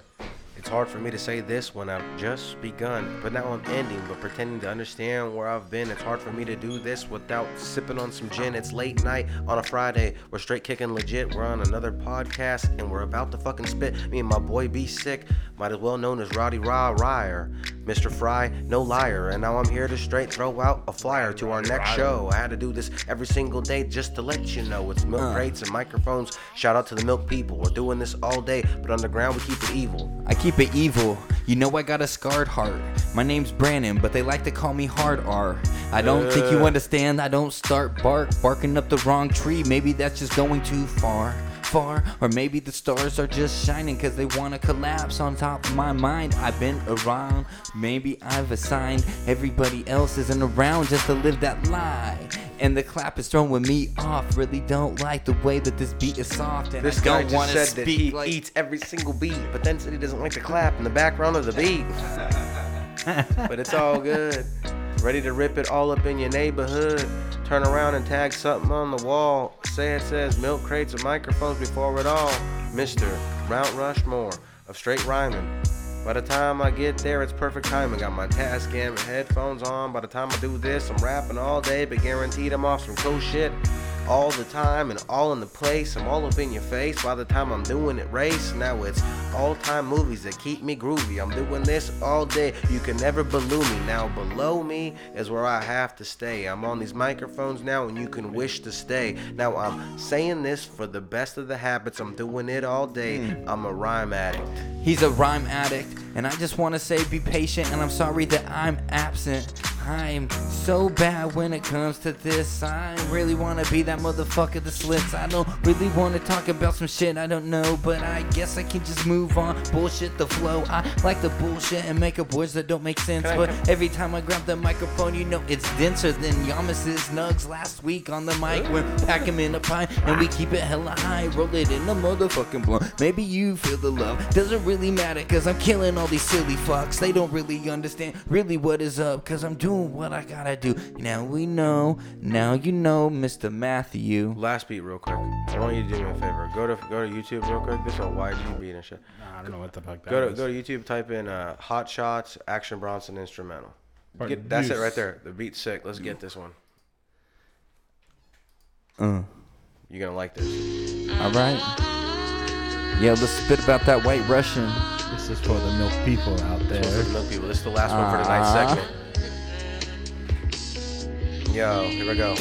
[SPEAKER 13] It's hard for me to say this when I've just begun, but now I'm ending, but pretending to understand where I've been. It's hard for me to do this without sipping on some gin. It's late night on a Friday. We're straight kicking legit. We're on another podcast and we're about to fucking spit. Me and my boy B Sick, might as well known as Roddy Ra Ryer. Mr. Fry, no liar. And now I'm here to straight throw out a flyer to our next show. I had to do this every single day just to let you know it's milk
[SPEAKER 4] Uh.
[SPEAKER 13] crates and microphones. Shout out to the milk people. We're doing this all day, but underground we keep it evil.
[SPEAKER 4] I keep it evil. You know I got a scarred heart. My name's Brandon, but they like to call me Hard R. I don't think you
[SPEAKER 13] Uh.
[SPEAKER 4] understand. I don't start bark barking up the wrong tree. Maybe that's just going too far. far, or maybe the stars are just shining because they want to collapse on top of my mind. I've been around, maybe I've assigned. Everybody else isn't around just to live that lie. And the clap is throwing me off. Really don't like the way that this beat is soft, and
[SPEAKER 13] This
[SPEAKER 4] I
[SPEAKER 13] guy
[SPEAKER 4] don't
[SPEAKER 13] just
[SPEAKER 4] want to
[SPEAKER 13] said that he
[SPEAKER 4] speak like
[SPEAKER 13] eats every single beat, but then said he doesn't like the clap in the background of the beat. but it's all good. Ready to rip it all up in your neighborhood. Turn around and tag something on the wall. Say it says milk crates and microphones before it all. Mr. Mount Rushmore of straight rhyming. By the time I get there, it's perfect timing. Got my task and headphones on. By the time I do this, I'm rapping all day, but guaranteed I'm off some cool shit all the time and all in the place. I'm all up in your face by the time I'm doing it race. Now it's all time movies that keep me groovy. I'm doing this all day. You can never below me. Now below me is where I have to stay. I'm on these microphones now and you can wish to stay. Now I'm saying this for the best of the habits. I'm doing it all day. I'm a rhyme addict.
[SPEAKER 4] Hmm. He's a rhyme addict, and I just want to say be patient, and I'm sorry that I'm absent. I'm so bad when it comes to this. I really want to be that motherfucker that slits. I don't really want to talk about some shit I don't know, but I guess I can just move on. Bullshit the flow. I like the bullshit and make up words that don't make sense,
[SPEAKER 13] Can I-
[SPEAKER 4] but every time I grab the microphone, you know it's denser than Yamas's nugs last week on the mic. We pack 'em in a pie and we keep it hella high. Roll it in a motherfucking blunt. Maybe you feel the love. Doesn't really matter cause I'm killing all these silly fucks. They don't really understand really what is up cause I'm doing what I gotta do. Now we know. Now you know, Mr. Matthew.
[SPEAKER 13] Last beat, real quick. I want you to do me a favor. Go to go to YouTube real quick. This is a YG beat and shit.
[SPEAKER 14] I don't know what the fuck that
[SPEAKER 13] Go to
[SPEAKER 14] is.
[SPEAKER 13] go to YouTube. Type in uh, "Hot Shots Action Bronson instrumental."
[SPEAKER 14] Pardon.
[SPEAKER 13] Get, that's it
[SPEAKER 14] Yes.
[SPEAKER 13] right there. The beat's sick. Let's get this one.
[SPEAKER 4] Uh,
[SPEAKER 13] You're gonna like this.
[SPEAKER 4] all right. Yeah, let's spit about that white Russian.
[SPEAKER 14] This is for the milk people out there.
[SPEAKER 13] This is the milk people. This is the last one for tonight's
[SPEAKER 4] Ah.
[SPEAKER 13] segment.
[SPEAKER 14] Uh-huh.
[SPEAKER 13] Yo, here we go.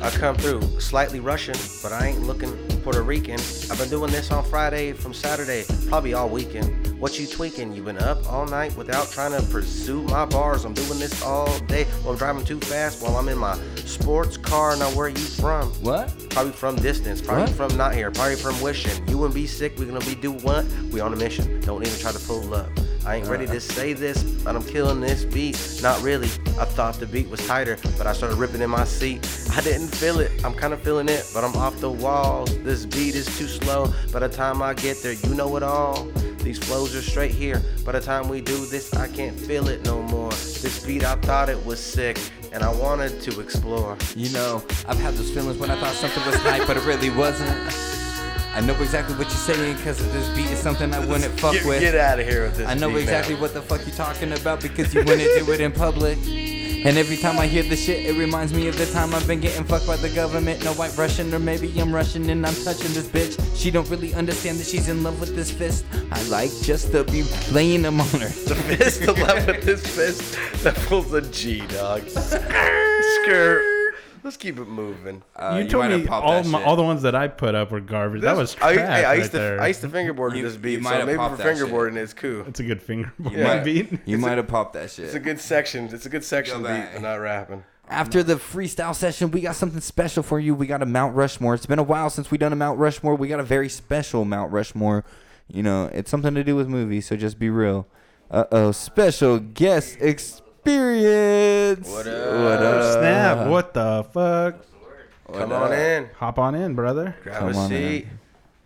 [SPEAKER 13] I come through slightly Russian, but I ain't looking Puerto Rican. I've been doing this on Friday from Saturday, probably all weekend. What you tweaking? You've been up all night without trying to pursue my bars. I'm doing this all day while I'm driving too fast while I'm in my sports car. Now, where you from?
[SPEAKER 4] What?
[SPEAKER 13] Probably from distance, probably
[SPEAKER 4] What?
[SPEAKER 13] from not here, probably from wishing. You and be sick, we gonna be do what? We on a mission. Don't even try to pull up. I ain't ready to say this, but I'm killing this beat. Not really. I thought the beat was tighter, but I started ripping in my seat. I didn't feel it. I'm kind of feeling it, but I'm off the walls. This beat is too slow. By the time I get there, you know it all. These flows are straight here. By the time we do this, I can't feel it no more. This beat, I thought it was sick, and I wanted to explore.
[SPEAKER 4] You know, I've had those feelings when I thought something was hype, but it really wasn't. I know exactly what you're saying because this beat is something I wouldn't fuck
[SPEAKER 13] Get-
[SPEAKER 4] with.
[SPEAKER 13] get outta here with this
[SPEAKER 4] I know
[SPEAKER 13] beat, man.
[SPEAKER 4] exactly what the fuck you're talking about because you wouldn't do it in public. And every time I hear this shit, it reminds me of the time I've been getting fucked by the government. No white Russian, or maybe I'm Russian and I'm touching this bitch. She don't really understand that she's in love with this fist. I like just to be laying them on her.
[SPEAKER 13] The fist, the left with this fist. That pulls a G, dog. Skirt. Let's keep it moving. Uh,
[SPEAKER 14] you, told me all, my, all the ones that I put up were garbage. that was crap
[SPEAKER 13] I, hey, I
[SPEAKER 14] right
[SPEAKER 13] used to
[SPEAKER 14] there.
[SPEAKER 13] I used to fingerboard to
[SPEAKER 14] You-
[SPEAKER 13] this
[SPEAKER 14] you
[SPEAKER 13] beat,
[SPEAKER 14] might
[SPEAKER 13] so
[SPEAKER 14] have
[SPEAKER 13] maybe for
[SPEAKER 14] popped that shit.
[SPEAKER 13] fingerboarding it's cool.
[SPEAKER 14] That's a good fingerboard
[SPEAKER 13] Yeah.
[SPEAKER 14] beat.
[SPEAKER 13] You
[SPEAKER 14] It's a-
[SPEAKER 13] might have
[SPEAKER 4] popped that shit.
[SPEAKER 13] It's a good section. It's a good section beat, but not rapping.
[SPEAKER 4] After the freestyle session, we got something special for you. We got a Mount Rushmore. It's been a while since we done a Mount Rushmore. We got a very special Mount Rushmore. You know, it's something to do with movies, so just be real. Uh oh, special guest experience. What up?
[SPEAKER 14] Oh, snap! What the fuck?
[SPEAKER 13] Come on in.
[SPEAKER 14] Hop on in, brother.
[SPEAKER 13] Grab a seat.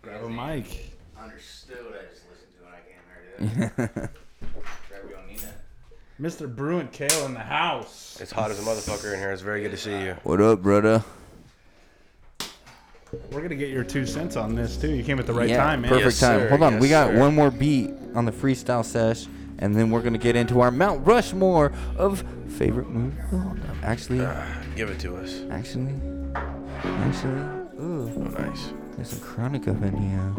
[SPEAKER 14] Grab a mic.
[SPEAKER 13] Understood. I just listened to it. I can't hear it.
[SPEAKER 14] Mr. Bruin Kale in the house.
[SPEAKER 13] It's hot as a motherfucker in here. It's very good to see you.
[SPEAKER 4] What up, brother?
[SPEAKER 14] We're gonna get your two cents on this too. You came at the right
[SPEAKER 4] Yeah,
[SPEAKER 14] time, man.
[SPEAKER 4] Perfect time. Hold on, we got one more beat on the freestyle sesh, and then we're gonna get into our Mount Rushmore of favorite movie. Oh, no, Actually,
[SPEAKER 13] Uh, Give it to us.
[SPEAKER 4] Actually, actually, ooh.
[SPEAKER 13] Oh, nice.
[SPEAKER 4] There's a chronic up in here.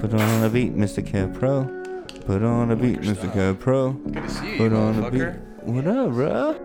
[SPEAKER 4] Put on a beat, Mr. Cat Pro. Put on a beat, Mr. Cat Pro.
[SPEAKER 13] Good to see you,
[SPEAKER 4] Put
[SPEAKER 13] you
[SPEAKER 4] on a beat.
[SPEAKER 13] motherfucker. Uh,
[SPEAKER 4] What up, bruh?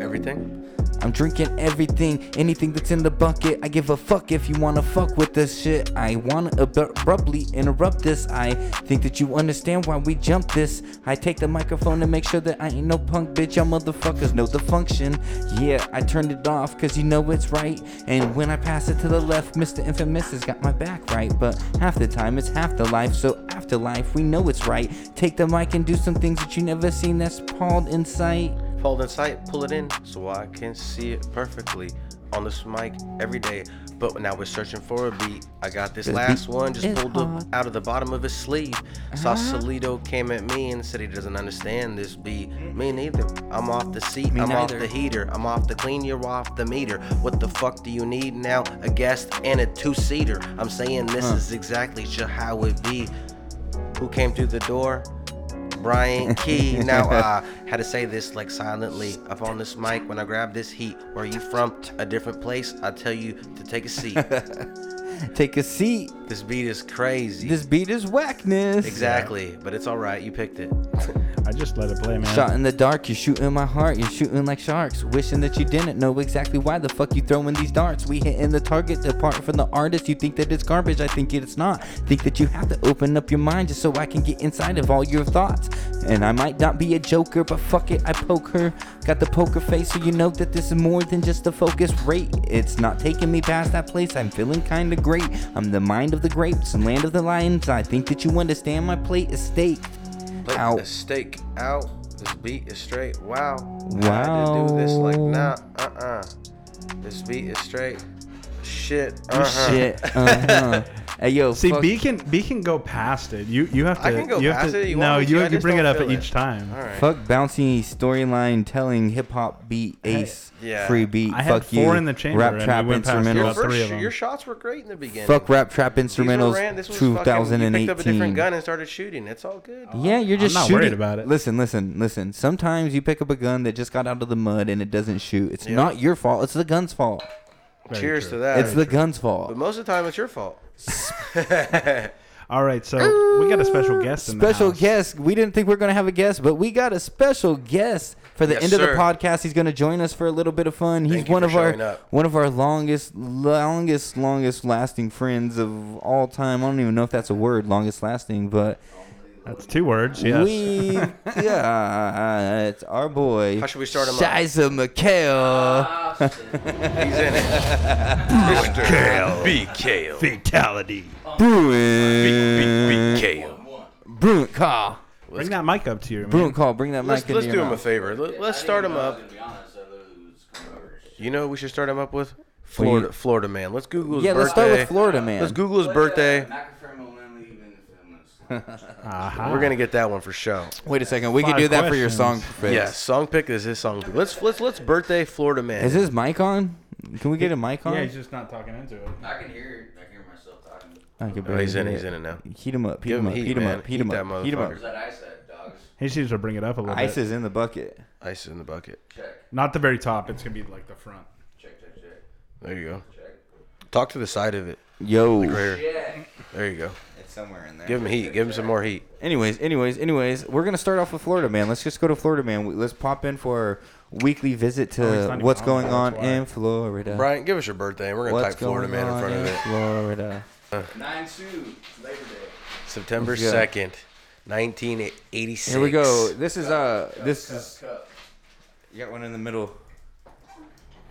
[SPEAKER 13] Everything?
[SPEAKER 4] I'm drinking everything, anything that's in the bucket. I give a fuck if you wanna fuck with this shit. I wanna abru- abruptly interrupt this. I think that you understand why we jump this. I take the microphone and make sure that I ain't no punk bitch. Y'all motherfuckers know the function. Yeah, I turned it off cause you know it's right. And when I pass it to the left, Mr. Infamous has got my back right. But half the time it's half the life, so afterlife, we know it's right. Take the mic and do some things that you never seen that's Pauled Insight.
[SPEAKER 13] Fold in sight, pull it in so I can see it perfectly on this mic every day. But now we're searching for a beat. I got this
[SPEAKER 4] This
[SPEAKER 13] last
[SPEAKER 4] beat
[SPEAKER 13] one just
[SPEAKER 4] is
[SPEAKER 13] pulled up
[SPEAKER 4] hard.
[SPEAKER 13] out of the bottom of his sleeve. Saw
[SPEAKER 4] Uh-huh.
[SPEAKER 13] Salido came at me and said he doesn't understand this beat. Me neither. I'm off the seat.
[SPEAKER 4] Me
[SPEAKER 13] I'm
[SPEAKER 4] neither.
[SPEAKER 13] off the heater. I'm off the clean. You're off the meter. What the fuck do you need now? A guest and a two seater. I'm saying this
[SPEAKER 4] Huh.
[SPEAKER 13] is exactly just how it be. Who came through the door? Brian Key. now uh, I had to say this like silently up on this mic when I grab this heat. Where you from? A different place. I tell you to take a seat.
[SPEAKER 4] Take a seat.
[SPEAKER 13] this beat is crazy.
[SPEAKER 4] This beat is whackness.
[SPEAKER 13] exactly, but it's all right. You picked it.
[SPEAKER 14] I just let it play, man.
[SPEAKER 4] Shot in the dark, you shoot in my heart, you're shooting like sharks. Wishing that you didn't know exactly why the fuck you throwing these darts. We hitting the target apart from the artist. You think that it's garbage, I think it's not. Think that you have to open up your mind just so I can get inside of all your thoughts. And I might not be a joker, but fuck it, I poke her. Got the poker face, so you know that this is more than just the focus rate. It's not taking me past that place, I'm feeling kinda great. I'm the mind of the grapes and land of the lions. I think that you understand my plate is staked.
[SPEAKER 13] Plate
[SPEAKER 4] Out.
[SPEAKER 13] the steak out. This beat is straight. Wow. I had to do this like nah.
[SPEAKER 4] Wow.
[SPEAKER 13] Uh uh This beat is straight. Shit.
[SPEAKER 4] You
[SPEAKER 13] Uh-huh.
[SPEAKER 4] Shit. Uh-huh. hey yo.
[SPEAKER 14] See,
[SPEAKER 4] fuck-
[SPEAKER 14] B can B can go past it. You you have to.
[SPEAKER 13] I can go
[SPEAKER 14] you
[SPEAKER 13] past
[SPEAKER 14] have to,
[SPEAKER 13] it, you want
[SPEAKER 14] no,
[SPEAKER 13] me to?
[SPEAKER 14] you
[SPEAKER 13] I
[SPEAKER 14] have to
[SPEAKER 13] just
[SPEAKER 14] bring it
[SPEAKER 13] don't
[SPEAKER 14] up at
[SPEAKER 13] feel it.
[SPEAKER 14] each time.
[SPEAKER 13] All right.
[SPEAKER 4] Fuck bouncy storyline telling hip hop beat ace
[SPEAKER 13] Yeah.
[SPEAKER 4] free beat.
[SPEAKER 14] I had
[SPEAKER 4] fuck you.
[SPEAKER 14] four in the chamber
[SPEAKER 4] Rap
[SPEAKER 14] and
[SPEAKER 4] trap
[SPEAKER 14] we went past
[SPEAKER 13] Your,
[SPEAKER 4] instrumental.
[SPEAKER 14] about three of
[SPEAKER 13] first,
[SPEAKER 14] them.
[SPEAKER 13] your shots were great in the beginning.
[SPEAKER 4] Fuck rap trap
[SPEAKER 13] These were
[SPEAKER 4] instrumentals.
[SPEAKER 13] ran- this was fucking- You picked up a
[SPEAKER 4] 2018.
[SPEAKER 13] different gun and started shooting. It's all good.
[SPEAKER 4] yeah, you're
[SPEAKER 14] I'm
[SPEAKER 4] just
[SPEAKER 14] not
[SPEAKER 4] shooting.
[SPEAKER 14] worried about it.
[SPEAKER 4] Listen, listen, listen. Sometimes you pick up a gun that just got out of the mud and it doesn't shoot. It's
[SPEAKER 13] Yeah.
[SPEAKER 4] not your fault. It's the gun's fault.
[SPEAKER 14] Very
[SPEAKER 13] Cheers
[SPEAKER 14] true.
[SPEAKER 13] to that.
[SPEAKER 4] it's the gun's fault.
[SPEAKER 13] But most of the time, it's your fault.
[SPEAKER 14] All right, so we got a special guest in the
[SPEAKER 4] Special
[SPEAKER 14] house.
[SPEAKER 4] guest. We didn't think we are gonna have a guest, but we got a special guest for the
[SPEAKER 13] Yes,
[SPEAKER 4] end of
[SPEAKER 13] sir.
[SPEAKER 4] the podcast. He's gonna join us for a little bit of fun. He's
[SPEAKER 13] you
[SPEAKER 4] one
[SPEAKER 13] for
[SPEAKER 4] of our
[SPEAKER 13] showing up.
[SPEAKER 4] one of our longest, longest, longest lasting friends of all time. I don't even know if that's a word, longest lasting, but
[SPEAKER 14] That's two words. Yes.
[SPEAKER 4] we, yeah, it's our boy.
[SPEAKER 13] How should we start him up?
[SPEAKER 4] Shiza McHale.
[SPEAKER 13] He's in it. Mr. BKO.
[SPEAKER 14] Fatality.
[SPEAKER 4] Bruin.
[SPEAKER 13] BKO.
[SPEAKER 4] Bruin call.
[SPEAKER 14] Bring that mic up to your
[SPEAKER 4] Bruin
[SPEAKER 14] man.
[SPEAKER 4] call. Bring that
[SPEAKER 13] Let's,
[SPEAKER 4] mic in
[SPEAKER 13] let's
[SPEAKER 4] your
[SPEAKER 13] do him a
[SPEAKER 4] mouth.
[SPEAKER 13] favor. Let, us start him up. You know who we should start him up with? Florida, Florida man. Let's Google his
[SPEAKER 4] Yeah,
[SPEAKER 13] birthday.
[SPEAKER 4] let's start with Florida man.
[SPEAKER 13] Let's Google his birthday.
[SPEAKER 14] Aha.
[SPEAKER 13] We're gonna get that one for show.
[SPEAKER 4] Wait a second. We could
[SPEAKER 14] Five
[SPEAKER 4] do that for your
[SPEAKER 14] questions.
[SPEAKER 4] song. Fitz.
[SPEAKER 13] Yeah, song pick is his song. Pick. Let's let's let's birthday Florida man.
[SPEAKER 4] Is his mic on? Can we get a mic on?
[SPEAKER 14] Yeah, he's just not talking into it.
[SPEAKER 22] I can hear I can hear myself talking.
[SPEAKER 4] I can
[SPEAKER 13] Oh, he's
[SPEAKER 4] barely
[SPEAKER 13] in.
[SPEAKER 4] hear
[SPEAKER 13] He's in it now.
[SPEAKER 4] Heat him up. Heat
[SPEAKER 13] Give
[SPEAKER 4] him
[SPEAKER 13] him
[SPEAKER 4] up.
[SPEAKER 13] heat,
[SPEAKER 4] Heat him
[SPEAKER 13] man.
[SPEAKER 4] up. Heat
[SPEAKER 13] Heat
[SPEAKER 4] him
[SPEAKER 13] that
[SPEAKER 4] up. Heat him up.
[SPEAKER 22] Where's that ice at, dogs?
[SPEAKER 14] He seems to bring it up a little
[SPEAKER 4] Ice
[SPEAKER 14] bit.
[SPEAKER 4] is in the bucket.
[SPEAKER 13] Ice in the bucket.
[SPEAKER 14] Not the very top. It's gonna be like the front.
[SPEAKER 22] Check, check, check.
[SPEAKER 13] There you go. Talk to the side of it.
[SPEAKER 4] Yo.
[SPEAKER 13] Right here. There you go.
[SPEAKER 4] It's somewhere in there.
[SPEAKER 13] Give him heat. Give him some more heat.
[SPEAKER 4] Anyways, anyways, anyways, we're gonna start off with Florida, man. Let's just go to Florida, man. We- Let's pop in for our weekly visit
[SPEAKER 14] Oh, he's not
[SPEAKER 4] to
[SPEAKER 14] even
[SPEAKER 4] what's
[SPEAKER 14] on
[SPEAKER 4] going
[SPEAKER 14] there,
[SPEAKER 4] on
[SPEAKER 14] that's why.
[SPEAKER 4] in Florida.
[SPEAKER 13] Brian, give us your birthday. and We're gonna
[SPEAKER 4] what's
[SPEAKER 13] type Florida man in front of it.
[SPEAKER 4] Florida.
[SPEAKER 22] Nine two Labor Day.
[SPEAKER 13] September
[SPEAKER 4] Let's go.
[SPEAKER 13] second, nineteen eighty-six.
[SPEAKER 4] Here we go. This is uh, this is. You got one in the middle.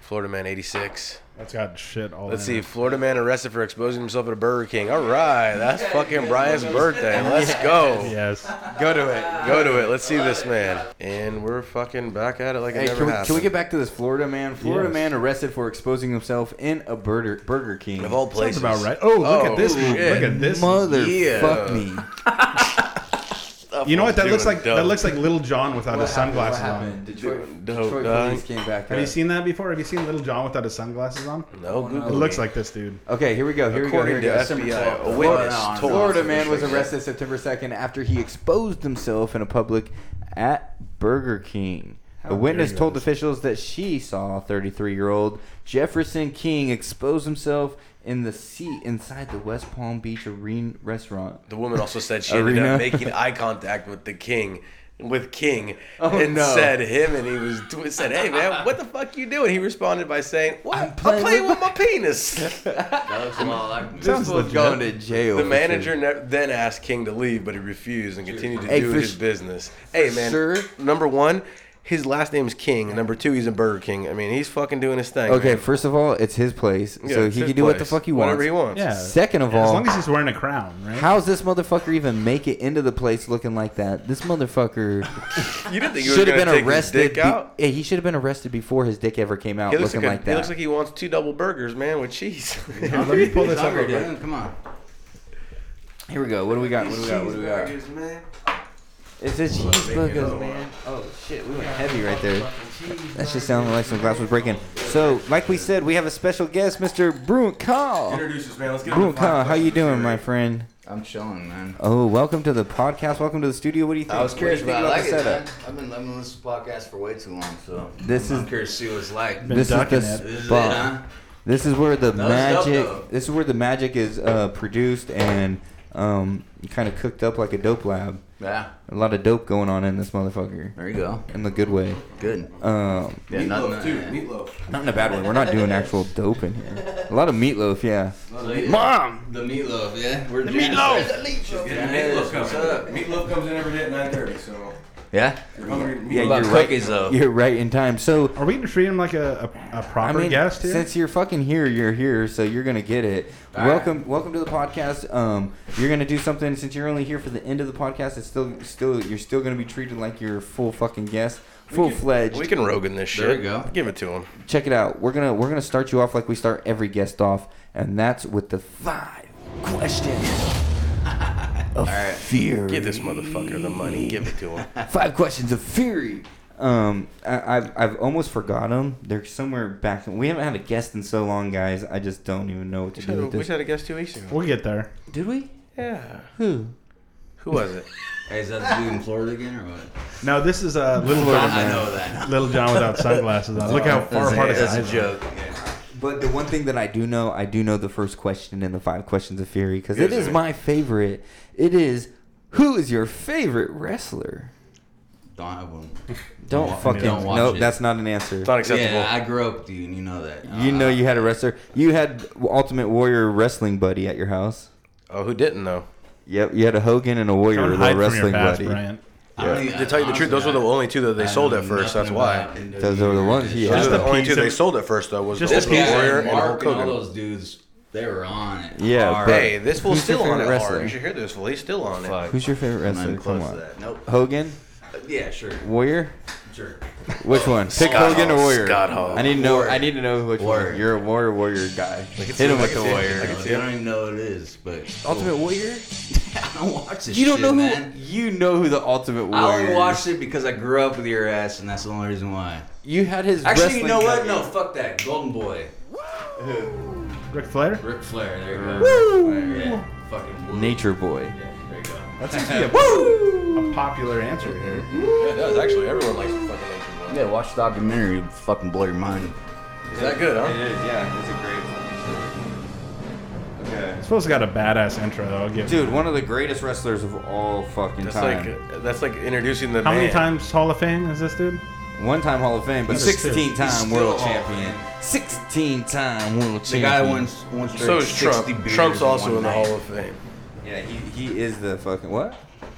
[SPEAKER 13] Florida man eighty-six.
[SPEAKER 14] That's got shit all.
[SPEAKER 13] Let's
[SPEAKER 14] in
[SPEAKER 13] see.
[SPEAKER 14] It.
[SPEAKER 13] Florida man arrested for exposing himself at a Burger King. All right, that's fucking Brian's birthday. Let's go.
[SPEAKER 14] Yes.
[SPEAKER 4] Go to it.
[SPEAKER 13] Go to it. Let's see this man. And we're fucking back at it like it
[SPEAKER 4] Hey,
[SPEAKER 13] never
[SPEAKER 4] can we,
[SPEAKER 13] happened.
[SPEAKER 4] can we get back to this Florida man? Florida
[SPEAKER 14] Yes.
[SPEAKER 4] man arrested for exposing himself in a Burger Burger King.
[SPEAKER 13] Of all places.
[SPEAKER 14] That's about right. Oh, look at this.
[SPEAKER 13] shit.
[SPEAKER 14] move. Look at this.
[SPEAKER 4] Mother
[SPEAKER 13] Yeah.
[SPEAKER 4] fuck me.
[SPEAKER 14] You know what? That looks
[SPEAKER 13] Doing
[SPEAKER 14] like
[SPEAKER 13] dope.
[SPEAKER 14] that looks like Little John without his sunglasses on.
[SPEAKER 4] happened? Detroit,
[SPEAKER 13] Dope,
[SPEAKER 4] Detroit
[SPEAKER 13] dog.
[SPEAKER 4] police came back.
[SPEAKER 14] Have you
[SPEAKER 4] up.
[SPEAKER 14] seen that before? Have you seen Little John without his sunglasses on?
[SPEAKER 13] No, Google
[SPEAKER 14] It looks like this dude.
[SPEAKER 4] Okay, here we go. Here
[SPEAKER 13] According
[SPEAKER 4] we go.
[SPEAKER 13] to
[SPEAKER 4] Here we go.
[SPEAKER 13] FBI, a
[SPEAKER 4] Florida,
[SPEAKER 13] witness told
[SPEAKER 4] Florida man was arrested September 2nd after he exposed himself in a public at Burger King.
[SPEAKER 14] dare
[SPEAKER 4] a witness
[SPEAKER 14] you
[SPEAKER 4] told
[SPEAKER 14] guys.
[SPEAKER 4] officials that she saw 33-year-old Jefferson King expose himself in the seat inside the West Palm Beach Arena restaurant.
[SPEAKER 13] The woman also said she ended
[SPEAKER 4] Arena.
[SPEAKER 13] up making eye contact with the king with King
[SPEAKER 18] Oh,
[SPEAKER 13] and
[SPEAKER 18] no.
[SPEAKER 13] said him, and he was tw- said, "Hey man, what the fuck you doing?" He responded by saying, "What? I'm playing, with, my penis."
[SPEAKER 11] That was wild. I, Oh, this
[SPEAKER 13] Sounds
[SPEAKER 11] was
[SPEAKER 13] legit.
[SPEAKER 11] going to jail.
[SPEAKER 13] The
[SPEAKER 11] for
[SPEAKER 13] manager
[SPEAKER 11] sure.
[SPEAKER 13] ne- then asked King to leave, but he refused and continued to
[SPEAKER 11] Hey,
[SPEAKER 13] do
[SPEAKER 11] for
[SPEAKER 13] his
[SPEAKER 11] s-
[SPEAKER 13] business. Hey, man.
[SPEAKER 11] sure.
[SPEAKER 13] Number one, his last name's King. and Number two, he's in Burger King. I mean, he's fucking doing his thing.
[SPEAKER 4] Okay,
[SPEAKER 13] man.
[SPEAKER 4] first of all, it's his place,
[SPEAKER 13] Yeah,
[SPEAKER 4] so
[SPEAKER 13] it's
[SPEAKER 4] he
[SPEAKER 13] his
[SPEAKER 4] can do what the
[SPEAKER 13] place.
[SPEAKER 4] fuck he wants.
[SPEAKER 13] Whatever he wants. Yeah.
[SPEAKER 4] Second
[SPEAKER 13] As
[SPEAKER 4] of all,
[SPEAKER 13] long as he's
[SPEAKER 14] wearing a crown, right?
[SPEAKER 4] How's this motherfucker even make it into the place looking like that? This motherfucker
[SPEAKER 13] You didn't think he was
[SPEAKER 4] should have
[SPEAKER 13] gonna
[SPEAKER 4] been
[SPEAKER 13] take his
[SPEAKER 4] arrested.
[SPEAKER 13] dick out?
[SPEAKER 4] yeah, he should have been arrested before his dick ever came out,
[SPEAKER 13] he looks
[SPEAKER 4] looking
[SPEAKER 13] like, a-
[SPEAKER 4] like
[SPEAKER 13] He
[SPEAKER 4] that.
[SPEAKER 13] looks like he wants two double burgers, man, with cheese.
[SPEAKER 14] let me pull this up real
[SPEAKER 11] Dude, Come on.
[SPEAKER 4] Here we go. What do we got? What do we got? What do we got?
[SPEAKER 11] Cheeseburgers, man.
[SPEAKER 4] It's a cheeseburgers, man.
[SPEAKER 11] Oh shit, we went
[SPEAKER 4] Heavy right there. That shit sounded like some glass was breaking. So, like we said, we have a special guest, Mr. Bruin Call.
[SPEAKER 11] Introduce us, man. Let's get him
[SPEAKER 4] Bruin
[SPEAKER 11] to five
[SPEAKER 4] Call, how you
[SPEAKER 11] questions.
[SPEAKER 4] doing, my friend?
[SPEAKER 11] I'm chilling, man.
[SPEAKER 4] Oh, welcome to the podcast. Welcome to the studio. What do you think?
[SPEAKER 11] I was curious
[SPEAKER 4] what do you
[SPEAKER 11] about, it. I like
[SPEAKER 4] think
[SPEAKER 11] it.
[SPEAKER 4] the
[SPEAKER 11] Man. I've been loving this podcast for way too long, so
[SPEAKER 4] uh, This
[SPEAKER 11] I'm
[SPEAKER 4] is-
[SPEAKER 11] curious to see what it's like.
[SPEAKER 4] this is the spot. This is where the
[SPEAKER 11] That was dope,
[SPEAKER 4] magic.
[SPEAKER 11] though.
[SPEAKER 4] this is where the magic is uh, produced and um, kind of cooked up like a dope lab.
[SPEAKER 11] Yeah.
[SPEAKER 4] A lot of dope going on in this motherfucker.
[SPEAKER 11] There you go.
[SPEAKER 4] In the good way.
[SPEAKER 11] Good.
[SPEAKER 4] Um,
[SPEAKER 11] Yeah, nothing.
[SPEAKER 13] Meatloaf, too. Meatloaf.
[SPEAKER 4] Not in a bad way. We're not doing actual dope in here. A lot of meatloaf, yeah.
[SPEAKER 11] So, yeah, The meatloaf, yeah. We're
[SPEAKER 13] The
[SPEAKER 11] jamming.
[SPEAKER 13] meatloaf.
[SPEAKER 11] There's a
[SPEAKER 13] Meatloaf
[SPEAKER 11] Yeah, it's
[SPEAKER 13] comes
[SPEAKER 11] what's
[SPEAKER 13] up. Meatloaf comes in every day at 9:30, so.
[SPEAKER 11] Yeah.
[SPEAKER 13] You're hungry.
[SPEAKER 4] Yeah,
[SPEAKER 11] about
[SPEAKER 4] you're right.
[SPEAKER 11] cookies, though?
[SPEAKER 4] You're right in time. So
[SPEAKER 14] Are we gonna treat him like a, a, a
[SPEAKER 4] I
[SPEAKER 14] proper
[SPEAKER 4] mean,
[SPEAKER 14] guest here?
[SPEAKER 4] since you're fucking here, you're here, so you're gonna get it.
[SPEAKER 14] All right.
[SPEAKER 4] welcome, welcome to the podcast. Um, you're gonna do something since you're only here for the end of the podcast. It's still, still, you're still gonna be treated like you're a full fucking guest, full fledged.
[SPEAKER 13] We can Rogan this shit.
[SPEAKER 11] There you go.
[SPEAKER 13] Give it to him.
[SPEAKER 4] Check it out. We're gonna we're gonna start you off like we start every guest off, and that's with the five questions. Of fear.
[SPEAKER 13] Give this motherfucker the money. Give it to him.
[SPEAKER 4] Five questions of fury. Um, I, I've I've almost forgot them. They're somewhere back. We haven't had a guest in so long, guys. I just don't even know what to
[SPEAKER 13] We
[SPEAKER 4] do
[SPEAKER 13] should-
[SPEAKER 4] with
[SPEAKER 13] we
[SPEAKER 4] this.
[SPEAKER 13] should have a guest two weeks ago.
[SPEAKER 14] We'll get there.
[SPEAKER 4] Did we?
[SPEAKER 13] Yeah.
[SPEAKER 4] Who?
[SPEAKER 13] Who was it?
[SPEAKER 11] Hey, is that the dude in Florida again or what?
[SPEAKER 14] No, this is uh, Little
[SPEAKER 11] Florida
[SPEAKER 14] John.
[SPEAKER 11] man. I know that.
[SPEAKER 14] Little John without sunglasses on. Look how far apart his eyes are.
[SPEAKER 4] But the one thing that I do know, I do know the first question in the five questions of fury because
[SPEAKER 11] Yes,
[SPEAKER 4] it is
[SPEAKER 11] sir.
[SPEAKER 4] my favorite. It is who is your favorite wrestler?
[SPEAKER 11] Don't have one.
[SPEAKER 4] Don't
[SPEAKER 11] Don't-
[SPEAKER 4] fucking
[SPEAKER 11] don't watch
[SPEAKER 4] no.
[SPEAKER 11] it.
[SPEAKER 4] That's not an answer.
[SPEAKER 13] It's not acceptable.
[SPEAKER 11] Yeah, I grew up with you, and you know that.
[SPEAKER 4] You know you had a wrestler. You had Ultimate Warrior wrestling buddy at your house.
[SPEAKER 13] Oh, who didn't though?
[SPEAKER 4] Yep, you had a Hogan and a Warrior
[SPEAKER 14] Don't
[SPEAKER 4] little
[SPEAKER 14] hide from your
[SPEAKER 4] wrestling
[SPEAKER 14] past,
[SPEAKER 4] buddy.
[SPEAKER 14] Brian.
[SPEAKER 11] I don't even-
[SPEAKER 13] To tell you the truth, those were the only two that they
[SPEAKER 11] I
[SPEAKER 13] sold
[SPEAKER 11] know
[SPEAKER 13] at first.
[SPEAKER 11] nothing
[SPEAKER 13] That's why.
[SPEAKER 11] about NWA.
[SPEAKER 4] Those are the ones he
[SPEAKER 13] Those
[SPEAKER 4] had.
[SPEAKER 13] are the only
[SPEAKER 11] piece
[SPEAKER 13] two
[SPEAKER 11] of-
[SPEAKER 13] they sold at first though. Was
[SPEAKER 11] Just
[SPEAKER 13] the
[SPEAKER 11] this
[SPEAKER 13] Ultimate
[SPEAKER 11] guy,
[SPEAKER 13] Warrior and Hulk
[SPEAKER 11] Mark, and all
[SPEAKER 13] Hogan.
[SPEAKER 11] those dudes, they were on it.
[SPEAKER 4] Yeah,
[SPEAKER 11] hard.
[SPEAKER 4] but-
[SPEAKER 13] Hey, this fool's
[SPEAKER 4] Who's your
[SPEAKER 13] still on it
[SPEAKER 4] favorite
[SPEAKER 13] hard.
[SPEAKER 4] wrestler?
[SPEAKER 13] You should hear this fool. He's still on it.
[SPEAKER 11] Fuck.
[SPEAKER 4] Who's your favorite
[SPEAKER 11] I'm not
[SPEAKER 4] wrestler?
[SPEAKER 11] even
[SPEAKER 4] Come
[SPEAKER 11] close
[SPEAKER 4] on.
[SPEAKER 11] to that. Nope.
[SPEAKER 4] Hogan?
[SPEAKER 11] Uh, yeah, sure.
[SPEAKER 4] Warrior?
[SPEAKER 11] Sure.
[SPEAKER 4] Which one? Pick
[SPEAKER 11] Scott
[SPEAKER 4] Hogan
[SPEAKER 11] Hall,
[SPEAKER 4] or Warrior?
[SPEAKER 11] Scott Hall.
[SPEAKER 4] I need to know.
[SPEAKER 11] Warrior.
[SPEAKER 4] I need to know which
[SPEAKER 11] Warrior.
[SPEAKER 4] one. You're a Warrior Warrior guy.
[SPEAKER 11] I can
[SPEAKER 4] Hit
[SPEAKER 11] see
[SPEAKER 4] him
[SPEAKER 11] it,
[SPEAKER 4] with
[SPEAKER 11] I
[SPEAKER 4] the
[SPEAKER 11] can see it,
[SPEAKER 4] Warrior.
[SPEAKER 11] I, can see it. I don't even know what it is, but
[SPEAKER 4] Ultimate Warrior?
[SPEAKER 11] I don't watch this.
[SPEAKER 4] You don't
[SPEAKER 11] shit,
[SPEAKER 4] know who?
[SPEAKER 11] man.
[SPEAKER 4] You know who the Ultimate Warrior?
[SPEAKER 11] I only
[SPEAKER 4] is.
[SPEAKER 11] watched it because I grew up with your ass, and that's the only reason why.
[SPEAKER 4] You had his.
[SPEAKER 11] Actually, you
[SPEAKER 4] wrestling
[SPEAKER 11] know what?
[SPEAKER 4] cover.
[SPEAKER 11] No, fuck that. Golden Boy.
[SPEAKER 14] Ric Flair?
[SPEAKER 11] Ric Flair. There you go.
[SPEAKER 14] Woo!
[SPEAKER 11] Ric Flair, yeah. Fucking woo.
[SPEAKER 4] Nature Boy.
[SPEAKER 11] Yeah, there you go.
[SPEAKER 14] That seems to be a, a popular answer here.
[SPEAKER 13] Yeah, it does actually. Everyone likes the fucking Nature Boy.
[SPEAKER 11] Yeah, watch the documentary. it'll Fucking blow your mind.
[SPEAKER 13] Is that good, huh?
[SPEAKER 4] It is. Yeah, it's a great. Okay.
[SPEAKER 14] It's supposed to got a badass intro though. I'll give.
[SPEAKER 4] Dude, one of the greatest wrestlers of all fucking
[SPEAKER 13] That's
[SPEAKER 4] time.
[SPEAKER 13] like that's like introducing the
[SPEAKER 14] How
[SPEAKER 13] man.
[SPEAKER 14] many times Hall of Fame is this dude?
[SPEAKER 4] One time Hall of Fame, but
[SPEAKER 14] He's still-
[SPEAKER 4] 16
[SPEAKER 14] he's
[SPEAKER 4] time
[SPEAKER 14] still
[SPEAKER 4] world
[SPEAKER 14] Hall of
[SPEAKER 4] champion. 16 time world champion.
[SPEAKER 11] The guy wants wants
[SPEAKER 13] So is Trump. Trump's also in the Hall of Fame.
[SPEAKER 4] Yeah, he, he is the fucking. What?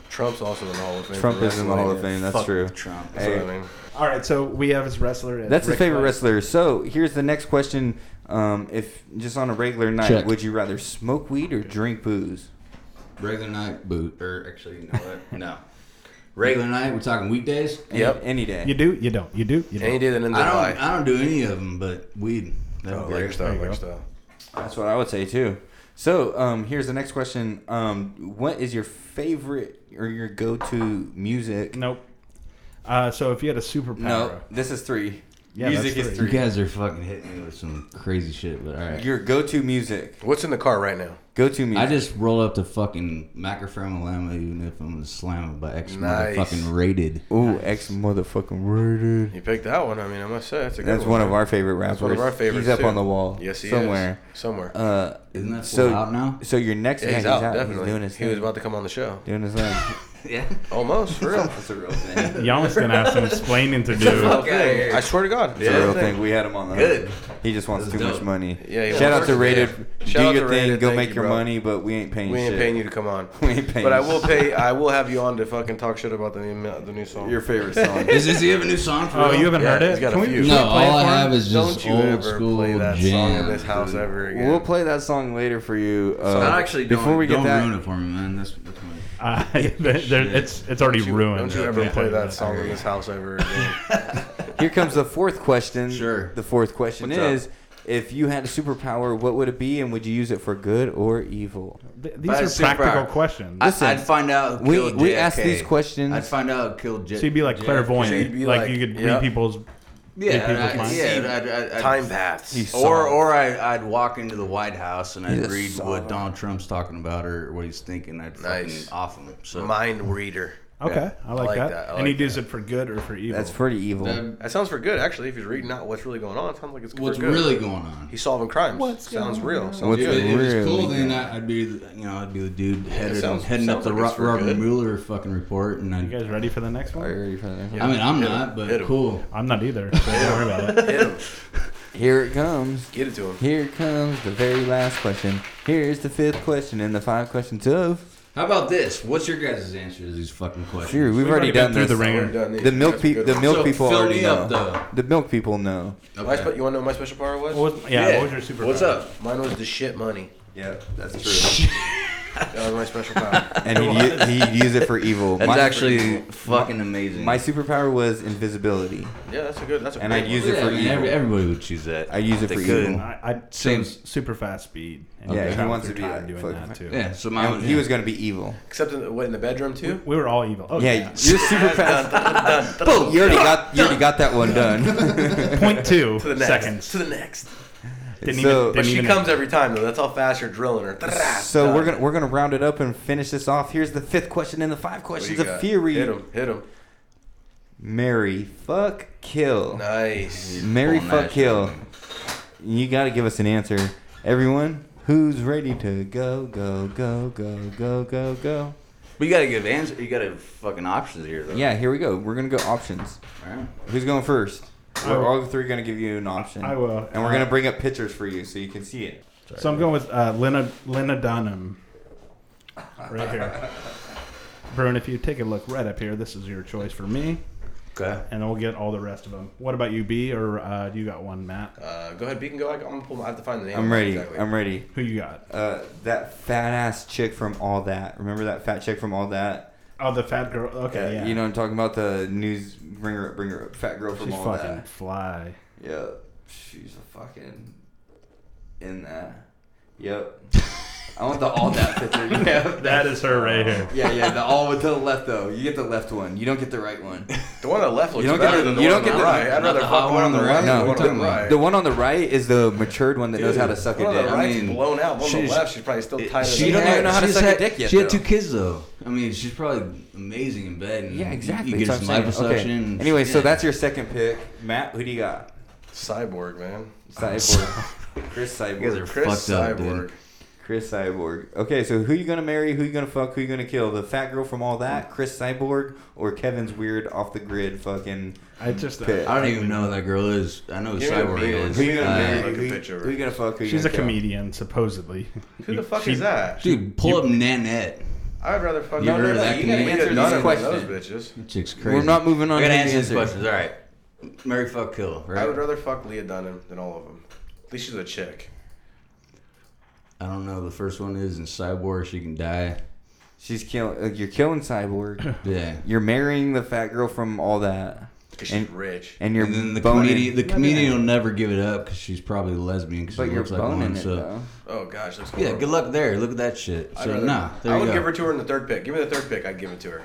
[SPEAKER 13] Trump's also in the Hall of Fame.
[SPEAKER 4] Trump
[SPEAKER 13] for
[SPEAKER 4] is in the Hall of
[SPEAKER 13] WrestleMania.
[SPEAKER 4] Fame. That's
[SPEAKER 13] Fuck
[SPEAKER 4] true.
[SPEAKER 13] Trump.
[SPEAKER 4] Hey.
[SPEAKER 13] That's what I mean.
[SPEAKER 14] All right, so we have his wrestler. as
[SPEAKER 4] That's his
[SPEAKER 14] Ric
[SPEAKER 4] favorite
[SPEAKER 14] Flair.
[SPEAKER 4] wrestler. So here's the next question. Um, if just on a regular night,
[SPEAKER 11] Check.
[SPEAKER 4] would you rather smoke weed or drink booze?
[SPEAKER 11] Regular night boot, or actually, you know what? no. Regular night. We're talking weekdays.
[SPEAKER 4] Any- Any, day.
[SPEAKER 14] You do, you don't, you do, you don't.
[SPEAKER 13] day that ends
[SPEAKER 11] I
[SPEAKER 13] in Y.
[SPEAKER 11] don't. I don't do any of them, but weed. That'd
[SPEAKER 13] Oh,
[SPEAKER 11] be great.
[SPEAKER 13] lifestyle,
[SPEAKER 11] There you go.
[SPEAKER 13] lifestyle.
[SPEAKER 4] That's what I would say too. So um, here's the next question. Um, what is your favorite or your go-to music?
[SPEAKER 14] Nope. Uh, so if you had a superpower,
[SPEAKER 4] No, this is three.
[SPEAKER 14] Yeah, that's
[SPEAKER 4] music is
[SPEAKER 14] three.
[SPEAKER 4] three.
[SPEAKER 11] You guys are fucking hitting me with some crazy shit, but all right.
[SPEAKER 4] Your go-to music.
[SPEAKER 13] What's in the car right now?
[SPEAKER 4] Go to
[SPEAKER 11] I
[SPEAKER 4] music.
[SPEAKER 11] just roll up to fucking macrofilm llama even if I'm gonna slam it by X
[SPEAKER 13] Nice.
[SPEAKER 11] motherfucking rated.
[SPEAKER 4] Ooh, X motherfucking rated.
[SPEAKER 13] You picked that one. I mean, I must say that's a good
[SPEAKER 4] That's
[SPEAKER 13] one.
[SPEAKER 4] one of our favorite rappers.
[SPEAKER 13] That's one of our favorites.
[SPEAKER 4] He's up
[SPEAKER 13] too.
[SPEAKER 4] on the wall.
[SPEAKER 13] Yes, he
[SPEAKER 4] somewhere.
[SPEAKER 13] is. Somewhere.
[SPEAKER 4] Uh,
[SPEAKER 11] Isn't that
[SPEAKER 4] so
[SPEAKER 11] fool out now?
[SPEAKER 4] So your next
[SPEAKER 13] Yeah,
[SPEAKER 4] guy
[SPEAKER 13] he's
[SPEAKER 4] he's
[SPEAKER 13] out,
[SPEAKER 4] out.
[SPEAKER 13] definitely.
[SPEAKER 4] He's doing his
[SPEAKER 13] He was
[SPEAKER 4] thing.
[SPEAKER 13] about to come on the show.
[SPEAKER 4] Doing his thing.
[SPEAKER 11] yeah.
[SPEAKER 13] Almost. For real.
[SPEAKER 11] That's a real thing.
[SPEAKER 14] Yama's gonna have some explaining to do.
[SPEAKER 13] I swear to God.
[SPEAKER 4] It's a real thing. We had him on the
[SPEAKER 13] Good.
[SPEAKER 4] He just wants
[SPEAKER 13] This
[SPEAKER 4] too
[SPEAKER 13] is
[SPEAKER 4] much
[SPEAKER 13] dope.
[SPEAKER 4] money.
[SPEAKER 13] Yeah, he
[SPEAKER 4] Shout
[SPEAKER 13] wants
[SPEAKER 4] out to
[SPEAKER 13] it.
[SPEAKER 4] Rated.
[SPEAKER 13] Yeah.
[SPEAKER 4] Do
[SPEAKER 13] Shout out
[SPEAKER 4] your
[SPEAKER 13] to
[SPEAKER 4] thing.
[SPEAKER 13] Rated.
[SPEAKER 4] Go
[SPEAKER 13] Thank
[SPEAKER 4] make
[SPEAKER 13] you,
[SPEAKER 4] your
[SPEAKER 13] bro.
[SPEAKER 4] money, but we ain't paying.
[SPEAKER 13] We ain't
[SPEAKER 4] shit.
[SPEAKER 13] paying you to come on.
[SPEAKER 4] We ain't paying.
[SPEAKER 13] But I
[SPEAKER 4] you
[SPEAKER 13] will
[SPEAKER 4] shit.
[SPEAKER 13] pay. I will have you on to fucking talk shit about the new, the new song.
[SPEAKER 4] Your favorite song.
[SPEAKER 11] Is- is he have a new song for
[SPEAKER 14] Oh, real? you haven't heard it?
[SPEAKER 13] He's got
[SPEAKER 14] Can
[SPEAKER 13] a
[SPEAKER 14] we-
[SPEAKER 13] few.
[SPEAKER 11] No, all I have is
[SPEAKER 13] Don't
[SPEAKER 11] just
[SPEAKER 13] you
[SPEAKER 11] old
[SPEAKER 13] ever
[SPEAKER 11] school
[SPEAKER 13] play that song
[SPEAKER 11] jams,
[SPEAKER 13] in this house
[SPEAKER 11] dude.
[SPEAKER 13] ever again.
[SPEAKER 4] We'll play that song later for you. Uh,
[SPEAKER 11] So I actually
[SPEAKER 4] before
[SPEAKER 11] don't-
[SPEAKER 4] we get
[SPEAKER 11] don't
[SPEAKER 4] that,
[SPEAKER 11] ruin it for me, man. That's, that's my
[SPEAKER 14] Uh, there- there- it's it's already ruined.
[SPEAKER 13] Don't you ever
[SPEAKER 14] Yeah.
[SPEAKER 13] play that song in this house ever again.
[SPEAKER 4] Here comes the fourth question.
[SPEAKER 11] Sure.
[SPEAKER 4] The fourth question
[SPEAKER 13] What's
[SPEAKER 4] is if you had a superpower, what would it be and would you use it for good or evil?
[SPEAKER 14] Th-
[SPEAKER 11] But
[SPEAKER 14] These
[SPEAKER 11] it's
[SPEAKER 14] are
[SPEAKER 11] super
[SPEAKER 14] practical
[SPEAKER 11] hard.
[SPEAKER 14] questions.
[SPEAKER 11] I-
[SPEAKER 4] Listen,
[SPEAKER 11] I'd find out. who
[SPEAKER 4] we-
[SPEAKER 11] killed
[SPEAKER 4] we asked
[SPEAKER 11] JFK.
[SPEAKER 4] these questions-
[SPEAKER 11] I'd find out. who Killed. J-
[SPEAKER 14] So you'd be like
[SPEAKER 11] JFK.
[SPEAKER 14] clairvoyant.
[SPEAKER 13] She'd be
[SPEAKER 14] like,
[SPEAKER 13] like,
[SPEAKER 14] you could
[SPEAKER 13] yeah.
[SPEAKER 14] read people's
[SPEAKER 11] Yeah,
[SPEAKER 14] read people's
[SPEAKER 11] I'd,
[SPEAKER 14] minds.
[SPEAKER 11] yeah, I'd, I'd, I'd,
[SPEAKER 13] Time paths.
[SPEAKER 4] He's
[SPEAKER 11] Or,
[SPEAKER 4] soft.
[SPEAKER 11] or I'd, I'd walk into the White House and I'd
[SPEAKER 4] He's a
[SPEAKER 11] read what
[SPEAKER 4] soft.
[SPEAKER 11] Donald Trump's talking about or what he's thinking. I'd
[SPEAKER 13] Nice.
[SPEAKER 11] fucking off him. So
[SPEAKER 13] Mind reader.
[SPEAKER 14] Okay, I like, that. and
[SPEAKER 13] I like
[SPEAKER 14] he'd use it for good or for evil.
[SPEAKER 4] That's pretty evil.
[SPEAKER 11] That-
[SPEAKER 13] That sounds for good, actually. If he's reading out what's really going on, it sounds like it's for
[SPEAKER 11] what's
[SPEAKER 13] good.
[SPEAKER 11] really going on?
[SPEAKER 13] He's solving crimes. sounds real. Sounds
[SPEAKER 4] What's
[SPEAKER 11] if
[SPEAKER 13] good.
[SPEAKER 11] it, if it's
[SPEAKER 4] really
[SPEAKER 11] cool, then
[SPEAKER 4] going
[SPEAKER 11] I- I'd be, the- you know, I'd be the dude headed,
[SPEAKER 13] sounds-
[SPEAKER 11] heading up
[SPEAKER 13] sounds
[SPEAKER 11] the
[SPEAKER 13] like it's
[SPEAKER 11] Ro-
[SPEAKER 13] for
[SPEAKER 11] Robert
[SPEAKER 13] good.
[SPEAKER 11] Mueller fucking report, and
[SPEAKER 14] You
[SPEAKER 11] I'd,
[SPEAKER 14] guys ready for the next
[SPEAKER 4] Are you
[SPEAKER 14] one?
[SPEAKER 4] ready for the next
[SPEAKER 11] I
[SPEAKER 4] one?
[SPEAKER 11] mean, I'm
[SPEAKER 13] Hit him.
[SPEAKER 11] not, but
[SPEAKER 13] Hit him.
[SPEAKER 11] cool.
[SPEAKER 14] I'm not either. So don't worry about it.
[SPEAKER 13] Hit him.
[SPEAKER 4] Here it comes.
[SPEAKER 13] Get it to him.
[SPEAKER 4] Here comes the very last question. Here's the fifth question and the five questions of.
[SPEAKER 11] How about this? What's your guys' answer to these fucking questions?
[SPEAKER 4] Sure, we've,
[SPEAKER 14] We've
[SPEAKER 4] already,
[SPEAKER 14] already been
[SPEAKER 4] done
[SPEAKER 14] through
[SPEAKER 4] this.
[SPEAKER 14] the
[SPEAKER 13] We're
[SPEAKER 14] ringer.
[SPEAKER 13] done these.
[SPEAKER 4] The milk
[SPEAKER 13] That's a
[SPEAKER 4] people.
[SPEAKER 13] good
[SPEAKER 4] The
[SPEAKER 13] one.
[SPEAKER 4] milk
[SPEAKER 11] So
[SPEAKER 4] people
[SPEAKER 11] fill
[SPEAKER 4] already
[SPEAKER 11] me
[SPEAKER 4] know.
[SPEAKER 11] up, though.
[SPEAKER 4] The milk people know.
[SPEAKER 13] My spe- you want to know what my special power was?
[SPEAKER 14] What was- yeah, what was your superpower?
[SPEAKER 13] What's up? Mine was the shit money.
[SPEAKER 4] Yeah, that's true.
[SPEAKER 13] That was my special power.
[SPEAKER 4] and he'd, u- he'd use it for evil.
[SPEAKER 11] That's
[SPEAKER 4] My-
[SPEAKER 11] actually fucking amazing.
[SPEAKER 4] My superpower was invisibility.
[SPEAKER 13] yeah, that's a good. That's a
[SPEAKER 4] And
[SPEAKER 13] great
[SPEAKER 4] I'd use
[SPEAKER 13] one.
[SPEAKER 4] it
[SPEAKER 11] yeah,
[SPEAKER 4] for
[SPEAKER 11] I mean,
[SPEAKER 4] evil.
[SPEAKER 11] every, everybody would choose that.
[SPEAKER 4] I use it
[SPEAKER 11] They
[SPEAKER 4] for
[SPEAKER 11] could.
[SPEAKER 4] evil.
[SPEAKER 14] I, I
[SPEAKER 11] Same-
[SPEAKER 14] chose super fast speed. And
[SPEAKER 4] Yeah, he
[SPEAKER 14] travel
[SPEAKER 4] wants
[SPEAKER 14] through
[SPEAKER 4] to be
[SPEAKER 14] time
[SPEAKER 4] a
[SPEAKER 14] doing
[SPEAKER 4] fuck-
[SPEAKER 14] that too.
[SPEAKER 11] Yeah, so mine
[SPEAKER 4] And he was going to be evil.
[SPEAKER 13] Except in the, what, in the bedroom too.
[SPEAKER 14] We were all evil. Oh,
[SPEAKER 4] Yeah,
[SPEAKER 14] yeah.
[SPEAKER 4] your superpower. Boom! You already got you already got that one done.
[SPEAKER 14] Point two
[SPEAKER 13] To the next.
[SPEAKER 14] seconds.
[SPEAKER 13] To the next.
[SPEAKER 14] Didn't
[SPEAKER 4] So-
[SPEAKER 14] even,
[SPEAKER 13] But
[SPEAKER 14] didn't
[SPEAKER 13] she
[SPEAKER 14] even
[SPEAKER 13] comes every time though. That's how fast you're drilling her.
[SPEAKER 4] so we're gonna we're gonna round it up and finish this off. Here's the fifth question in the five
[SPEAKER 13] What do
[SPEAKER 4] questions
[SPEAKER 13] you
[SPEAKER 4] of
[SPEAKER 13] got?
[SPEAKER 4] fury.
[SPEAKER 13] Hit him. Hit him.
[SPEAKER 4] Mary, fuck, kill.
[SPEAKER 13] Nice.
[SPEAKER 4] Mary,
[SPEAKER 11] Full
[SPEAKER 4] fuck,
[SPEAKER 11] match.
[SPEAKER 4] kill. You gotta give us an answer, everyone. Who's ready to go, go, go, go, go, go, go?
[SPEAKER 11] But you gotta give answer. You gotta have fucking options here, though.
[SPEAKER 4] Yeah, here we go. We're gonna go options.
[SPEAKER 11] All right.
[SPEAKER 4] Who's going first?
[SPEAKER 14] I
[SPEAKER 4] We're
[SPEAKER 14] will.
[SPEAKER 4] all three gonna give you an option.
[SPEAKER 14] I will. Uh,
[SPEAKER 4] And we're gonna bring up pictures for you so you can see it.
[SPEAKER 14] So I'm going with uh, Lena Lena Dunham, right here. Bruin, if you take a look right up here, this is your choice for me,
[SPEAKER 11] Okay.
[SPEAKER 14] and then we'll get all the rest of them. What about you, B, or uh, you got one, Matt?
[SPEAKER 13] Uh, go ahead, Beacon. Go. I, I'm gonna pull. my- I have to find the name.
[SPEAKER 4] I'm ready.
[SPEAKER 13] Exactly.
[SPEAKER 4] I'm ready.
[SPEAKER 14] Who you got?
[SPEAKER 4] Uh, that fat ass chick from all that. Remember that fat chick from all that?
[SPEAKER 14] Oh, the fat girl. Okay, yeah.
[SPEAKER 4] Uh, You know, what I'm talking about the news. Bring her up. Bring her up. Fat girl from
[SPEAKER 14] she's
[SPEAKER 4] all
[SPEAKER 14] fucking
[SPEAKER 4] that.
[SPEAKER 14] fly.
[SPEAKER 4] Yeah, she's a fucking in that. Yep. I want the all that picture.
[SPEAKER 14] That is her right here.
[SPEAKER 4] Yeah, yeah. The all with the left though. You get the left one. You don't get the right one.
[SPEAKER 13] The one on the left looks
[SPEAKER 4] You don't
[SPEAKER 13] better
[SPEAKER 4] get the-
[SPEAKER 13] than the
[SPEAKER 4] you
[SPEAKER 13] one on the
[SPEAKER 4] don't get the-
[SPEAKER 13] right. I'd rather
[SPEAKER 11] not the
[SPEAKER 13] fuck one on the
[SPEAKER 11] right.
[SPEAKER 13] left
[SPEAKER 11] No,
[SPEAKER 13] than one
[SPEAKER 11] we're
[SPEAKER 13] on the
[SPEAKER 11] talking
[SPEAKER 13] right.
[SPEAKER 4] The one on the right is the matured one that knows how to
[SPEAKER 13] The
[SPEAKER 4] suck a
[SPEAKER 13] one on the
[SPEAKER 4] dick.
[SPEAKER 13] right's
[SPEAKER 11] mean,
[SPEAKER 13] blown out. One on the
[SPEAKER 11] she's-
[SPEAKER 13] left, she's probably still tighter. than
[SPEAKER 4] she don't
[SPEAKER 13] the
[SPEAKER 4] even know how to
[SPEAKER 11] she's
[SPEAKER 4] suck a
[SPEAKER 11] had-
[SPEAKER 4] dick yet,
[SPEAKER 11] She had
[SPEAKER 4] though.
[SPEAKER 11] two kids though. I mean, she's probably amazing in bed. And
[SPEAKER 4] Yeah,
[SPEAKER 11] you-
[SPEAKER 4] exactly.
[SPEAKER 11] You, get
[SPEAKER 4] That's
[SPEAKER 11] some
[SPEAKER 4] what I'm saying.
[SPEAKER 11] liposuction.
[SPEAKER 4] Okay.
[SPEAKER 11] and-
[SPEAKER 4] Anyway, so
[SPEAKER 11] yeah.
[SPEAKER 4] that's your second pick, Matt. Who do you got?
[SPEAKER 13] Cyborg, man.
[SPEAKER 4] Cyborg. Chris
[SPEAKER 11] You guys are
[SPEAKER 4] Cyborg.
[SPEAKER 13] Chris
[SPEAKER 11] fucked up, dude.
[SPEAKER 13] Cyborg.
[SPEAKER 4] Chris Cyborg. Okay, so who you gonna marry? Who you gonna fuck? Who you gonna kill? The fat girl from all that, Chris Cyborg, or Kevin's weird off the grid fucking
[SPEAKER 14] I just
[SPEAKER 4] pick?
[SPEAKER 11] I don't even know who that girl is. I know who
[SPEAKER 13] You're
[SPEAKER 11] Cyborg
[SPEAKER 13] gonna be-
[SPEAKER 11] is.
[SPEAKER 4] who you gonna
[SPEAKER 11] Uh,
[SPEAKER 4] marry?
[SPEAKER 13] Like a
[SPEAKER 4] who, you-
[SPEAKER 13] picture.
[SPEAKER 4] who you gonna fuck? Who you
[SPEAKER 14] She's a
[SPEAKER 4] gonna kill?
[SPEAKER 14] comedian, supposedly.
[SPEAKER 13] Who the fuck
[SPEAKER 14] She-
[SPEAKER 13] is that?
[SPEAKER 11] Dude, pull up Nanette.
[SPEAKER 13] I'd rather fuck.
[SPEAKER 11] You
[SPEAKER 13] No, no,
[SPEAKER 11] heard
[SPEAKER 13] no.
[SPEAKER 11] that
[SPEAKER 13] You gotta
[SPEAKER 11] comedian?
[SPEAKER 13] answer none of
[SPEAKER 4] Question.
[SPEAKER 13] those bitches.
[SPEAKER 11] That chick's crazy.
[SPEAKER 4] We're not moving on.
[SPEAKER 11] I gotta
[SPEAKER 4] to the
[SPEAKER 11] answer these
[SPEAKER 4] answer.
[SPEAKER 11] questions. All right. Mary, fuck, kill. Right.
[SPEAKER 13] I would rather fuck Leah Dunham than all of them. At least she's a chick.
[SPEAKER 11] I don't know. The first one is in Cyborg. She can die.
[SPEAKER 4] She's killing. Uh, you're killing Cyborg.
[SPEAKER 11] Yeah.
[SPEAKER 4] you're marrying the fat girl from all that,
[SPEAKER 13] Because she's
[SPEAKER 4] and
[SPEAKER 13] rich.
[SPEAKER 4] and you're
[SPEAKER 11] and then the
[SPEAKER 4] boning.
[SPEAKER 11] comedian, the comedian will never give it up because she's probably a lesbian because she
[SPEAKER 4] but you're
[SPEAKER 11] looks like
[SPEAKER 4] boning
[SPEAKER 11] one.
[SPEAKER 4] it
[SPEAKER 11] So
[SPEAKER 4] though.
[SPEAKER 13] Oh gosh, that's
[SPEAKER 11] yeah, good luck there. Look at that shit.
[SPEAKER 13] I'd
[SPEAKER 11] So
[SPEAKER 13] rather-
[SPEAKER 11] nah, there
[SPEAKER 13] I
[SPEAKER 11] you
[SPEAKER 13] would
[SPEAKER 11] go.
[SPEAKER 13] give her to her in the third pick. Give me the third pick. I'd give it to her.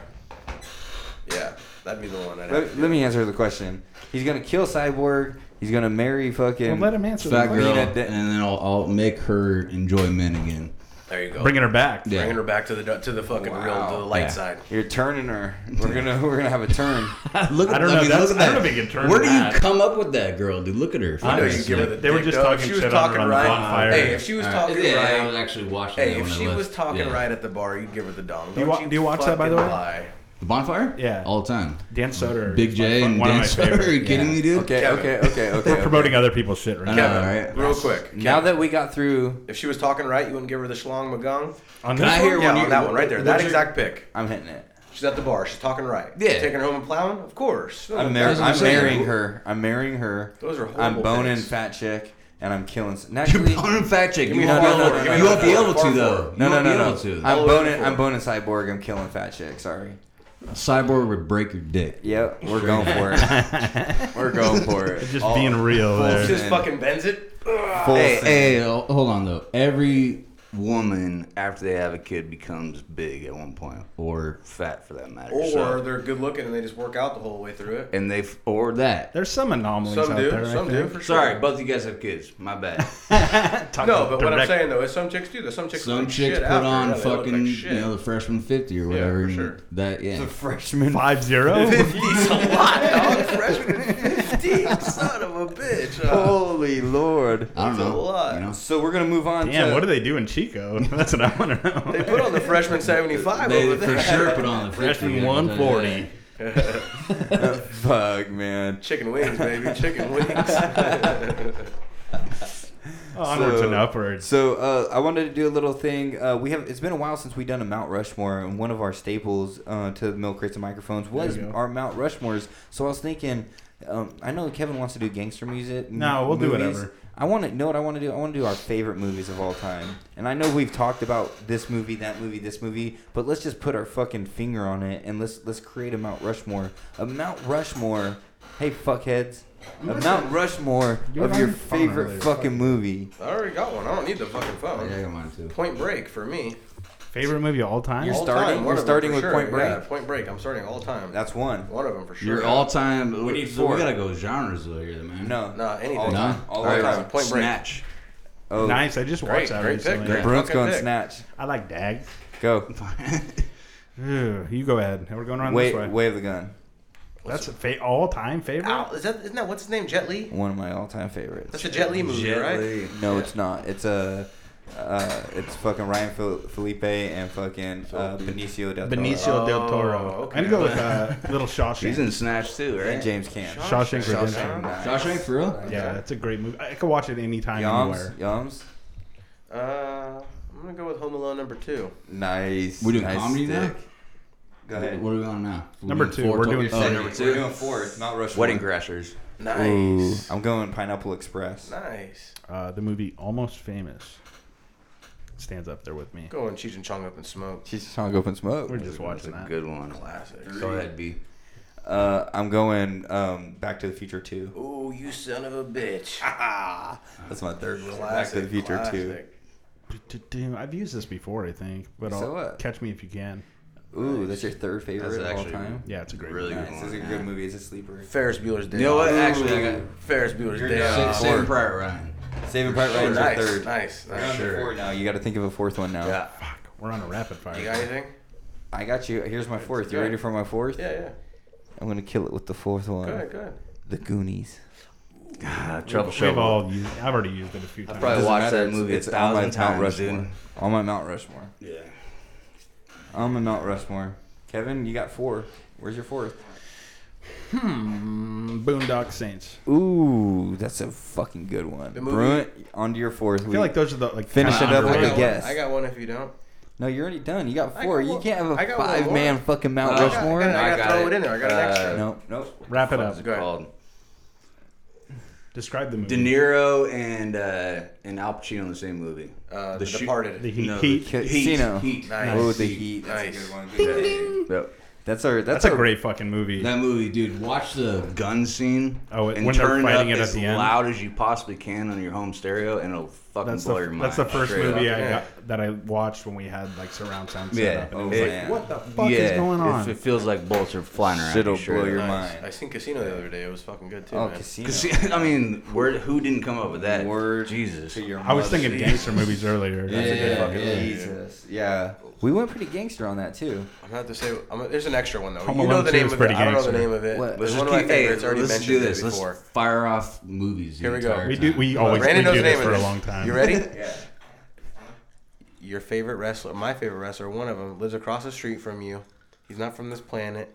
[SPEAKER 13] Yeah, that'd be the one. I'd have
[SPEAKER 4] Let,
[SPEAKER 13] to
[SPEAKER 4] let me answer the question. He's gonna kill Cyborg. He's gonna marry fucking.
[SPEAKER 14] Well, let him answer. the
[SPEAKER 11] fat
[SPEAKER 14] question.
[SPEAKER 11] girl,
[SPEAKER 4] Nina
[SPEAKER 11] and
[SPEAKER 4] De-
[SPEAKER 11] then I'll, I'll make her enjoy men again.
[SPEAKER 13] There you go.
[SPEAKER 14] Bringing her back.
[SPEAKER 13] Bringing her back to the to the fucking real
[SPEAKER 11] Oh,
[SPEAKER 13] to the light side.
[SPEAKER 4] You're turning her. We're gonna we're gonna have a turn.
[SPEAKER 13] Look at- I don't know, that's- I don't know if you can turn
[SPEAKER 11] Where do you
[SPEAKER 13] that.
[SPEAKER 11] come up with that girl, dude? Look at her.
[SPEAKER 13] I know you
[SPEAKER 11] Fucking
[SPEAKER 13] give her
[SPEAKER 11] sick.
[SPEAKER 13] the dick, though. If she was talking right, Hey, if she was
[SPEAKER 11] All right.
[SPEAKER 13] talking
[SPEAKER 11] Yeah,
[SPEAKER 13] right,
[SPEAKER 11] I was actually watching.
[SPEAKER 13] Hey,
[SPEAKER 11] that
[SPEAKER 13] if
[SPEAKER 11] when I
[SPEAKER 13] she
[SPEAKER 11] left.
[SPEAKER 13] was talking
[SPEAKER 11] Yeah.
[SPEAKER 13] right at the bar, you'd give her the dong.
[SPEAKER 11] Do you
[SPEAKER 13] Don't
[SPEAKER 11] wa- do you watch that, by the
[SPEAKER 13] fucking
[SPEAKER 11] way?
[SPEAKER 13] Lie.
[SPEAKER 4] The bonfire?
[SPEAKER 14] Yeah.
[SPEAKER 4] All the time.
[SPEAKER 14] Dan Soder.
[SPEAKER 4] Big
[SPEAKER 14] is
[SPEAKER 4] J
[SPEAKER 14] my-
[SPEAKER 4] and
[SPEAKER 14] one of
[SPEAKER 4] Dan
[SPEAKER 14] my
[SPEAKER 4] Soder.
[SPEAKER 14] favorites.
[SPEAKER 4] Are you kidding me, dude?
[SPEAKER 14] Okay, okay, okay, okay, okay.
[SPEAKER 4] I know, right?
[SPEAKER 13] Real quick.
[SPEAKER 4] Now
[SPEAKER 13] Kevin.
[SPEAKER 4] that we got through,
[SPEAKER 13] If she was talking right, you wouldn't give her the schlong magong.
[SPEAKER 4] On Can this I one? hear
[SPEAKER 13] yeah,
[SPEAKER 4] one
[SPEAKER 13] on
[SPEAKER 4] you-
[SPEAKER 13] that one right there.
[SPEAKER 4] what's
[SPEAKER 13] That
[SPEAKER 4] your-
[SPEAKER 13] exact pick.
[SPEAKER 4] I'm hitting it.
[SPEAKER 13] She's at the bar. She's talking right.
[SPEAKER 4] Yeah.
[SPEAKER 13] Taking her home and plowing. Of course.
[SPEAKER 4] I'm, mar-
[SPEAKER 13] That's what
[SPEAKER 4] I'm
[SPEAKER 13] saying.
[SPEAKER 4] marrying her. I'm marrying her.
[SPEAKER 13] Those are
[SPEAKER 4] I'm
[SPEAKER 13] horrible
[SPEAKER 4] boning
[SPEAKER 13] picks.
[SPEAKER 4] fat chick, and I'm killing. s- Naturally, you're
[SPEAKER 11] boning fat chick. You won't be able to- you won't be able to, though. You
[SPEAKER 4] No, no,
[SPEAKER 11] won't
[SPEAKER 4] no,
[SPEAKER 11] be
[SPEAKER 4] no.
[SPEAKER 11] able to.
[SPEAKER 4] I'm
[SPEAKER 11] All
[SPEAKER 4] boning.
[SPEAKER 11] over.
[SPEAKER 4] I'm boning cyborg. I'm killing fat chick. Sorry.
[SPEAKER 11] A cyborg would break your dick.
[SPEAKER 4] Yep, we're going for it. We're going for it. Oh.
[SPEAKER 11] Just being real
[SPEAKER 13] Full-
[SPEAKER 11] there.
[SPEAKER 13] Just fucking bends it. Ugh.
[SPEAKER 4] Hey,
[SPEAKER 11] Hey,
[SPEAKER 4] hey,
[SPEAKER 11] hold on though.
[SPEAKER 23] Every woman after they have a kid becomes big at one point, or fat for that matter.
[SPEAKER 13] Or
[SPEAKER 23] so-
[SPEAKER 13] they're good looking and they just work out the whole way through it.
[SPEAKER 23] and they f- or that.
[SPEAKER 14] There's some anomalies
[SPEAKER 13] Some out do, there, I some do, think. for sure.
[SPEAKER 23] Sorry, both of you guys have kids. My bad.
[SPEAKER 13] no, but what I'm saying though is some chicks do this. Some chicks
[SPEAKER 11] Some
[SPEAKER 13] look
[SPEAKER 11] chicks
[SPEAKER 13] shit
[SPEAKER 11] put
[SPEAKER 13] after.
[SPEAKER 11] on
[SPEAKER 13] Yeah, they look like
[SPEAKER 11] fucking,
[SPEAKER 13] shit.
[SPEAKER 11] you know, the freshman fifty or whatever. and That yeah. The
[SPEAKER 4] freshman
[SPEAKER 14] five zero.
[SPEAKER 13] He's a lot, dog. Freshman at 15, son of a bitch. Uh,
[SPEAKER 4] Holy lord!
[SPEAKER 11] I don't
[SPEAKER 13] That's a
[SPEAKER 11] know.
[SPEAKER 13] lot.
[SPEAKER 11] You know?
[SPEAKER 4] So we're gonna move on.
[SPEAKER 14] Damn,
[SPEAKER 4] to,
[SPEAKER 14] what do they do in Chico? That's what I want to know.
[SPEAKER 13] They put on the freshman 75
[SPEAKER 11] They
[SPEAKER 13] over
[SPEAKER 11] for
[SPEAKER 13] there.
[SPEAKER 11] sure put on the Freshman 50, yeah, 140.
[SPEAKER 4] Fuck, man.
[SPEAKER 13] Chicken wings, baby. Chicken wings.
[SPEAKER 14] Onwards and upwards.
[SPEAKER 4] So uh, I wanted to do a little thing. Uh, we have it's been a while since we done a Mount Rushmore, and one of our staples uh, to the milk crates and microphones was
[SPEAKER 14] you go.
[SPEAKER 4] our Mount Rushmores. So I was thinking, um, I know Kevin wants to do gangster music. m-
[SPEAKER 14] No, we'll do whatever.
[SPEAKER 4] I want to know what I want to do. I want to do our favorite movies of all time, and I know we've talked about this movie, that movie, this movie, but let's just put our fucking finger on it and let's let's create a Mount Rushmore, a Mount Rushmore. Hey, fuckheads, a
[SPEAKER 13] Listen.
[SPEAKER 4] Mount Rushmore
[SPEAKER 13] You're
[SPEAKER 4] of
[SPEAKER 13] on
[SPEAKER 4] your
[SPEAKER 13] your phone
[SPEAKER 4] favorite
[SPEAKER 13] earlier,
[SPEAKER 4] fucking movie.
[SPEAKER 13] I already got one. I don't need the fucking phone.
[SPEAKER 11] Yeah, I got mine, too.
[SPEAKER 13] Point Break for me.
[SPEAKER 14] Favorite movie of all time?
[SPEAKER 13] All time, one of them for sure. Yeah, Point Break. I'm starting all time.
[SPEAKER 4] That's one.
[SPEAKER 13] One of them for sure.
[SPEAKER 11] Your all time.
[SPEAKER 13] We need
[SPEAKER 11] so
[SPEAKER 13] four.
[SPEAKER 11] we gotta go genres though here, man.
[SPEAKER 4] No.
[SPEAKER 13] No, anything.
[SPEAKER 11] All time.
[SPEAKER 13] All the time. Point Break.
[SPEAKER 11] Snatch.
[SPEAKER 4] Oh.
[SPEAKER 14] Nice. I just
[SPEAKER 13] Great,
[SPEAKER 14] watched that
[SPEAKER 13] great pick,
[SPEAKER 14] recently.
[SPEAKER 13] great
[SPEAKER 4] Bruno's
[SPEAKER 13] fucking
[SPEAKER 4] going
[SPEAKER 13] pick.
[SPEAKER 4] snatch.
[SPEAKER 14] I like Dag.
[SPEAKER 4] Go.
[SPEAKER 14] Ew, you go ahead. We're going around
[SPEAKER 4] Wave,
[SPEAKER 14] this way.
[SPEAKER 4] wave the gun.
[SPEAKER 14] That's a fa- all time favorite.
[SPEAKER 13] Ow, is that isn't that what's his name? Jet Li.
[SPEAKER 4] One of my all-time favorites.
[SPEAKER 13] That's a Jet Li movie,
[SPEAKER 4] Jet
[SPEAKER 13] right?
[SPEAKER 4] Li. No, it's not. It's a. Uh, it's fucking Ryan Fel- Felipe and fucking uh, Benicio del Toro.
[SPEAKER 14] Benicio del Toro.
[SPEAKER 13] Oh,
[SPEAKER 14] I'm gonna go with uh, Little Shawshank.
[SPEAKER 4] He's in
[SPEAKER 11] Snatch too,
[SPEAKER 4] right? And James Caan.
[SPEAKER 14] Shawshank,
[SPEAKER 4] Shawshank
[SPEAKER 14] Redemption.
[SPEAKER 4] Redemption. Shawshank, for real?
[SPEAKER 14] Yeah, that's a great movie. I could watch it anytime,
[SPEAKER 4] Yums.
[SPEAKER 14] anywhere.
[SPEAKER 4] Yums.
[SPEAKER 13] Uh, I'm gonna go with Home Alone number two.
[SPEAKER 4] Nice.
[SPEAKER 11] We doing
[SPEAKER 4] nice
[SPEAKER 11] comedy now?
[SPEAKER 4] stick. Go ahead.
[SPEAKER 11] What are we on now?
[SPEAKER 4] Number two,
[SPEAKER 11] Four
[SPEAKER 4] we're
[SPEAKER 11] total-
[SPEAKER 4] doing
[SPEAKER 11] oh,
[SPEAKER 4] six.
[SPEAKER 11] number
[SPEAKER 4] We're
[SPEAKER 11] two.
[SPEAKER 4] doing four, not Rushmore.
[SPEAKER 11] Wedding Crashers.
[SPEAKER 13] Nice.
[SPEAKER 4] Ooh, I'm going Pineapple Express.
[SPEAKER 13] Nice.
[SPEAKER 14] Uh, the movie Almost Famous stands up there with me.
[SPEAKER 13] Go and Cheech and Chong up and smoke.
[SPEAKER 4] She's just trying to go and smoke.
[SPEAKER 14] We're just watching that.
[SPEAKER 11] Good one.
[SPEAKER 13] Classic.
[SPEAKER 11] Go ahead, B.
[SPEAKER 4] Uh, I'm going um, Back to the Future 2.
[SPEAKER 13] Oh, you son of a bitch.
[SPEAKER 4] That's my third one. Back to
[SPEAKER 13] Classic,
[SPEAKER 4] the Future 2.
[SPEAKER 13] classic.
[SPEAKER 14] Du-du-du. I've used this before, I think, but
[SPEAKER 4] So
[SPEAKER 14] I'll,
[SPEAKER 4] what?
[SPEAKER 14] catch me if you can.
[SPEAKER 4] Ooh, that's your third favorite
[SPEAKER 11] That's
[SPEAKER 4] of all
[SPEAKER 11] actually
[SPEAKER 4] time?
[SPEAKER 14] Yeah, it's a great
[SPEAKER 11] really
[SPEAKER 4] Nice.
[SPEAKER 11] good
[SPEAKER 4] This
[SPEAKER 11] one.
[SPEAKER 4] is a
[SPEAKER 11] yeah.
[SPEAKER 4] good movie. It's a sleeper.
[SPEAKER 13] Ferris Bueller's Day.
[SPEAKER 11] You know what?
[SPEAKER 13] Off.
[SPEAKER 11] Actually, I got-
[SPEAKER 13] Ferris Bueller's
[SPEAKER 11] You're
[SPEAKER 13] Day.
[SPEAKER 11] done.
[SPEAKER 13] Off.
[SPEAKER 11] Saving Private Ryan.
[SPEAKER 4] Saving Private
[SPEAKER 13] Sure,
[SPEAKER 4] Ryan's your
[SPEAKER 13] nice,
[SPEAKER 4] third.
[SPEAKER 13] nice,
[SPEAKER 4] We're
[SPEAKER 13] nice.
[SPEAKER 4] on to
[SPEAKER 13] Sure.
[SPEAKER 4] four now. You got to think of a fourth one now.
[SPEAKER 13] Yeah.
[SPEAKER 14] We're on a rapid fire.
[SPEAKER 13] You got anything?
[SPEAKER 4] I got you. Here's my fourth. You
[SPEAKER 13] Go
[SPEAKER 4] ready
[SPEAKER 13] ahead.
[SPEAKER 4] for my fourth?
[SPEAKER 13] Yeah, yeah.
[SPEAKER 4] I'm gonna kill it with the fourth one.
[SPEAKER 13] ahead, go ahead.
[SPEAKER 4] The Goonies.
[SPEAKER 11] Trouble
[SPEAKER 14] We've
[SPEAKER 11] Shovel.
[SPEAKER 14] all used, I've already used it a few times.
[SPEAKER 11] probably
[SPEAKER 4] Doesn't
[SPEAKER 11] watched
[SPEAKER 4] matter,
[SPEAKER 11] that
[SPEAKER 4] it's-
[SPEAKER 11] movie a
[SPEAKER 4] it's on my
[SPEAKER 11] thousand times,
[SPEAKER 4] Mount Rushmore.
[SPEAKER 11] dude.
[SPEAKER 4] On my Mount Rushmore.
[SPEAKER 11] Yeah.
[SPEAKER 4] On my Mount Rushmore. Kevin, you got four. Where's your fourth?
[SPEAKER 14] Hmm. Boondock Saints.
[SPEAKER 4] Ooh, that's a fucking good one.
[SPEAKER 13] The movie-
[SPEAKER 4] Bruin, onto your fourth. I
[SPEAKER 14] feel like those are the, like,
[SPEAKER 4] finish it
[SPEAKER 14] kinda
[SPEAKER 4] up with
[SPEAKER 13] I
[SPEAKER 4] a
[SPEAKER 13] got
[SPEAKER 4] guess.
[SPEAKER 13] One. I got one if you don't.
[SPEAKER 4] No, you're already done. You got
[SPEAKER 13] I
[SPEAKER 4] four.
[SPEAKER 13] got
[SPEAKER 4] you
[SPEAKER 13] one-
[SPEAKER 4] can't have
[SPEAKER 13] I
[SPEAKER 4] a
[SPEAKER 13] got one
[SPEAKER 4] five
[SPEAKER 13] more.
[SPEAKER 4] man fucking Mount
[SPEAKER 13] I got- I
[SPEAKER 4] Rushmore.
[SPEAKER 13] got- I gotta
[SPEAKER 4] got Uh,
[SPEAKER 13] throw it in there. I got an
[SPEAKER 11] Uh,
[SPEAKER 13] extra.
[SPEAKER 4] Nope, nope.
[SPEAKER 14] Wrap it up.
[SPEAKER 13] Go ahead.
[SPEAKER 14] Describe the
[SPEAKER 11] De
[SPEAKER 14] movie.
[SPEAKER 11] Niro and uh, and Al Pacino in the same movie.
[SPEAKER 13] Uh, The
[SPEAKER 11] shoot-
[SPEAKER 13] Departed. The
[SPEAKER 11] No,
[SPEAKER 14] Heat.
[SPEAKER 11] the
[SPEAKER 4] Casino.
[SPEAKER 11] Heat.
[SPEAKER 4] Oh, the Heat. That's
[SPEAKER 13] Nice.
[SPEAKER 4] a good one.
[SPEAKER 13] Ding,
[SPEAKER 4] Good
[SPEAKER 13] ding.
[SPEAKER 11] Yep.
[SPEAKER 4] That's our. That's,
[SPEAKER 14] That's a
[SPEAKER 4] our-
[SPEAKER 14] great fucking movie.
[SPEAKER 11] That movie, dude. Watch the gun scene.
[SPEAKER 14] Oh,
[SPEAKER 11] and
[SPEAKER 14] when they're
[SPEAKER 11] turn
[SPEAKER 14] fighting
[SPEAKER 11] it
[SPEAKER 14] it
[SPEAKER 11] up
[SPEAKER 14] at
[SPEAKER 11] as
[SPEAKER 14] the end?
[SPEAKER 11] loud as you possibly can on your home stereo, and it'll fucking
[SPEAKER 14] That's
[SPEAKER 11] blow
[SPEAKER 14] the,
[SPEAKER 11] your mind.
[SPEAKER 14] that's the first
[SPEAKER 11] straight
[SPEAKER 14] movie
[SPEAKER 11] up.
[SPEAKER 14] I got, that I watched when we had like surround sound set
[SPEAKER 11] Yeah. Oh,
[SPEAKER 14] up. And
[SPEAKER 4] Oh,
[SPEAKER 14] it was
[SPEAKER 11] man.
[SPEAKER 14] like, what the fuck
[SPEAKER 11] yeah.
[SPEAKER 14] is going on?
[SPEAKER 11] It, it feels like bolts are flying around.
[SPEAKER 4] Shit'll
[SPEAKER 11] you, straight
[SPEAKER 4] blow
[SPEAKER 11] up.
[SPEAKER 4] your
[SPEAKER 11] Nice.
[SPEAKER 4] mind.
[SPEAKER 13] I seen Casino the other day. It was fucking good too.
[SPEAKER 4] Oh,
[SPEAKER 13] man.
[SPEAKER 4] Casino.
[SPEAKER 11] Casi- I mean, where who didn't come up with that? Word, Jesus.
[SPEAKER 14] I was thinking gangster movies earlier.
[SPEAKER 4] Yeah,
[SPEAKER 14] That's a good fucking
[SPEAKER 4] yeah,
[SPEAKER 14] movie.
[SPEAKER 4] Jesus. Yeah. We went pretty gangster on that too.
[SPEAKER 13] I'm gonna have to say. I'm, there's an extra one though.
[SPEAKER 14] Home
[SPEAKER 13] you know
[SPEAKER 14] Alone
[SPEAKER 13] the
[SPEAKER 14] 2
[SPEAKER 13] name
[SPEAKER 14] is
[SPEAKER 13] of it.
[SPEAKER 14] pretty
[SPEAKER 13] I don't know the
[SPEAKER 14] gangster.
[SPEAKER 13] name of it.
[SPEAKER 4] What?
[SPEAKER 13] But it's
[SPEAKER 11] Let's
[SPEAKER 13] one of
[SPEAKER 11] just
[SPEAKER 13] my
[SPEAKER 11] keep-
[SPEAKER 13] favorites.
[SPEAKER 11] hey,
[SPEAKER 13] already
[SPEAKER 11] let's
[SPEAKER 13] mentioned
[SPEAKER 11] do
[SPEAKER 13] it
[SPEAKER 11] this. Let's
[SPEAKER 13] before.
[SPEAKER 11] fire off movies. the
[SPEAKER 13] Here we go.
[SPEAKER 11] entire
[SPEAKER 14] We do.
[SPEAKER 11] time.
[SPEAKER 14] We always
[SPEAKER 13] Randy
[SPEAKER 14] we
[SPEAKER 13] knows
[SPEAKER 14] do
[SPEAKER 13] the
[SPEAKER 14] this
[SPEAKER 13] name
[SPEAKER 14] for
[SPEAKER 13] of
[SPEAKER 14] a
[SPEAKER 13] this.
[SPEAKER 14] long time.
[SPEAKER 13] You ready? Your favorite wrestler, my favorite wrestler, one of them lives across the street from you. He's not from this planet.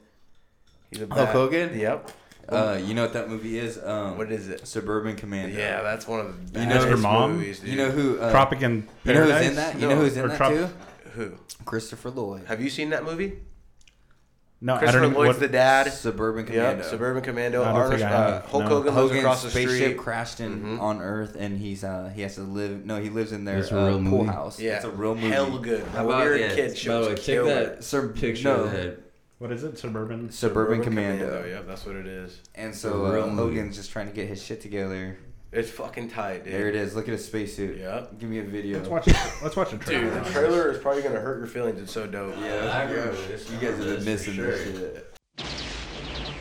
[SPEAKER 13] He's a
[SPEAKER 4] Hulk
[SPEAKER 13] bad-
[SPEAKER 4] Hogan?
[SPEAKER 13] Yep.
[SPEAKER 4] Uh, you know what that movie is? Um,
[SPEAKER 13] What is it?
[SPEAKER 4] Suburban Commando.
[SPEAKER 13] Yeah, that's one of the
[SPEAKER 4] You
[SPEAKER 14] know
[SPEAKER 13] baddest
[SPEAKER 14] her mom?
[SPEAKER 13] movies, dude.
[SPEAKER 4] You know who? Uh,
[SPEAKER 14] Tropic and
[SPEAKER 4] You know who's
[SPEAKER 14] Paradise?
[SPEAKER 4] in that? You know
[SPEAKER 13] No,
[SPEAKER 4] who's in
[SPEAKER 14] or
[SPEAKER 4] that
[SPEAKER 14] Trop-
[SPEAKER 4] too?
[SPEAKER 13] who?
[SPEAKER 4] Christopher Lloyd.
[SPEAKER 13] Have you seen that movie?
[SPEAKER 14] No, I don't
[SPEAKER 13] Christopher
[SPEAKER 14] even
[SPEAKER 13] Lloyd's
[SPEAKER 14] what,
[SPEAKER 13] the dad.
[SPEAKER 4] Suburban Commando.
[SPEAKER 13] Yep, Suburban Commando.
[SPEAKER 14] I don't
[SPEAKER 13] Arnold,
[SPEAKER 14] think I
[SPEAKER 13] uh,
[SPEAKER 14] have,
[SPEAKER 13] Hulk
[SPEAKER 14] no.
[SPEAKER 13] Hogan lives
[SPEAKER 4] Hogan's
[SPEAKER 13] across the
[SPEAKER 4] spaceship
[SPEAKER 13] street. Mm-hmm.
[SPEAKER 4] crashed in on Earth, and he's uh, he has to live. No, he lives in their
[SPEAKER 11] It's a
[SPEAKER 4] uh,
[SPEAKER 11] real
[SPEAKER 4] pool
[SPEAKER 11] movie.
[SPEAKER 4] house.
[SPEAKER 13] Yeah,
[SPEAKER 4] it's a real movie.
[SPEAKER 13] Hell good.
[SPEAKER 11] How
[SPEAKER 13] When we
[SPEAKER 11] about
[SPEAKER 13] were
[SPEAKER 11] yeah,
[SPEAKER 13] kids, she
[SPEAKER 11] by the
[SPEAKER 13] was
[SPEAKER 11] way, take
[SPEAKER 13] killer.
[SPEAKER 11] that some picture
[SPEAKER 4] No.
[SPEAKER 11] of that.
[SPEAKER 14] what is it? Suburban.
[SPEAKER 4] Suburban, Commando.
[SPEAKER 13] Yep, that's what it is.
[SPEAKER 4] And so
[SPEAKER 11] It's a
[SPEAKER 4] uh,
[SPEAKER 11] real movie.
[SPEAKER 4] Hogan's just trying to get his shit together.
[SPEAKER 13] It's fucking tight, dude.
[SPEAKER 4] There it is. Look at his spacesuit.
[SPEAKER 13] Yep.
[SPEAKER 4] Give me a video.
[SPEAKER 14] Let's watch. A, let's watch a
[SPEAKER 13] Dude,
[SPEAKER 14] trailer.
[SPEAKER 13] the trailer is probably gonna hurt your feelings. It's so dope.
[SPEAKER 11] I agree with this.
[SPEAKER 4] You guys have been missing
[SPEAKER 11] sure.
[SPEAKER 4] this shit.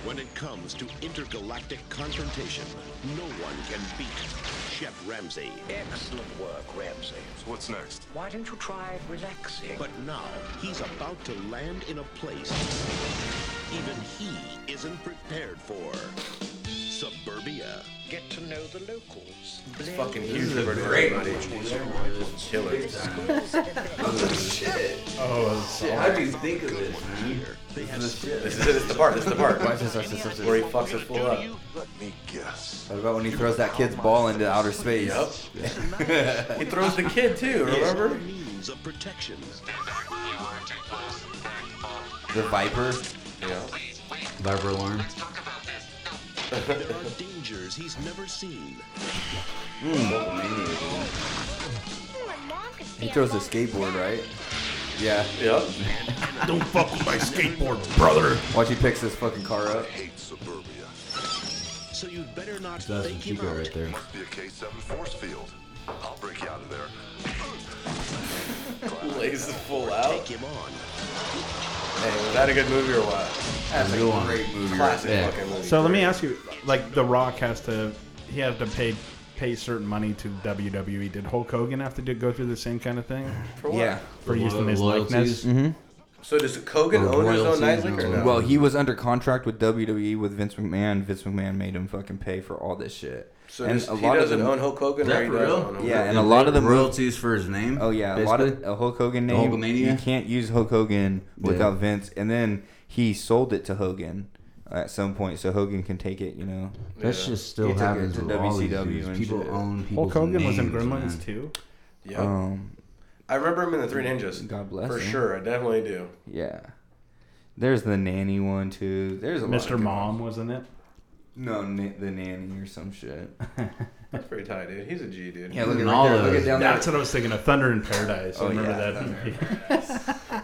[SPEAKER 7] When it comes to intergalactic confrontation, no one can beat Chef Ramsay. Excellent work, Ramsay.
[SPEAKER 16] What's next?
[SPEAKER 7] Why don't you try relaxing? But now, he's about to land in a place even he isn't prepared for. Suburbia.
[SPEAKER 16] Get to know the locals.
[SPEAKER 13] It's fucking huge. for everybody. Killer.
[SPEAKER 14] Oh,
[SPEAKER 11] Shit, How do you think of this, man?
[SPEAKER 13] This is it. It's the part. This is the part.
[SPEAKER 4] Watch this, watch this, watch this.
[SPEAKER 13] Where he fucks us full up.
[SPEAKER 16] Let me guess.
[SPEAKER 4] What about when he throws that kid's ball into outer space?
[SPEAKER 13] Yep. He throws the kid too. Remember?
[SPEAKER 7] Means of protection.
[SPEAKER 4] The Viper.
[SPEAKER 13] Yeah.
[SPEAKER 11] Viper alarm.
[SPEAKER 7] There are dangers he's never seen.
[SPEAKER 13] Hmm.
[SPEAKER 4] He throws a skateboard, right? Yeah.
[SPEAKER 13] Yep.
[SPEAKER 16] Don't fuck with my skateboard, brother.
[SPEAKER 4] Watch he picks this fucking car up.
[SPEAKER 16] Hate suburbia.
[SPEAKER 7] So you'd better not
[SPEAKER 11] That's
[SPEAKER 7] fake
[SPEAKER 11] you
[SPEAKER 7] him
[SPEAKER 11] got
[SPEAKER 7] out.
[SPEAKER 11] right there.
[SPEAKER 16] Must be a K7 force field. I'll break you out of there.
[SPEAKER 13] Lays it full out.
[SPEAKER 7] Take him on.
[SPEAKER 13] Hey, was that a good movie or what?
[SPEAKER 4] That's a
[SPEAKER 11] Real
[SPEAKER 4] great movie.
[SPEAKER 13] Classic
[SPEAKER 11] Yeah.
[SPEAKER 13] fucking movie.
[SPEAKER 14] So let me ask you, like The Rock has to, he had to pay pay certain money to WWE. Did Hulk Hogan have to do, go through the same kind of thing
[SPEAKER 13] For what?
[SPEAKER 4] Yeah.
[SPEAKER 14] for using his likeness?
[SPEAKER 4] Mm-hmm.
[SPEAKER 13] So does Kogan
[SPEAKER 11] Or
[SPEAKER 13] own his own
[SPEAKER 11] royalties
[SPEAKER 13] nightlick or
[SPEAKER 11] and
[SPEAKER 13] no?
[SPEAKER 24] all
[SPEAKER 4] Well, he was under contract with WWE with Vince McMahon. Vince McMahon made him fucking pay for all this shit.
[SPEAKER 13] so does, he doesn't own Hulk Hogan
[SPEAKER 11] Is that
[SPEAKER 13] or he
[SPEAKER 11] for
[SPEAKER 13] does
[SPEAKER 11] real?
[SPEAKER 13] own him?
[SPEAKER 4] Yeah, and a lot of the
[SPEAKER 11] royalties for his name.
[SPEAKER 4] Oh yeah, a lot of
[SPEAKER 11] basically?
[SPEAKER 4] a Hulk Hogan
[SPEAKER 11] The
[SPEAKER 4] name.
[SPEAKER 11] Hulkamania?
[SPEAKER 4] You can't use Hulk Hogan
[SPEAKER 11] Yeah.
[SPEAKER 4] without Vince, and then he sold it to Hogan at some point, so Hogan can take it. You know,
[SPEAKER 11] That
[SPEAKER 13] Yeah.
[SPEAKER 11] shit
[SPEAKER 4] He
[SPEAKER 11] still
[SPEAKER 4] took it
[SPEAKER 11] happens
[SPEAKER 4] to
[SPEAKER 11] with all these
[SPEAKER 4] WCW
[SPEAKER 11] dudes.
[SPEAKER 4] and
[SPEAKER 11] People
[SPEAKER 4] shit.
[SPEAKER 11] own people's
[SPEAKER 14] Hulk Hogan was in
[SPEAKER 11] names,
[SPEAKER 14] Gremlins
[SPEAKER 11] man.
[SPEAKER 14] too.
[SPEAKER 13] Yeah.
[SPEAKER 4] um,
[SPEAKER 13] I remember him in the Three Ninjas.
[SPEAKER 4] God bless
[SPEAKER 13] For
[SPEAKER 4] him.
[SPEAKER 13] sure, I definitely do.
[SPEAKER 4] yeah. There's the nanny one too. There's a lot of
[SPEAKER 14] Mr.
[SPEAKER 4] good
[SPEAKER 14] Mom
[SPEAKER 4] ones.
[SPEAKER 14] wasn't it?
[SPEAKER 4] No, na- the nanny or some shit.
[SPEAKER 13] That's pretty tight, dude. He's a G, dude.
[SPEAKER 4] Yeah, look at
[SPEAKER 11] And
[SPEAKER 4] right
[SPEAKER 11] all
[SPEAKER 4] there. Look
[SPEAKER 11] those.
[SPEAKER 4] at down there.
[SPEAKER 14] That's what I was thinking of. Thunder in Paradise.
[SPEAKER 4] Oh,
[SPEAKER 14] I remember
[SPEAKER 4] yeah,
[SPEAKER 14] that
[SPEAKER 4] Thunder
[SPEAKER 14] movie.
[SPEAKER 13] Uh,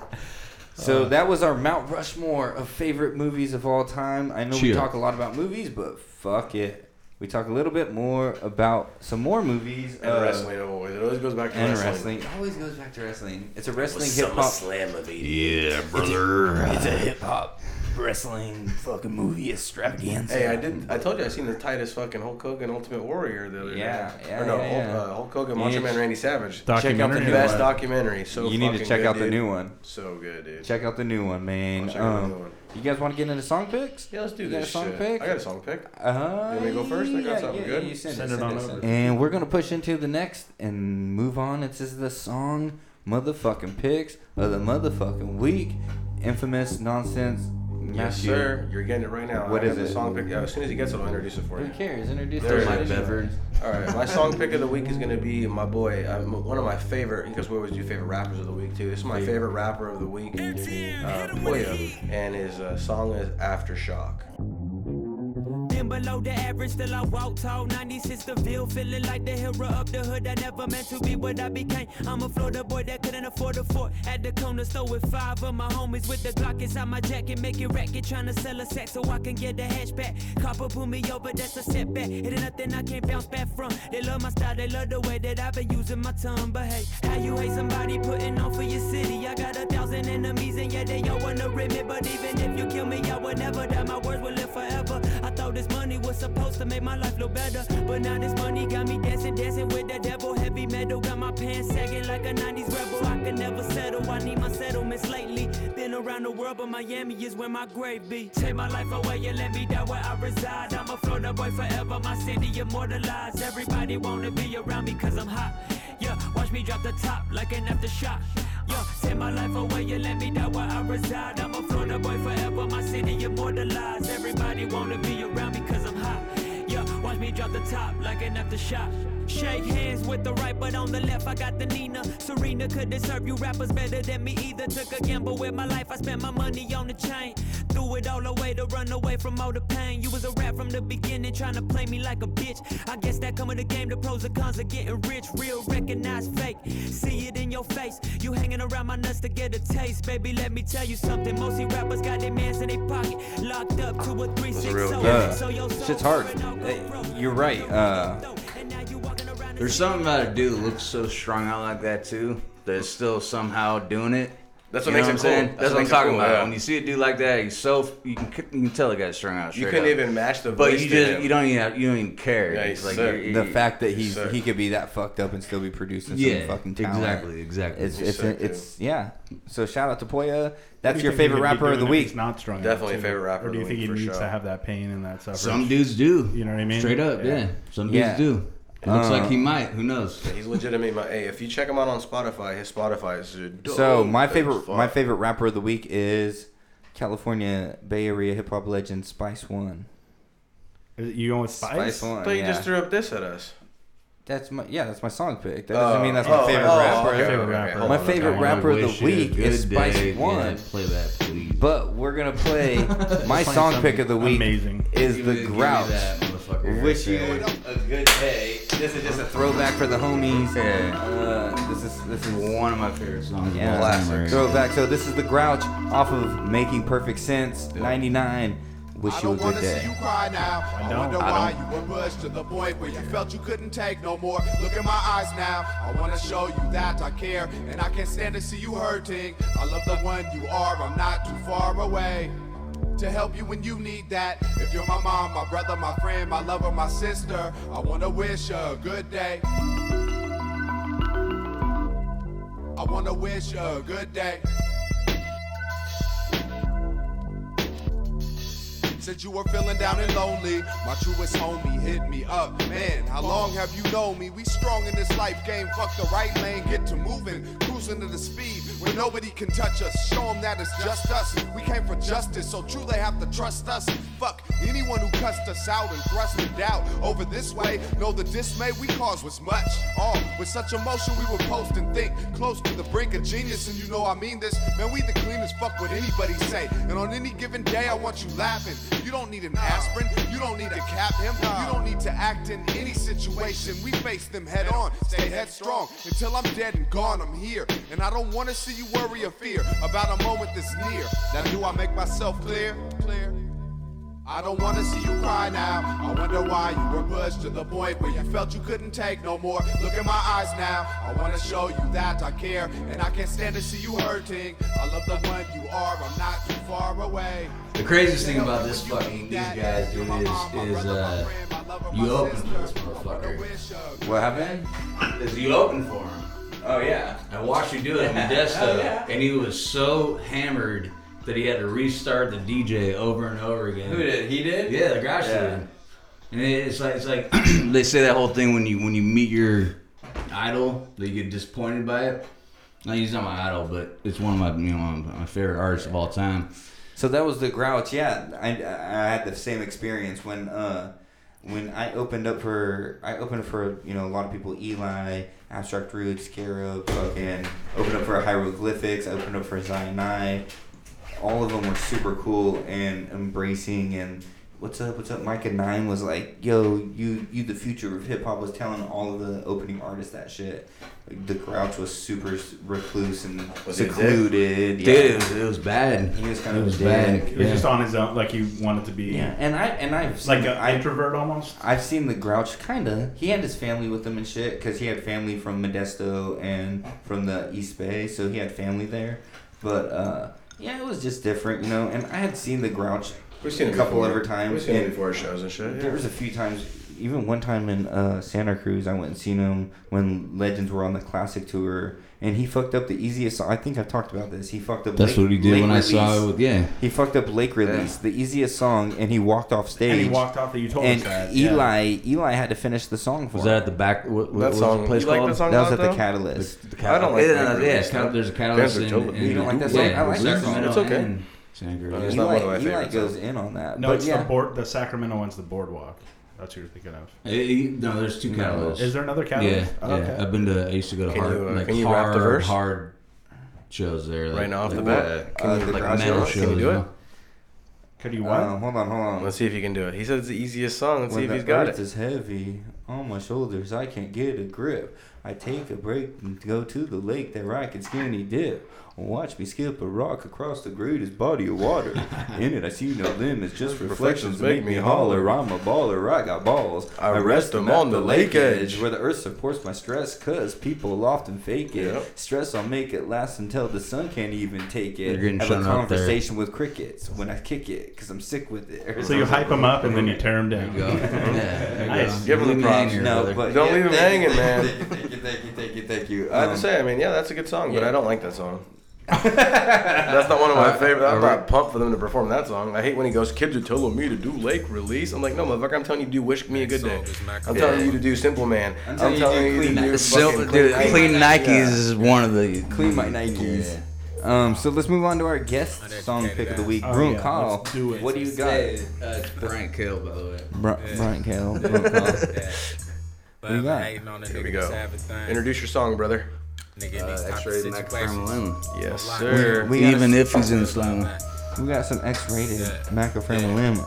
[SPEAKER 4] So that was our Mount Rushmore of favorite movies of all time. I know we
[SPEAKER 11] Cheer.
[SPEAKER 4] talk a lot about movies, but fuck it. We talk a little bit more about some more movies
[SPEAKER 13] And
[SPEAKER 4] uh,
[SPEAKER 13] wrestling always. It always goes back to
[SPEAKER 4] and
[SPEAKER 13] wrestling.
[SPEAKER 4] wrestling. It always goes back to wrestling. It's a wrestling hip hop.
[SPEAKER 13] Slam of it.
[SPEAKER 11] Yeah, brother.
[SPEAKER 4] It's a hip hop wrestling fucking movie extravaganza.
[SPEAKER 13] Hey, I did. I told you I seen the tightest fucking Hulk Hogan Ultimate Warrior the other
[SPEAKER 4] Yeah,
[SPEAKER 13] day.
[SPEAKER 4] yeah,
[SPEAKER 13] Or no,
[SPEAKER 4] yeah,
[SPEAKER 13] Hulk,
[SPEAKER 4] yeah.
[SPEAKER 13] Uh, Hulk Hogan, Macho
[SPEAKER 4] Yeah.
[SPEAKER 13] Man, Randy Savage.
[SPEAKER 4] Check out the
[SPEAKER 14] Documentary
[SPEAKER 4] new
[SPEAKER 13] Best
[SPEAKER 4] one.
[SPEAKER 13] documentary. So
[SPEAKER 4] you need to
[SPEAKER 13] fucking
[SPEAKER 4] check
[SPEAKER 13] good,
[SPEAKER 4] out the
[SPEAKER 13] dude.
[SPEAKER 4] new one.
[SPEAKER 13] So good, dude.
[SPEAKER 4] Check out the new one, man.
[SPEAKER 13] I'll check out the new
[SPEAKER 4] Um,
[SPEAKER 13] one.
[SPEAKER 4] you guys want to get into song picks?
[SPEAKER 13] Yeah, let's do
[SPEAKER 4] You got
[SPEAKER 13] this
[SPEAKER 4] a song
[SPEAKER 13] shit.
[SPEAKER 4] pick?
[SPEAKER 13] I got a song pick.
[SPEAKER 4] Uh,
[SPEAKER 13] You want me to go first? I got something good.
[SPEAKER 4] you send
[SPEAKER 14] Send
[SPEAKER 4] it,
[SPEAKER 14] it
[SPEAKER 4] send
[SPEAKER 14] on
[SPEAKER 4] it,
[SPEAKER 14] over.
[SPEAKER 4] send it. And we're gonna push into the next and move on. This is the song motherfucking picks of the motherfucking week. Infamous nonsense.
[SPEAKER 13] Yes,
[SPEAKER 4] Matthew.
[SPEAKER 13] sir. You're getting it right now.
[SPEAKER 4] What
[SPEAKER 13] I
[SPEAKER 4] is
[SPEAKER 13] have the
[SPEAKER 4] it?
[SPEAKER 13] Song pick. As soon as he gets it, I'll introduce it for
[SPEAKER 4] Who
[SPEAKER 13] you.
[SPEAKER 4] cares? Introduce
[SPEAKER 13] There
[SPEAKER 4] the
[SPEAKER 13] it
[SPEAKER 4] mic.
[SPEAKER 13] is. All right, my song pick of the week is gonna be my boy, uh, m- one of my favorite because we always do favorite rappers of the week too. This is my favorite rapper of the week, uh, Poya, and his uh, song is "Aftershock."
[SPEAKER 5] Dip Even below the average, still I walk tall. 96 the Ville, feeling like the hero of the hood. I never meant to be what I became. I'm a Florida boy that couldn't afford a fort. At the corner store with five of my homies with the Glock inside my jacket, making racket, trying to sell a sack so I can get a hatchback. Copper pull me over, that's a setback. It ain't nothing I can't bounce back from. They love my style, they love the way that I've been using my tongue. But hey, how you hate somebody putting on for your city? I got a thousand enemies, and yeah, they all wanna rip me. But even if you kill me, I would never die. My words will live forever. I thought this money was supposed to make my life look better. But now this money got me dancing, dancing with the devil. Heavy metal got my pants sagging like a 90s rebel. I can never settle, I need my settlements lately. Been around the world, but Miami is where my grave be. Take my life away and let me die where I reside. I'm a Florida boy forever, my city immortalized. Everybody wanna be around me cause I'm hot. Yeah, watch me drop the top like an aftershock. Yeah, take my life away and let me die where I reside. I'm a Florida boy forever, my city immortalized. Everybody wanna be around me cause I'm hot. Yeah, watch me drop the top like an aftershock. Shake hands with the right, but on the left I got the Nina. Serena couldn't serve you rappers better than me either. Took a gamble with my life, I spent my money on the chain. Threw it all away to run away from all the pain. You was a rat from the beginning, trying to play me like a bitch. I guess that come with the game, the pros and cons of getting rich. Real, recognize fake. See it in your face. You hanging around my nuts to get a taste, baby. Let me tell you something. Mostly rappers got their mans in their pocket, locked up to a three six.
[SPEAKER 4] real.
[SPEAKER 5] your soul
[SPEAKER 4] Shit's hard.
[SPEAKER 11] You're right. Uh, there's something about a dude that looks so strung out like that too. That's still somehow doing it.
[SPEAKER 13] That's
[SPEAKER 11] You
[SPEAKER 13] what
[SPEAKER 11] know
[SPEAKER 13] makes him
[SPEAKER 11] I'm saying?
[SPEAKER 13] cool.
[SPEAKER 11] That's, what I'm
[SPEAKER 13] makes him
[SPEAKER 11] talking
[SPEAKER 13] cool,
[SPEAKER 11] about.
[SPEAKER 13] yeah.
[SPEAKER 11] When you see a dude like that, he's so you can you can tell the guy's strung out.
[SPEAKER 13] You
[SPEAKER 11] straight
[SPEAKER 13] couldn't
[SPEAKER 11] up.
[SPEAKER 13] even match the
[SPEAKER 11] But
[SPEAKER 13] voice
[SPEAKER 11] you
[SPEAKER 13] to
[SPEAKER 11] just
[SPEAKER 13] him.
[SPEAKER 11] you don't even have, you don't even care.
[SPEAKER 13] Yeah,
[SPEAKER 11] It's
[SPEAKER 13] he's
[SPEAKER 11] like
[SPEAKER 13] sick.
[SPEAKER 11] you're-
[SPEAKER 4] the
[SPEAKER 11] you're-
[SPEAKER 4] fact that he's
[SPEAKER 11] Sick.
[SPEAKER 4] he could be that fucked up and still be producing
[SPEAKER 11] Yeah,
[SPEAKER 4] some fucking talent.
[SPEAKER 11] exactly, exactly.
[SPEAKER 4] It's
[SPEAKER 11] He's
[SPEAKER 4] it's,
[SPEAKER 11] sick,
[SPEAKER 4] it's yeah. So shout out to Poya. That's
[SPEAKER 14] do you
[SPEAKER 4] your
[SPEAKER 14] think he'd
[SPEAKER 4] favorite
[SPEAKER 14] be
[SPEAKER 4] rapper of
[SPEAKER 14] doing
[SPEAKER 4] the
[SPEAKER 14] if
[SPEAKER 4] week.
[SPEAKER 14] he's not strung out, too? Or do you think he needs to have that pain and that suffering?
[SPEAKER 11] Some dudes do.
[SPEAKER 14] You know what I mean?
[SPEAKER 11] Straight up, yeah. Some dudes
[SPEAKER 14] Yeah.
[SPEAKER 11] do. It looks
[SPEAKER 4] Uh,
[SPEAKER 11] like he might. Who knows?
[SPEAKER 13] Yeah, he's legitimately my. Hey, if you check him out on Spotify, his Spotify is dope
[SPEAKER 4] So my
[SPEAKER 13] as
[SPEAKER 4] favorite
[SPEAKER 13] Oh, fuck.
[SPEAKER 4] my favorite rapper of the week is California Bay Area hip hop legend Spice One.
[SPEAKER 14] You going with Spice?
[SPEAKER 4] Spice One.
[SPEAKER 13] But you
[SPEAKER 4] yeah.
[SPEAKER 13] just threw up this at us.
[SPEAKER 4] That's my yeah. That's my song pick. That doesn't
[SPEAKER 13] Oh,
[SPEAKER 4] mean that's my
[SPEAKER 13] oh,
[SPEAKER 4] favorite
[SPEAKER 13] oh,
[SPEAKER 4] rapper.
[SPEAKER 13] okay, Favorite okay, rapper. okay.
[SPEAKER 4] My
[SPEAKER 13] Hold on,
[SPEAKER 4] favorite
[SPEAKER 13] okay.
[SPEAKER 4] rapper of
[SPEAKER 11] Wish
[SPEAKER 4] the
[SPEAKER 11] you a
[SPEAKER 4] week is
[SPEAKER 11] good
[SPEAKER 4] Spice
[SPEAKER 11] day.
[SPEAKER 4] One.
[SPEAKER 11] Yeah, play that, please.
[SPEAKER 4] But we're gonna play my
[SPEAKER 11] Play
[SPEAKER 4] song
[SPEAKER 11] something
[SPEAKER 4] pick of the week.
[SPEAKER 11] amazing.
[SPEAKER 4] Is
[SPEAKER 11] Give me-
[SPEAKER 4] the
[SPEAKER 11] give me
[SPEAKER 4] Grouch.
[SPEAKER 11] that motherfucker right
[SPEAKER 4] Wish you
[SPEAKER 11] there.
[SPEAKER 4] a good day. This is just a throwback for the homies. Uh, this is this is
[SPEAKER 11] one of my favorite songs.
[SPEAKER 4] Yeah,
[SPEAKER 11] Classic.
[SPEAKER 4] throwback. So this is the Grouch off of Making Perfect Sense '99. Wish you a good day.
[SPEAKER 2] you cry now. I,
[SPEAKER 4] don't.
[SPEAKER 2] wonder
[SPEAKER 4] I
[SPEAKER 2] why
[SPEAKER 4] don't.
[SPEAKER 2] you were pushed to the point where you felt you couldn't take no more. Look in my eyes now. I wanna show you that I care, and I can't stand to see you hurting. I love the one you are. I'm not too far away. To help you when you need that. If you're my mom, my brother, my friend, my lover, my sister, I wanna wish you a good day. I wanna wish you a good day. Said you were feeling down and lonely. My truest homie hit me up. Man, how long have you known me? We strong in this life game. Fuck the right lane, get to moving. Cruising to the speed where nobody can touch us. Show 'em that it's just us. We came for justice, so true they have to trust us. Fuck anyone who cussed us out and thrusted doubt over this way. Know the dismay we caused was much. All with such emotion we would post and think. Close to the brink of genius, and you know I mean this. Man, we the cleanest fuck what anybody say. And on any given day, I want you laughing. You don't need an aspirin. You don't need to cap him. You don't need to act in any situation. We face them head on. Stay headstrong until I'm dead and gone. I'm here, and I don't want to see you worry or fear about a moment that's near. Now, do I make myself clear? Clear. I don't wanna see you cry now. I wonder why you were pushed to the point where you felt you couldn't take no more. Look in my eyes now. I wanna show you that I care, and I can't stand to see you hurting. I love the one you are. I'm not too far away.
[SPEAKER 11] The craziest thing about this fucking these guys, dude, is is uh, you open for this motherfucker.
[SPEAKER 4] What happened?
[SPEAKER 11] Is you open for him?
[SPEAKER 4] Oh, yeah.
[SPEAKER 11] I watched you do it in
[SPEAKER 4] Yeah.
[SPEAKER 11] Modesto,
[SPEAKER 4] Oh, yeah.
[SPEAKER 11] and he was so hammered that he had to restart the DJ over and over again.
[SPEAKER 4] Who did? He did?
[SPEAKER 11] Yeah, the garage
[SPEAKER 4] Yeah.
[SPEAKER 11] did. And it- it's like it's like they say that whole thing when you when you meet your idol that you get disappointed by it. Not he's not my idol, but it's one of my you know my favorite artists of all time.
[SPEAKER 4] So that was the Grouch. Yeah, I, I had the same experience when uh, when I opened up for I opened for you know a lot of people Eli, Abstract Roots, Scarab, and opened up for Hieroglyphics. I opened up for Zion Nine. All of them were super cool and embracing and what's up, what's up, Micah Nine was like, yo, you, you, the future of hip hop was telling all of the opening artists that shit. Like, the Grouch was super s- recluse and
[SPEAKER 25] Was he a dick?
[SPEAKER 4] secluded.
[SPEAKER 25] Dude, it was- it was bad.
[SPEAKER 4] He was kind
[SPEAKER 25] It
[SPEAKER 4] of
[SPEAKER 25] was
[SPEAKER 4] a
[SPEAKER 25] bad.
[SPEAKER 4] dick.
[SPEAKER 14] He was just on his own, like he wanted to be.
[SPEAKER 4] Yeah, and I and I've
[SPEAKER 14] like
[SPEAKER 4] seen-
[SPEAKER 14] an
[SPEAKER 4] I-
[SPEAKER 14] introvert almost.
[SPEAKER 4] I've seen the Grouch kind of. He had his family with him and shit because he had family from Modesto and from the East Bay, so he had family there. But uh, yeah, it was just different, you know. And I had seen the Grouch
[SPEAKER 13] We've seen
[SPEAKER 4] a
[SPEAKER 13] it
[SPEAKER 4] couple
[SPEAKER 13] before.
[SPEAKER 4] other times.
[SPEAKER 13] We've seen it
[SPEAKER 4] and
[SPEAKER 13] before at shows and shit, yeah.
[SPEAKER 4] There was a few times, even one time in uh, Santa Cruz, I went and seen him when Legends were on the Classic tour. And he fucked up the easiest. song. I think I've talked about this. He fucked up.
[SPEAKER 25] That's what he did when I saw
[SPEAKER 4] release.
[SPEAKER 25] it with- yeah.
[SPEAKER 4] He fucked up Lake release, the easiest song, and he walked off stage.
[SPEAKER 14] And he walked off the- you told
[SPEAKER 4] and
[SPEAKER 14] us that, yeah.
[SPEAKER 4] Eli Eli had to finish the song for
[SPEAKER 25] Was
[SPEAKER 4] him.
[SPEAKER 25] that at the back? What, what was the place
[SPEAKER 4] You like
[SPEAKER 25] called?
[SPEAKER 4] that song That was a lot, at the though? Catalyst.
[SPEAKER 25] The, the
[SPEAKER 4] I don't like
[SPEAKER 25] Catalyst.
[SPEAKER 4] that
[SPEAKER 25] yeah,
[SPEAKER 4] release.
[SPEAKER 25] Cal- there's a
[SPEAKER 4] Bands
[SPEAKER 25] catalyst.
[SPEAKER 4] are
[SPEAKER 25] in-
[SPEAKER 4] dope.
[SPEAKER 25] in-
[SPEAKER 4] You don't like that
[SPEAKER 25] yeah,
[SPEAKER 4] song? I like that song.
[SPEAKER 25] Sacramento
[SPEAKER 4] It's okay.
[SPEAKER 25] and Santa Cruz.
[SPEAKER 4] It's not one of my Eli- Eli favorites, goes though. in on that,
[SPEAKER 14] No,
[SPEAKER 4] but
[SPEAKER 14] it's
[SPEAKER 4] yeah.
[SPEAKER 14] the board. The Sacramento one's the boardwalk. That's what you're thinking of.
[SPEAKER 25] Eh, eh, no, there's two catalysts.
[SPEAKER 14] Is there another catalyst?
[SPEAKER 25] Yeah,
[SPEAKER 14] Oh, okay.
[SPEAKER 25] yeah. I've been to. I used to go to
[SPEAKER 14] Can
[SPEAKER 25] hard,
[SPEAKER 14] you, uh,
[SPEAKER 25] like
[SPEAKER 14] can you
[SPEAKER 25] hard,
[SPEAKER 14] rap the verse?
[SPEAKER 25] hard shows there. Like,
[SPEAKER 13] Right now off
[SPEAKER 25] like,
[SPEAKER 13] the bat.
[SPEAKER 25] uh,
[SPEAKER 13] Can you-
[SPEAKER 25] like
[SPEAKER 13] Groucho,
[SPEAKER 25] metal
[SPEAKER 13] can
[SPEAKER 25] shows.
[SPEAKER 13] you do
[SPEAKER 25] know?
[SPEAKER 13] it?
[SPEAKER 14] Could you
[SPEAKER 4] what? Uh, hold on, hold on.
[SPEAKER 13] Let's see if you can do it. He said it's the easiest song. Let's
[SPEAKER 4] when
[SPEAKER 13] see if
[SPEAKER 4] the
[SPEAKER 13] he's got
[SPEAKER 4] earth
[SPEAKER 13] it.
[SPEAKER 4] is heavy on my shoulders, I can't get a grip. I take a break and go to the lake that I can skinny dip. Watch me skip a rock across the greatest body of water. In it, I see no limits, just reflections make me holler. I'm a baller, I got balls.
[SPEAKER 13] I
[SPEAKER 4] rest
[SPEAKER 13] rest 'em
[SPEAKER 4] 'em at
[SPEAKER 13] on the lake edge.
[SPEAKER 4] where the earth supports my stress, cause people often fake it.
[SPEAKER 13] Yep.
[SPEAKER 4] Stress, I'll make it last until the sun can't even take it.
[SPEAKER 25] You're getting
[SPEAKER 4] Have a
[SPEAKER 25] shown out there.
[SPEAKER 4] conversation with crickets when I kick it, cause I'm sick with it.
[SPEAKER 14] So you hype 'em up and then you tear 'em
[SPEAKER 4] There you
[SPEAKER 14] down.
[SPEAKER 4] go.
[SPEAKER 14] Yeah, Nice.
[SPEAKER 13] Give him the props.
[SPEAKER 4] No, but
[SPEAKER 13] don't
[SPEAKER 4] yeah,
[SPEAKER 13] leave him
[SPEAKER 4] thank
[SPEAKER 13] hanging,
[SPEAKER 4] you,
[SPEAKER 13] man.
[SPEAKER 4] thank you, Thank you, thank you, thank you, thank you.
[SPEAKER 13] I have
[SPEAKER 4] Um,
[SPEAKER 13] to say, I mean, yeah, that's a good song, but
[SPEAKER 4] yeah.
[SPEAKER 13] I don't like that song. that's not one of my
[SPEAKER 25] Uh,
[SPEAKER 13] favorite. I'm
[SPEAKER 25] are
[SPEAKER 13] not pumped for them to perform that song. I hate when he goes, "Kids are telling me to do Lake Release." I'm like, no, motherfucker, I'm telling you to do "Wish Me a Good Day." I'm telling you to do "Simple Man." I'm
[SPEAKER 25] Until you do
[SPEAKER 13] telling you
[SPEAKER 25] Clean
[SPEAKER 13] to do
[SPEAKER 25] Nikes. Silver-
[SPEAKER 13] fucking
[SPEAKER 25] dude, Clean Nikes
[SPEAKER 13] Yeah.
[SPEAKER 25] is one of the
[SPEAKER 4] clean my Nikes. Um, so let's move on to our guest song pick of the week,
[SPEAKER 11] Oh,
[SPEAKER 4] Bruin
[SPEAKER 14] Oh,
[SPEAKER 4] Kyle. What do you got?
[SPEAKER 25] Uh, it's Brian Kale, by the way.
[SPEAKER 4] Bri- Brian Kale. Bruin Kyle. What do you got?
[SPEAKER 13] Here we go. Introduce your song, brother.
[SPEAKER 25] Uh, X-rated Max
[SPEAKER 4] Hmm.
[SPEAKER 25] Carmelone.
[SPEAKER 13] Yes,
[SPEAKER 25] We-
[SPEAKER 13] sir.
[SPEAKER 25] we even if he's in Islam.
[SPEAKER 4] We got some X-rated Macaframa Lima.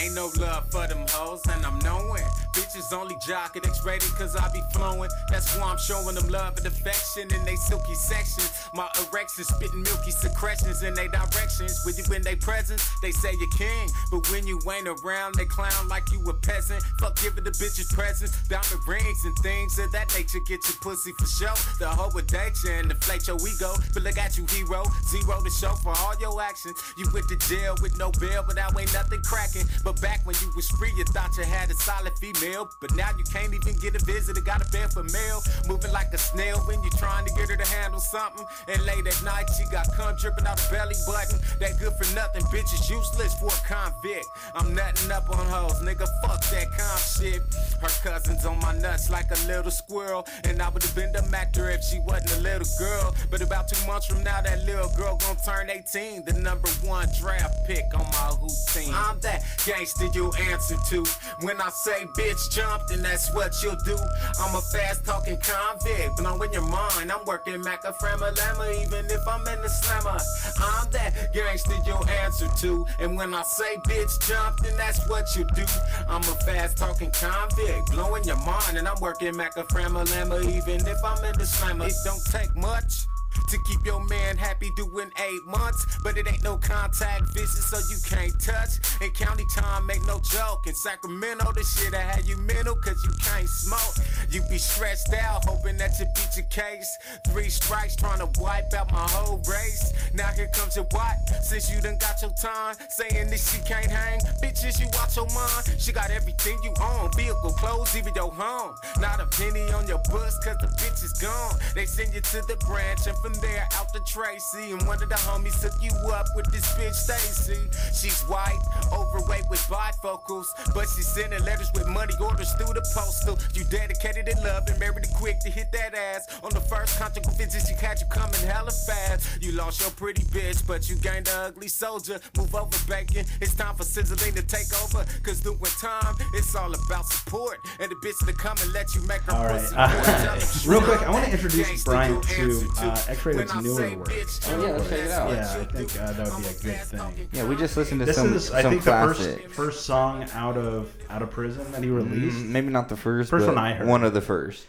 [SPEAKER 26] Ain't no love for them hoes, and I'm knowing. Bitches only jockin' X-rated cause I be flowing. That's why I'm showing them love and affection in they silky sections. My erections spitting milky secretions in they directions. When you in they presence, they say you're king. But when you ain't around, they clown like you a peasant. Fuck giving the bitches presents, diamond rings and things of that nature. Get your pussy for show. The hoe would date you and deflate your ego. But look at you, hero. Zero to show for all your actions. You went to jail with no bail, but now ain't nothing cracking. But back when you was free, you thought you had a solid female. But now you can't even get a visitor, got a bed for mail. Moving like a snail when you trying to get her to handle something. And late at night, she got cum dripping out her belly button. That good for nothing, bitch is useless for a convict. I'm nutting up on hoes, nigga, fuck that comp shit. Her cousins on my nuts like a little squirrel. And I would have been the actor if she wasn't a little girl. But about two months from now, that little girl gonna turn 18. The number one draft pick on my who team. I'm that gangster you answer to. When I say bitch jump, then that's what you'll do. I'm a fast talking convict, blowing your mind. I'm working Macaframa Lama, even if I'm in the slammer. I'm that gangster you answer to. And when I say bitch jump, then that's what you do. I'm a fast talking convict, blowing your mind. And I'm working Macaframa Lama, even if I'm in the slammer. It don't take much. To keep your man happy doing eight months, but it ain't no contact visit, so you can't touch. And county time make no joke. In Sacramento, this shit I had you mental, cause you can't smoke. You be stressed out, hoping that you beat your case. Three strikes trying to wipe out my whole race. Now here comes your wife, since you done got your time. Saying that she can't hang, bitches, you out your mind. She got everything you own, vehicle, clothes, even your home. Not a penny on your bus, cause the bitch is gone. They send you to the branch, and from there out to Tracy. And one of the homies hook you up with this bitch, Stacy. She's white, overweight with bifocals, but she's sending letters with money orders through the postal. You dedicated in love and married it quick to hit that ass. On the first conjugal visit, she had you coming hella fast. You lost your pretty bitch, but you gained an ugly soldier. Move over, bacon. It's time for sizzling to take over. Cause doing time, it's all about support. And the bitch to come and let you make her
[SPEAKER 14] All right.
[SPEAKER 26] pussy.
[SPEAKER 14] Uh, real quick, I want to introduce Brian to uh, X afraid it's newer work.
[SPEAKER 4] Oh, yeah, let's check it out.
[SPEAKER 14] Yeah, I think uh, that would be a good thing.
[SPEAKER 4] Yeah, we just listened to
[SPEAKER 14] this
[SPEAKER 4] some-
[SPEAKER 14] is, I
[SPEAKER 4] some
[SPEAKER 14] think the
[SPEAKER 4] classics.
[SPEAKER 14] first first song out of out of prison that he released.
[SPEAKER 4] Mm, maybe not the first,
[SPEAKER 14] First
[SPEAKER 4] but
[SPEAKER 14] one I heard.
[SPEAKER 4] one of the first.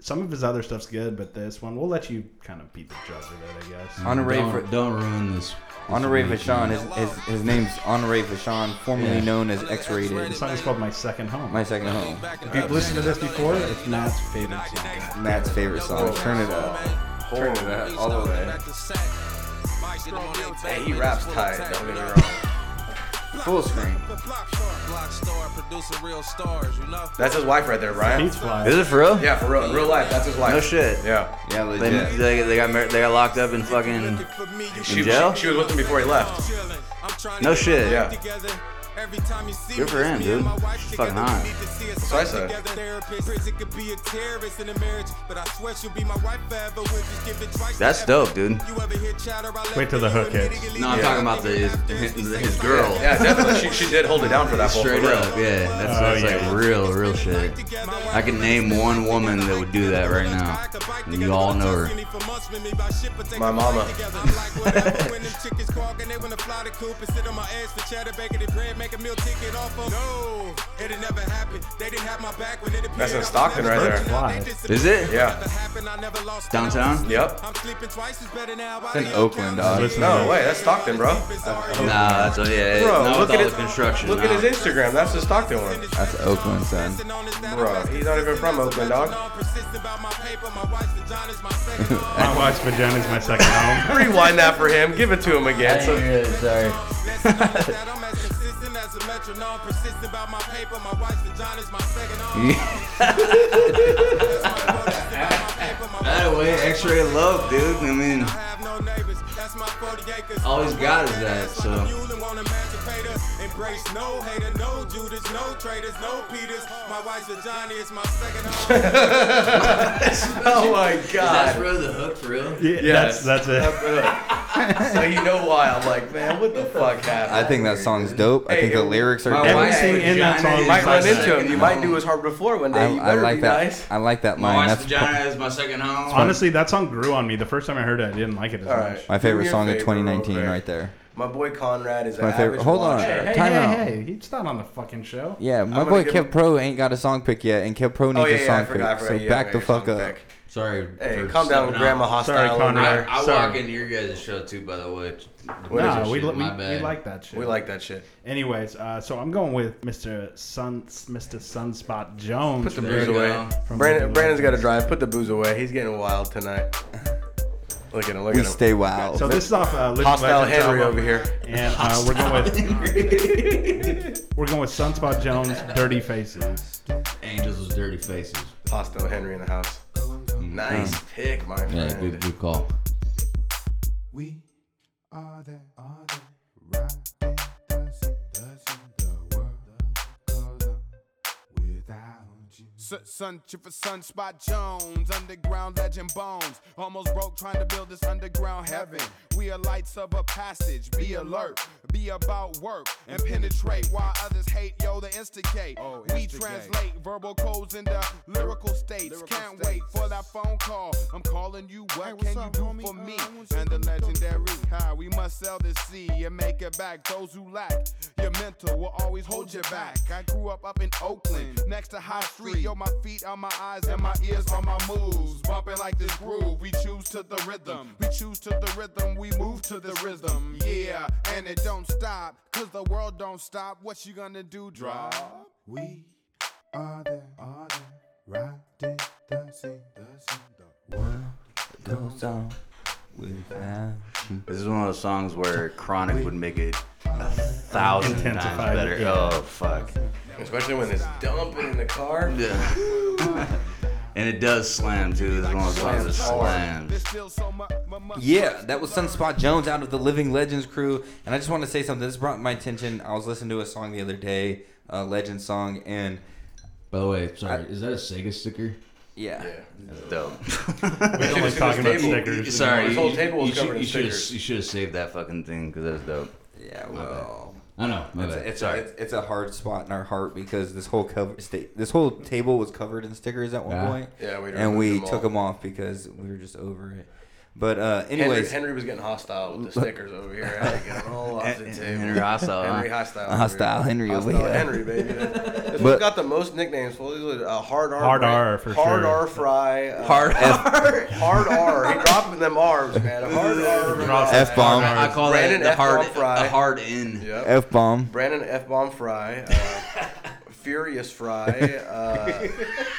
[SPEAKER 14] Some of his other stuff's good, but this one we'll let you kind of beat the judge of it, I guess.
[SPEAKER 4] Honoré
[SPEAKER 14] Don't-
[SPEAKER 4] for,
[SPEAKER 27] don't ruin this.
[SPEAKER 4] Honoré
[SPEAKER 14] this
[SPEAKER 4] Vachon, his,
[SPEAKER 14] amazing-
[SPEAKER 4] his, his name's Honoré Vachon, formerly
[SPEAKER 14] Yeah.
[SPEAKER 4] known as X-Rated.
[SPEAKER 14] The song is called My Second Home.
[SPEAKER 4] My Second Home.
[SPEAKER 14] If you've listened to this before, it's Matt's favorite song.
[SPEAKER 4] Matt's favorite song. Turn it up. Turn it up all the way.
[SPEAKER 13] Hey, he raps tight. Don't get me wrong.
[SPEAKER 4] Full screen.
[SPEAKER 13] That's his wife right there, Brian.
[SPEAKER 14] He's fly.
[SPEAKER 11] Is it for real?
[SPEAKER 13] Yeah, for real. In real life, that's his wife.
[SPEAKER 11] No shit.
[SPEAKER 13] Yeah.
[SPEAKER 11] Yeah,
[SPEAKER 13] legit.
[SPEAKER 11] They, they, they got mar- they got locked up in fucking in
[SPEAKER 13] She,
[SPEAKER 11] jail.
[SPEAKER 13] she, she was with him before he left.
[SPEAKER 11] no shit.
[SPEAKER 13] Yeah.
[SPEAKER 11] Good for him, dude. It's fucking hot.
[SPEAKER 13] That's what I said.
[SPEAKER 11] That's dope, dude.
[SPEAKER 14] Wait till the hook hits.
[SPEAKER 11] No, I'm
[SPEAKER 13] Yeah.
[SPEAKER 11] talking about the his, his girl.
[SPEAKER 13] Yeah, definitely. She, she did hold it down for that fool, for
[SPEAKER 11] Straight
[SPEAKER 13] real.
[SPEAKER 11] up, yeah. That's,
[SPEAKER 13] Oh,
[SPEAKER 11] that's
[SPEAKER 13] yeah.
[SPEAKER 11] like real, real shit. I can name one woman that would do that right now. And you all know her.
[SPEAKER 13] My mama. That's in Stockton right there.
[SPEAKER 11] Is it?
[SPEAKER 13] Yeah.
[SPEAKER 11] Downtown?
[SPEAKER 13] Yep.
[SPEAKER 4] It's in Oakland,
[SPEAKER 14] Uh,
[SPEAKER 4] dog.
[SPEAKER 13] No way. That's Stockton, bro.
[SPEAKER 11] Nah, that's yeah.
[SPEAKER 13] Bro,
[SPEAKER 11] now
[SPEAKER 13] look at it-
[SPEAKER 11] it's all the construction.
[SPEAKER 13] Look
[SPEAKER 11] now.
[SPEAKER 13] at his Instagram. That's the Stockton one.
[SPEAKER 4] That's Oakland, son.
[SPEAKER 13] Bro, he's not even from Oakland, dog.
[SPEAKER 14] My wife's vagina is my second home.
[SPEAKER 13] Rewind that for him. Give it to him again. So,
[SPEAKER 11] sorry. That way, X-ray love, dude. I mean, always got is that. So
[SPEAKER 13] oh my god.
[SPEAKER 11] that's really the hook for real.
[SPEAKER 14] Yeah,
[SPEAKER 13] Yes.
[SPEAKER 14] that's, that's it.
[SPEAKER 13] That's- so you know why I'm like, man, what the fuck happened?
[SPEAKER 4] I think that song's dope. I
[SPEAKER 13] Hey,
[SPEAKER 4] think the
[SPEAKER 13] it-
[SPEAKER 4] lyrics are
[SPEAKER 11] my
[SPEAKER 4] dope.
[SPEAKER 11] wife-
[SPEAKER 14] Everything in that
[SPEAKER 11] vagina
[SPEAKER 14] song
[SPEAKER 13] You
[SPEAKER 11] is
[SPEAKER 14] is
[SPEAKER 13] might
[SPEAKER 11] my
[SPEAKER 13] run into
[SPEAKER 11] second
[SPEAKER 13] him. You might
[SPEAKER 11] home.
[SPEAKER 13] do his hard before one day.
[SPEAKER 4] I,
[SPEAKER 13] You
[SPEAKER 4] I
[SPEAKER 13] better
[SPEAKER 4] like
[SPEAKER 13] be
[SPEAKER 4] that.
[SPEAKER 13] nice.
[SPEAKER 4] I like that
[SPEAKER 11] My
[SPEAKER 4] line.
[SPEAKER 11] wife's
[SPEAKER 4] That's
[SPEAKER 11] vagina is my second home.
[SPEAKER 14] Honestly, that song grew on me. The first time I heard it, I didn't like it as
[SPEAKER 13] All
[SPEAKER 14] much.
[SPEAKER 13] right.
[SPEAKER 4] my
[SPEAKER 13] Do
[SPEAKER 4] favorite
[SPEAKER 13] me a
[SPEAKER 4] song of
[SPEAKER 13] favor
[SPEAKER 4] 2019,
[SPEAKER 13] real quick.
[SPEAKER 4] right there.
[SPEAKER 13] My boy Conrad is
[SPEAKER 4] my
[SPEAKER 13] an
[SPEAKER 4] favorite-
[SPEAKER 13] average
[SPEAKER 4] hold on.
[SPEAKER 13] watcher.
[SPEAKER 14] Hey, hey,
[SPEAKER 4] Time
[SPEAKER 14] hey,
[SPEAKER 4] out.
[SPEAKER 14] hey, he's not on the fucking show.
[SPEAKER 4] Yeah, my
[SPEAKER 13] I'm
[SPEAKER 4] boy
[SPEAKER 13] gonna give
[SPEAKER 4] Kev Pro ain't got a song pick yet, and Kev Pro needs
[SPEAKER 13] Oh yeah,
[SPEAKER 4] a
[SPEAKER 13] yeah,
[SPEAKER 4] song
[SPEAKER 13] I forgot. I
[SPEAKER 4] pick.
[SPEAKER 13] forgot.
[SPEAKER 4] So
[SPEAKER 13] Yeah,
[SPEAKER 4] back
[SPEAKER 13] yeah,
[SPEAKER 4] the
[SPEAKER 13] yeah,
[SPEAKER 4] fuck
[SPEAKER 13] song
[SPEAKER 4] up.
[SPEAKER 13] pick.
[SPEAKER 11] Sorry.
[SPEAKER 13] Hey,
[SPEAKER 11] for
[SPEAKER 13] calm down,
[SPEAKER 11] stepping out.
[SPEAKER 13] Grandma
[SPEAKER 14] Sorry,
[SPEAKER 13] Hostile. over
[SPEAKER 14] Conrad.
[SPEAKER 13] there.
[SPEAKER 11] I
[SPEAKER 14] Sorry.
[SPEAKER 11] walk into your guys' show too, by the way.
[SPEAKER 13] What is
[SPEAKER 14] Nah,
[SPEAKER 13] it?
[SPEAKER 14] we,
[SPEAKER 11] Shit,
[SPEAKER 14] we,
[SPEAKER 11] my
[SPEAKER 14] we
[SPEAKER 11] bad.
[SPEAKER 14] like that shit.
[SPEAKER 13] We like that shit.
[SPEAKER 14] Anyways, uh, so I'm going with Mr. Sun, Mr. Sunspot Jones.
[SPEAKER 13] Put the
[SPEAKER 14] from-
[SPEAKER 13] booze
[SPEAKER 11] you
[SPEAKER 13] away.
[SPEAKER 11] go.
[SPEAKER 14] from
[SPEAKER 13] Brandon,
[SPEAKER 14] Blue
[SPEAKER 13] Brandon's got to
[SPEAKER 14] Lives.
[SPEAKER 13] drive. Put the booze away. He's getting wild tonight. Look at him. Look
[SPEAKER 4] We
[SPEAKER 13] at him.
[SPEAKER 4] stay wild.
[SPEAKER 14] So this is off uh, Living
[SPEAKER 13] Hostile
[SPEAKER 14] Legends
[SPEAKER 13] Henry
[SPEAKER 14] album,
[SPEAKER 13] over here.
[SPEAKER 14] and uh, we're going with we're going with Sunspot Jones, Dirty Faces.
[SPEAKER 11] Angels was dirty faces. Mm-hmm.
[SPEAKER 13] Hostile Henry in the house. Nice pick, my friend.
[SPEAKER 11] Um, Yeah, good, good call.
[SPEAKER 7] We are the, are the right doesn't, doesn't the world go on without you?
[SPEAKER 28] Sun, sun for Sunspot Jones, underground legend bones. Almost broke trying to build this underground heaven. We are lights of a passage. Be alert, be about work and penetrate while others hate. Yo, the instigate.
[SPEAKER 20] Oh.
[SPEAKER 28] We translate verbal codes into lyrical states. Can't wait for that phone call. I'm calling you. What can you do for me? And the legendary high. We must sell the sea and make it back. Those who lack your mental will always hold you back. I grew up up in Oakland, next to High Street. Yo, my feet on my eyes and my ears on my moves. Bumping like this groove. We choose to the rhythm. We choose to the rhythm. We move to the rhythm. Yeah, and it don't stop. Cause the world don't stop. What you gonna do, drop?
[SPEAKER 7] We are the, are the right doesn't, doesn't the world
[SPEAKER 11] Goes on without you. This is one of those songs where Chronic would make it a thousand times
[SPEAKER 14] Intensify it,
[SPEAKER 11] better.
[SPEAKER 14] yeah.
[SPEAKER 11] Oh fuck.
[SPEAKER 13] Especially when it's dumping in the car.
[SPEAKER 11] Yeah. and it does slam too. This is one of those songs that slams.
[SPEAKER 4] Yeah, that was Sunspot Jones out of the Living Legends crew. And I just want to say something. This brought my attention. I was listening to a song the other day, a Legend song, and
[SPEAKER 11] By the way, sorry, is that a Sega sticker?
[SPEAKER 4] yeah.
[SPEAKER 11] That's dope.
[SPEAKER 14] We don't like talking about stickers.
[SPEAKER 11] sorry,
[SPEAKER 13] This
[SPEAKER 11] you,
[SPEAKER 13] whole table was
[SPEAKER 11] you,
[SPEAKER 13] covered
[SPEAKER 11] should,
[SPEAKER 13] in
[SPEAKER 11] you, should have,
[SPEAKER 13] stickers.
[SPEAKER 11] you should have saved that fucking thing because that's dope.
[SPEAKER 4] Yeah, well.
[SPEAKER 11] I know. My
[SPEAKER 4] It's
[SPEAKER 11] bad.
[SPEAKER 4] a, it's, a,
[SPEAKER 11] sorry.
[SPEAKER 4] it's, it's a hard spot in our heart because this whole cover, sta- this whole table was covered in stickers at one
[SPEAKER 11] Yeah.
[SPEAKER 4] point.
[SPEAKER 13] Yeah, we
[SPEAKER 4] and we
[SPEAKER 13] removed them
[SPEAKER 4] took
[SPEAKER 13] all.
[SPEAKER 4] them off because we were just over it. But uh,
[SPEAKER 13] Henry,
[SPEAKER 4] anyways,
[SPEAKER 13] Henry was getting hostile with the Snickers over here. I had to get all off the table.
[SPEAKER 4] Henry hostile, huh?
[SPEAKER 13] Henry hostile.
[SPEAKER 4] Hostile Henry over
[SPEAKER 13] Hostile
[SPEAKER 4] here.
[SPEAKER 13] Henry, baby. If
[SPEAKER 4] But-
[SPEAKER 13] we got the most nicknames for these, uh, hard R,
[SPEAKER 14] Hard
[SPEAKER 13] Bra-
[SPEAKER 14] R, for
[SPEAKER 13] hard
[SPEAKER 14] sure.
[SPEAKER 13] R fry, uh,
[SPEAKER 14] Hard
[SPEAKER 13] R, hard R. He dropping them arms, man. Hard R.
[SPEAKER 4] F bomb.
[SPEAKER 25] I call that
[SPEAKER 13] Brandon
[SPEAKER 25] the
[SPEAKER 13] F-bomb
[SPEAKER 25] hard-
[SPEAKER 13] fry.
[SPEAKER 25] the hard N.
[SPEAKER 13] Yep.
[SPEAKER 4] F bomb.
[SPEAKER 13] Brandon F bomb fry. Uh, Furious fry.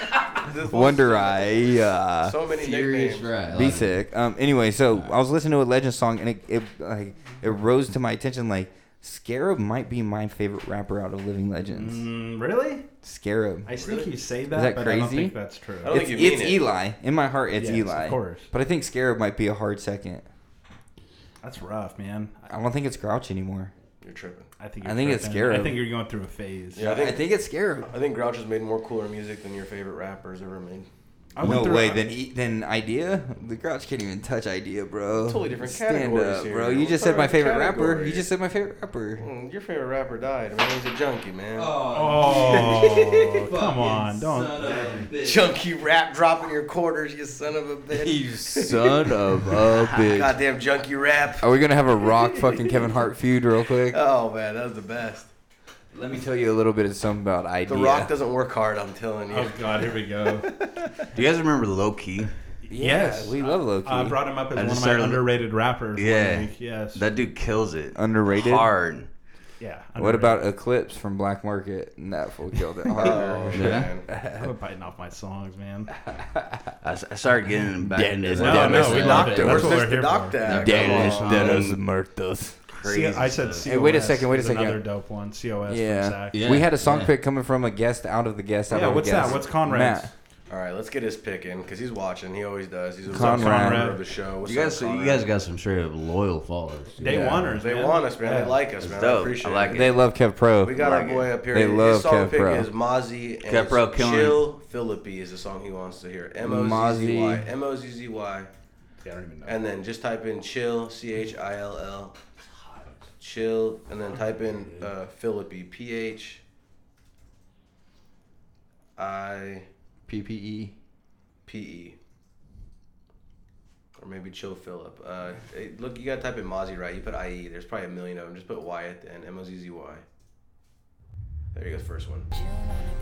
[SPEAKER 13] Uh, this-
[SPEAKER 4] Wonder Eye. Uh,
[SPEAKER 13] So many Furious nicknames. Ride, I
[SPEAKER 4] Be
[SPEAKER 13] like it.
[SPEAKER 4] sick. Um. Anyway, so I was listening to a Legend song and it, it like it rose to my attention like Scarab might be my favorite rapper out of Living Legends.
[SPEAKER 14] Mm, really?
[SPEAKER 4] Scarab.
[SPEAKER 14] I think you say
[SPEAKER 4] Is
[SPEAKER 14] that,
[SPEAKER 4] that
[SPEAKER 14] but
[SPEAKER 4] crazy?
[SPEAKER 14] I don't think that's true.
[SPEAKER 13] I don't
[SPEAKER 4] it's
[SPEAKER 13] think you mean
[SPEAKER 4] it's
[SPEAKER 13] it.
[SPEAKER 4] Eli. In my heart, it's
[SPEAKER 14] Yes, of
[SPEAKER 4] Eli.
[SPEAKER 14] course.
[SPEAKER 4] But I think Scarab might be a hard second.
[SPEAKER 14] That's rough, man.
[SPEAKER 4] I don't think it's Grouch anymore.
[SPEAKER 13] You're tripping.
[SPEAKER 14] I think
[SPEAKER 4] I think it's
[SPEAKER 14] tripping.
[SPEAKER 4] Scarab.
[SPEAKER 14] I think you're going through a phase.
[SPEAKER 13] Yeah,
[SPEAKER 4] I think it's Scarab.
[SPEAKER 13] I think Grouch has made more cooler music than your favorite rappers ever made.
[SPEAKER 4] no way. Then E- then idea. The Grouch can't even touch idea, bro.
[SPEAKER 13] Totally different
[SPEAKER 4] Stand
[SPEAKER 13] categories
[SPEAKER 4] up,
[SPEAKER 13] here.
[SPEAKER 4] bro. You
[SPEAKER 13] We're
[SPEAKER 4] just said my
[SPEAKER 13] talking
[SPEAKER 4] favorite rapper. You
[SPEAKER 13] categories.
[SPEAKER 4] just said my favorite rapper.
[SPEAKER 13] Mm, Your favorite rapper died, man. He's a junkie, man.
[SPEAKER 14] Oh, come on, don't.
[SPEAKER 13] junkie rap dropping your quarters, you son of a bitch. You
[SPEAKER 4] son of a bitch.
[SPEAKER 13] Goddamn junkie rap.
[SPEAKER 4] Are we gonna have a rock fucking Kevin Hart feud real quick?
[SPEAKER 13] Oh man, that was the best.
[SPEAKER 4] Let me tell you a little bit of something about idea.
[SPEAKER 13] The Rock doesn't work hard. I'm telling you.
[SPEAKER 14] Oh God, here we go.
[SPEAKER 25] Do you guys remember Low Key?
[SPEAKER 14] yes,
[SPEAKER 4] we love Loki.
[SPEAKER 14] I brought him up as
[SPEAKER 25] I
[SPEAKER 14] one
[SPEAKER 25] just
[SPEAKER 14] of my
[SPEAKER 25] started-
[SPEAKER 14] underrated rappers. one
[SPEAKER 25] Yeah.
[SPEAKER 14] week, Yes.
[SPEAKER 25] That dude kills it.
[SPEAKER 4] Underrated?
[SPEAKER 25] Hard.
[SPEAKER 14] yeah.
[SPEAKER 4] What about Eclipse from Black Market? And that fool killed it hard.
[SPEAKER 13] Oh, man.
[SPEAKER 14] Quit biting off my songs, man.
[SPEAKER 25] I, s- I started getting back into
[SPEAKER 4] Dennis,
[SPEAKER 25] it.
[SPEAKER 4] No, Dennis, no, we love it.
[SPEAKER 13] Doctor,
[SPEAKER 4] That's
[SPEAKER 13] where's
[SPEAKER 4] what
[SPEAKER 14] we're
[SPEAKER 13] Mr.
[SPEAKER 14] here for.
[SPEAKER 13] Doctor?
[SPEAKER 4] Dennis
[SPEAKER 13] Come on.
[SPEAKER 4] de los Muertos.
[SPEAKER 14] See, I said COS.
[SPEAKER 4] stuff. Hey, wait a second, wait a
[SPEAKER 14] is
[SPEAKER 4] second.
[SPEAKER 14] Another dope one. COS. From
[SPEAKER 4] Yeah.
[SPEAKER 14] Zach.
[SPEAKER 4] we had a song pick coming from a guest out of the guest. Out
[SPEAKER 14] Yeah,
[SPEAKER 4] of the
[SPEAKER 14] what's that?
[SPEAKER 4] guest.
[SPEAKER 14] What's Conrad's?
[SPEAKER 4] Matt.
[SPEAKER 13] All right, let's get his pick in because he's watching. He always does. He's a
[SPEAKER 4] Conrad.
[SPEAKER 13] Conrad of the show. What's
[SPEAKER 25] You guys,
[SPEAKER 13] up,
[SPEAKER 25] you guys got some straight up loyal followers.
[SPEAKER 14] They
[SPEAKER 4] Yeah.
[SPEAKER 14] want us.
[SPEAKER 13] They
[SPEAKER 14] man.
[SPEAKER 13] want us, man. They like us,
[SPEAKER 25] That's
[SPEAKER 13] man. I
[SPEAKER 25] dope.
[SPEAKER 13] appreciate
[SPEAKER 25] I like
[SPEAKER 13] it.
[SPEAKER 4] They love Kev Pro.
[SPEAKER 13] We got our boy up here.
[SPEAKER 4] They
[SPEAKER 13] His
[SPEAKER 4] love
[SPEAKER 13] song
[SPEAKER 4] Kev
[SPEAKER 13] pick
[SPEAKER 4] Pro.
[SPEAKER 13] is Mozzie and
[SPEAKER 25] Kev Pro
[SPEAKER 13] it's
[SPEAKER 25] killing
[SPEAKER 13] Chill Philippi is the song he wants to hear. M O Z Z Y. M O Z Z Y.
[SPEAKER 14] Yeah, I don't even know.
[SPEAKER 13] And then just type in Chill, C H I L L. Chill. And then type in uh, Philippi. P H I
[SPEAKER 4] PPE.
[SPEAKER 13] P E. Or maybe Chill Philip. Uh, hey, look, you gotta type in Mozzie right. You put I E. There's probably a million of them. Just put Y at the end. M O Z Z Y. There you go, first one.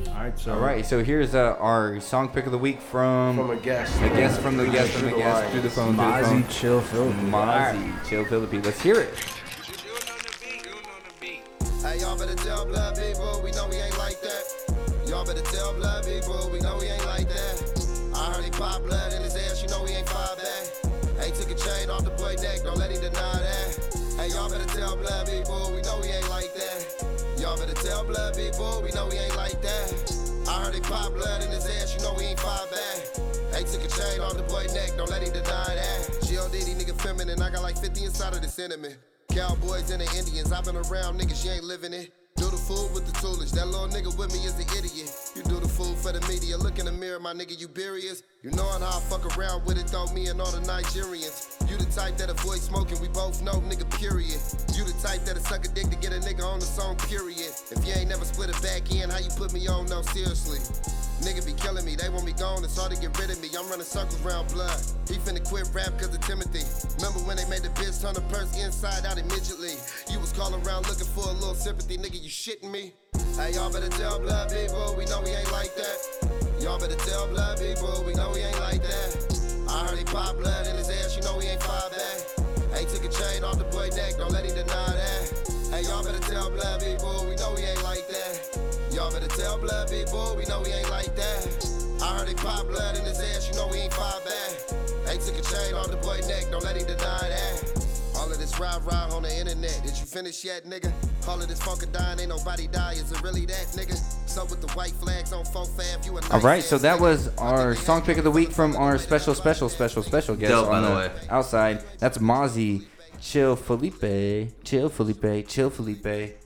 [SPEAKER 14] All right, so
[SPEAKER 4] All right, so here's uh, our song pick of the week from
[SPEAKER 13] From a guest.
[SPEAKER 4] A guest from the guest from
[SPEAKER 13] Through
[SPEAKER 4] the
[SPEAKER 13] the
[SPEAKER 4] guest
[SPEAKER 13] lines.
[SPEAKER 4] through the phone. through the
[SPEAKER 11] Mozzie
[SPEAKER 4] phone.
[SPEAKER 11] Chill Philippi.
[SPEAKER 4] Mozzie Chill Philippi. Let's hear it.
[SPEAKER 29] Hey, y'all better tell blood people we know we ain't like that. Y'all better tell blood people we know we ain't like that. I heard he pop blood in his ass, you know he ain't five that. Hey, took a chain off the boy neck, don't let him deny that. Hey, y'all better tell blood people we know we ain't like that. Y'all better tell blood people we know we ain't like that. I heard he pop blood in his ass, you know he ain't five that. They took a chain off the boy neck, don't let him deny that. GLDD nigga feminine, I got like 50 inside of this sentiment. Cowboys and the Indians, I've been around niggas, you ain't living it. Do the fool with the toolish, that little nigga with me is an idiot. You do the fool for the media, look in the mirror, my nigga, you serious. You knowin' how I fuck around with it, though, me and all the Nigerians. You the type that avoid smoking, we both know, nigga, period. You the type that'll suck a dick to get a nigga on the song, period. If you ain't never split it back in, how you put me on, no, seriously. Nigga be killing me, they want me gone, it's hard to get rid of me. I'm running circles round blood. He finna quit rap cause of Timothy. Remember when they made the bitch turn the purse inside out immediately? You was calling around looking for a little sympathy, nigga, you shitting me? Hey, y'all better tell blood people, we know we ain't like that. Y'all better tell blood people, we know we ain't like that. I heard he pop blood in his ass, you know he ain't five that. Hey, took a chain off the boy neck, don't let him deny that. Hey, y'all better tell blood people, we know we ain't like that. Y'all better tell blood people, we know we ain't like that. I heard he pop blood in his ass, you know we ain't five bad. They took a chain off the boy neck, don't let him deny that. All of this ride ride on the internet. Did you finish yet, nigga? All of this funkadine, ain't nobody die. Is it really that, nigga? So with the white flags on 4 Fab, you a
[SPEAKER 4] All right, so that was our song pick of the week from our special, special, special, special guest
[SPEAKER 25] Dope, by
[SPEAKER 4] on
[SPEAKER 25] the
[SPEAKER 4] the
[SPEAKER 25] way.
[SPEAKER 4] outside. That's Mozzie, Chill Felipe, Chill Felipe, Chill Felipe.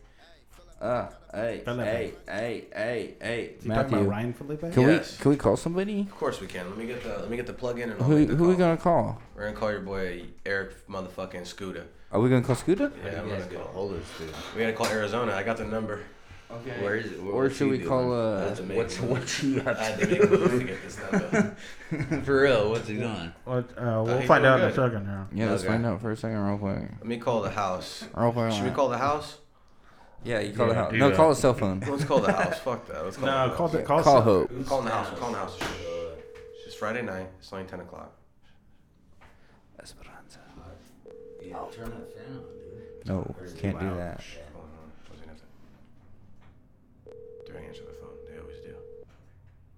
[SPEAKER 4] Uh, hey,
[SPEAKER 14] Felipe.
[SPEAKER 4] hey, hey, hey, hey,
[SPEAKER 14] Is he talking about
[SPEAKER 4] Matthew.
[SPEAKER 14] Ryan Felipe?
[SPEAKER 4] Can
[SPEAKER 13] Yes.
[SPEAKER 4] we can we call somebody?
[SPEAKER 13] Of course we can. Let me get the let me get the plug in and I'll
[SPEAKER 4] Who
[SPEAKER 13] make the
[SPEAKER 4] who we
[SPEAKER 13] call.
[SPEAKER 4] gonna call?
[SPEAKER 13] We're gonna call your boy Eric motherfucking Scooter.
[SPEAKER 4] Are we gonna call Scooter?
[SPEAKER 13] Yeah, I'm gonna go.
[SPEAKER 25] hold this dude.
[SPEAKER 13] We gotta call Arizona. I got the number.
[SPEAKER 25] Okay.
[SPEAKER 4] Where is it? What- Or what's should he we doing? call, uh,
[SPEAKER 25] I had to make
[SPEAKER 4] what's-
[SPEAKER 25] a move.
[SPEAKER 4] what's he up
[SPEAKER 25] I had to
[SPEAKER 4] to?
[SPEAKER 25] make a move to get this stuff done. For real, what's he doing?
[SPEAKER 14] What, uh,
[SPEAKER 25] he
[SPEAKER 14] we'll find
[SPEAKER 25] doing
[SPEAKER 14] out in a
[SPEAKER 25] good.
[SPEAKER 14] second. Yeah.
[SPEAKER 4] Yeah, let's
[SPEAKER 13] Okay.
[SPEAKER 4] find out for a second real quick.
[SPEAKER 13] Let me call the house.
[SPEAKER 4] Real quick.
[SPEAKER 13] Should we call the house?
[SPEAKER 4] Yeah, you call
[SPEAKER 13] Yeah,
[SPEAKER 4] the house.
[SPEAKER 13] do
[SPEAKER 4] No,
[SPEAKER 13] that.
[SPEAKER 4] call a cell phone.
[SPEAKER 13] Let's call the house. Fuck that. Let's call
[SPEAKER 14] No,
[SPEAKER 13] the
[SPEAKER 14] call
[SPEAKER 13] house.
[SPEAKER 14] the- call
[SPEAKER 4] Call Hope.
[SPEAKER 13] We're calling the house. We're calling the house. It's just Friday night. It's only 10 o'clock.
[SPEAKER 4] Esperanza.
[SPEAKER 25] Yeah, turn that fan on, dude.
[SPEAKER 4] No, can't do that.
[SPEAKER 13] Hold on, hold on. Closing nothing. They're going to answer the phone. They always do.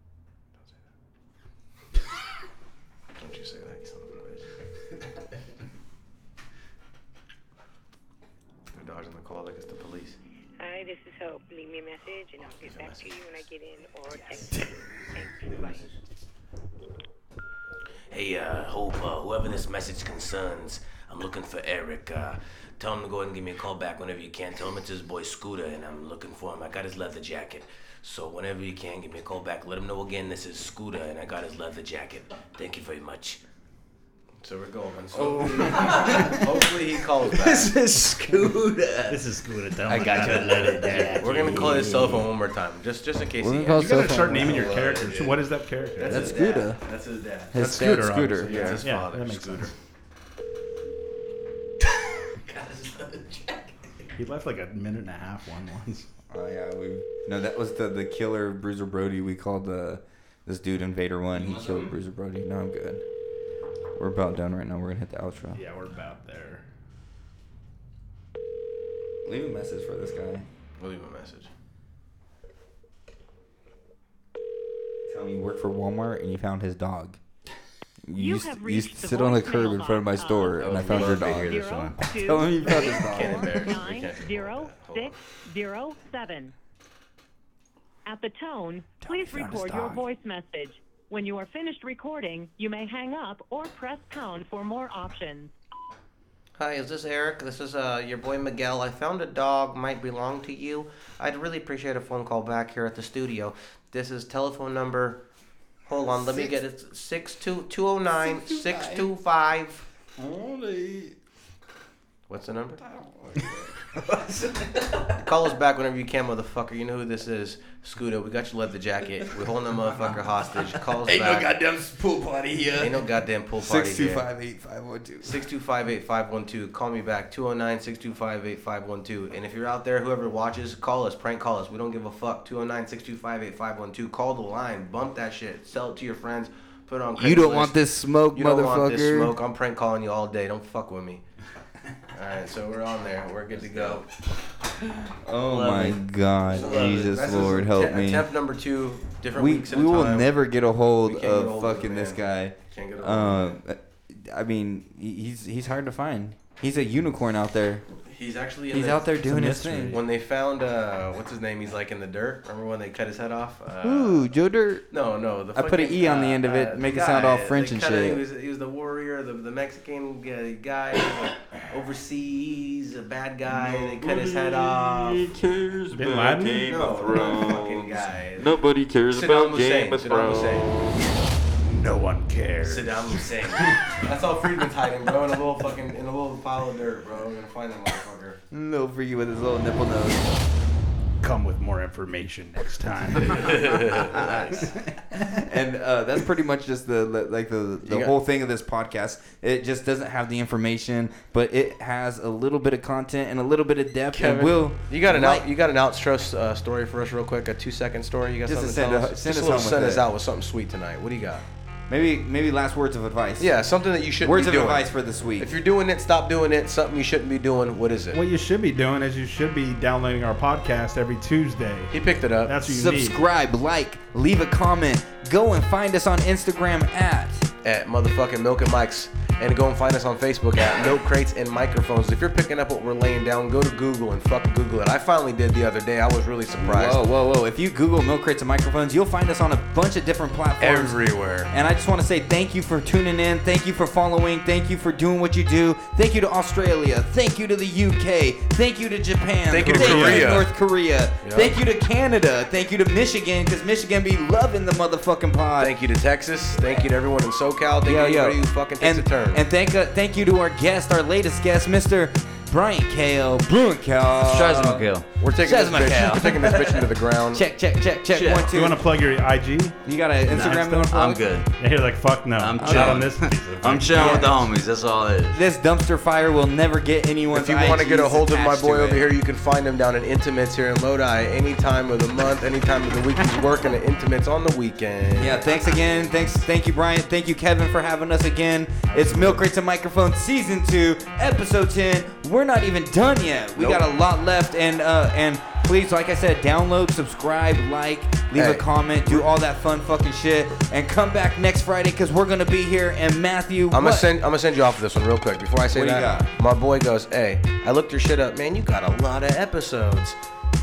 [SPEAKER 13] Don't say that. Don't you say that, you son of a bitch. They're dodging the call like it's the police.
[SPEAKER 30] Hi, this is Hope. Leave me a message and I'll get back to you when I get in or text you. Thank you. Bye.
[SPEAKER 26] Hey, uh, Hope, uh, whoever this message concerns, I'm looking for Eric. Uh, tell him to go ahead and give me a call back whenever you can. Tell him it's his boy Scooter, and I'm looking for him. I got his leather jacket. So whenever you can, give me a call back. Let him know again this is Scooter, and I got his leather jacket. Thank you very much.
[SPEAKER 13] So we're going. So
[SPEAKER 26] Oh.
[SPEAKER 13] hopefully he calls back.
[SPEAKER 25] This is Scooter.
[SPEAKER 26] This is Scooter. Tell
[SPEAKER 25] I
[SPEAKER 13] him
[SPEAKER 25] got
[SPEAKER 13] I
[SPEAKER 25] your
[SPEAKER 13] got
[SPEAKER 25] letter
[SPEAKER 13] it.
[SPEAKER 25] down.
[SPEAKER 13] We're gonna call his cell phone one more time, just just in case.
[SPEAKER 4] We're
[SPEAKER 13] he
[SPEAKER 4] gonna call
[SPEAKER 13] answers.
[SPEAKER 4] his You gotta cell start phone. naming
[SPEAKER 14] your characters. What is that character?
[SPEAKER 13] That's,
[SPEAKER 14] That's
[SPEAKER 13] his dad.
[SPEAKER 14] Scooter.
[SPEAKER 13] That's his dad.
[SPEAKER 14] His That's dad's Scooter, Scooter. obviously.
[SPEAKER 13] That's his
[SPEAKER 14] Yeah,
[SPEAKER 13] father.
[SPEAKER 14] that makes
[SPEAKER 13] Scooter.
[SPEAKER 14] He left like a minute and a half one once.
[SPEAKER 4] Oh yeah, we. No, that was the the killer Bruiser Brody. We called the this dude Invader One. He
[SPEAKER 19] Mm-hmm.
[SPEAKER 4] killed Bruiser Brody. No, I'm good. We're about done right now. We're gonna hit the outro.
[SPEAKER 14] Yeah, we're about there.
[SPEAKER 4] Leave a message for this guy.
[SPEAKER 13] We'll leave him a message.
[SPEAKER 4] Tell him you work for Walmart and you found his dog. You, used,
[SPEAKER 30] have
[SPEAKER 4] to- you used
[SPEAKER 30] reached
[SPEAKER 4] to
[SPEAKER 30] the
[SPEAKER 4] sit on the
[SPEAKER 30] voicemail
[SPEAKER 4] curb in front of my
[SPEAKER 30] box
[SPEAKER 4] store
[SPEAKER 30] of
[SPEAKER 4] and I found your
[SPEAKER 13] Love to
[SPEAKER 4] dog.
[SPEAKER 13] hear this one.
[SPEAKER 4] Tell him you found his dog.
[SPEAKER 13] Can't embarrass him. We
[SPEAKER 30] Nine
[SPEAKER 13] can't.
[SPEAKER 30] zero six zero seven. At the tone, please
[SPEAKER 4] found his
[SPEAKER 30] record your
[SPEAKER 4] dog.
[SPEAKER 30] voice message. When you are finished recording, you may hang up or press pound for more options.
[SPEAKER 19] Hi, is this Eric? This is uh, your boy Miguel. I found a dog might belong to you. I'd really appreciate a phone call back here at the studio. This is telephone number. Hold on, let me
[SPEAKER 25] Six-
[SPEAKER 19] get it. It's Six two two
[SPEAKER 13] oh
[SPEAKER 19] zero nine six two five.
[SPEAKER 25] Only.
[SPEAKER 13] What's the number?
[SPEAKER 19] Call us back whenever you can, motherfucker. You know who this is, Scooter. We got your leather jacket. We're holding the motherfucker hostage. Call us
[SPEAKER 25] Ain't no
[SPEAKER 19] back.
[SPEAKER 25] goddamn pool party here.
[SPEAKER 19] Ain't no goddamn pool party here.
[SPEAKER 25] 625-8512.
[SPEAKER 19] 625-8512. Call me back. 209-625-8512. And if you're out there, whoever watches, call us. Prank call us. We don't give a fuck. 209-625-8512. Call the line. Bump that shit. Sell it to your friends. Put it on
[SPEAKER 4] You don't
[SPEAKER 19] Craigslist.
[SPEAKER 4] want this smoke,
[SPEAKER 19] You don't want this
[SPEAKER 4] motherfucker.
[SPEAKER 19] smoke. I'm prank calling you all day. Don't fuck with me. all right, so we're on there. We're good to go.
[SPEAKER 4] Oh
[SPEAKER 19] Love
[SPEAKER 4] my
[SPEAKER 19] it.
[SPEAKER 4] God,
[SPEAKER 19] Love it.
[SPEAKER 4] Jesus
[SPEAKER 19] That's
[SPEAKER 4] Lord,
[SPEAKER 19] just
[SPEAKER 4] help
[SPEAKER 19] att-
[SPEAKER 4] me.
[SPEAKER 19] Attempt number two. Different
[SPEAKER 4] we
[SPEAKER 19] weeks at
[SPEAKER 4] we
[SPEAKER 19] a
[SPEAKER 4] will
[SPEAKER 19] time.
[SPEAKER 4] never get a hold
[SPEAKER 19] We can't
[SPEAKER 4] of
[SPEAKER 19] get a hold of
[SPEAKER 4] fucking
[SPEAKER 19] him,
[SPEAKER 4] this guy.
[SPEAKER 19] man. Can't get a hold
[SPEAKER 4] Uh, I mean, he- he's he's hard to find. He's a unicorn out there.
[SPEAKER 13] He's actually in
[SPEAKER 4] he's
[SPEAKER 13] the-
[SPEAKER 4] out there
[SPEAKER 13] It's a
[SPEAKER 4] doing his
[SPEAKER 13] mystery.
[SPEAKER 4] thing.
[SPEAKER 13] When they found uh, what's his name? He's like in the dirt. Remember when they cut his head off? Uh,
[SPEAKER 4] Ooh, Joe Dirt.
[SPEAKER 13] No, no. The
[SPEAKER 4] I put an
[SPEAKER 13] fucking,
[SPEAKER 4] E on the end of
[SPEAKER 13] uh,
[SPEAKER 4] it,
[SPEAKER 13] uh,
[SPEAKER 4] make
[SPEAKER 13] the
[SPEAKER 4] it sound all
[SPEAKER 13] guy,
[SPEAKER 4] French
[SPEAKER 13] they
[SPEAKER 4] and
[SPEAKER 13] kinda-
[SPEAKER 4] shit.
[SPEAKER 13] He was, he was the warrior, the, the Mexican uh, guy, uh, overseas, a bad guy. They cut his head off.
[SPEAKER 31] cares
[SPEAKER 13] Bin
[SPEAKER 31] about
[SPEAKER 13] Laden?
[SPEAKER 31] Game
[SPEAKER 13] No,
[SPEAKER 31] of Thrones.
[SPEAKER 13] fucking guy.
[SPEAKER 31] Nobody cares
[SPEAKER 13] Saddam
[SPEAKER 31] about
[SPEAKER 13] Hussein,
[SPEAKER 31] Game of
[SPEAKER 13] Saddam
[SPEAKER 31] Thrones.
[SPEAKER 13] Hussein.
[SPEAKER 31] No one cares.
[SPEAKER 13] Saddam Hussein.
[SPEAKER 19] That's all Friedman's hiding, bro. In a little fucking, in a little pile of dirt, bro. We're gonna find that motherfucker.
[SPEAKER 4] Little freaky with his little nipple nose.
[SPEAKER 14] Come with more information next time.
[SPEAKER 4] Nice. and uh, that's pretty much just the the- like the the
[SPEAKER 14] got-
[SPEAKER 4] whole thing of this podcast. It just doesn't have the information, but it has a little bit of content and a little bit of depth. and will
[SPEAKER 13] you got an
[SPEAKER 4] like-
[SPEAKER 13] out, you got an outstro uh, story for us real quick, a two second story. You got
[SPEAKER 4] Just to
[SPEAKER 13] something
[SPEAKER 4] send
[SPEAKER 13] to tell
[SPEAKER 4] a-
[SPEAKER 13] us?
[SPEAKER 4] send
[SPEAKER 13] Just
[SPEAKER 4] us
[SPEAKER 13] a little
[SPEAKER 4] home with
[SPEAKER 13] send us
[SPEAKER 4] it.
[SPEAKER 13] out with something sweet tonight. What do you got?
[SPEAKER 4] Maybe maybe last words of advice.
[SPEAKER 13] Yeah, something that you shouldn't
[SPEAKER 4] Words
[SPEAKER 13] be
[SPEAKER 4] of
[SPEAKER 13] doing.
[SPEAKER 4] advice for this week.
[SPEAKER 13] If you're doing it, stop doing it. Something you shouldn't be doing. What is it?
[SPEAKER 14] What you should be doing is you should be downloading our podcast every Tuesday.
[SPEAKER 13] He picked it up.
[SPEAKER 14] That's what you need.
[SPEAKER 4] Subscribe, like, leave a comment. Go and find us on Instagram at
[SPEAKER 13] at motherfucking Milk and Mike's. And go and find us on Facebook at Milk Crates and Microphones. If you're picking up what we're laying down, go to Google and fucking Google it. I finally did the other day. I was really surprised.
[SPEAKER 4] Whoa, whoa, whoa. If you Google Milk Crates and Microphones, you'll find us on a bunch of different platforms.
[SPEAKER 13] Everywhere.
[SPEAKER 4] And I just want to say thank you for tuning in. Thank you for following. Thank you for doing what you do. Thank you to Australia. Thank you to the UK. Thank you to Japan.
[SPEAKER 13] Thank you to Korea.
[SPEAKER 4] North Korea.
[SPEAKER 13] Yep.
[SPEAKER 4] Thank you to Canada. Thank you to Michigan, because Michigan be loving the motherfucking pod.
[SPEAKER 13] Thank you to Texas. Thank you to everyone in SoCal. Thank
[SPEAKER 4] Yo,
[SPEAKER 13] you to
[SPEAKER 4] yo.
[SPEAKER 13] everybody who fucking takes
[SPEAKER 4] and,
[SPEAKER 13] a turn.
[SPEAKER 4] And thank uh, thank you to our guest, our latest guest, Mr. Brian Kale, Bruin Kale.
[SPEAKER 11] Shazma Kale.
[SPEAKER 13] We're taking this
[SPEAKER 4] Shazma
[SPEAKER 13] bitch-
[SPEAKER 4] Kale.
[SPEAKER 13] we're taking this bitch into the ground.
[SPEAKER 4] Check, check, check, check. One, two.
[SPEAKER 14] You want to plug your IG?
[SPEAKER 4] You got an Instagram? you wanna plug?
[SPEAKER 11] I'm good.
[SPEAKER 14] And you're like, fuck no.
[SPEAKER 11] I'm
[SPEAKER 14] not
[SPEAKER 11] chilling.
[SPEAKER 14] on this.
[SPEAKER 11] I'm chilling with the homies. That's all it is.
[SPEAKER 4] This dumpster fire will never get anyone.
[SPEAKER 13] If you want to get a hold of my boy over here, you can find him down at Intimates here in Lodi any time of the month, any time of the week. He's working at Intimates on the weekend.
[SPEAKER 4] Yeah, thanks again. Thanks, thank you, Brian. Thank you, Kevin, for having us again. It's Milk Crates and Microphones Season Two, Episode Ten. We're not even done yet. We got a lot left, and uh, and please, like I said, download, subscribe, like, leave a
[SPEAKER 13] Hey.
[SPEAKER 4] comment, do all that fun fucking shit, and come back next Friday because we're gonna be here. And Matthew,
[SPEAKER 13] I'm
[SPEAKER 4] what?
[SPEAKER 13] gonna send I'm gonna send you off of this one real quick before I say
[SPEAKER 4] What do you
[SPEAKER 13] that. My boy goes, "Hey, I looked your shit up, man. You got a lot of episodes."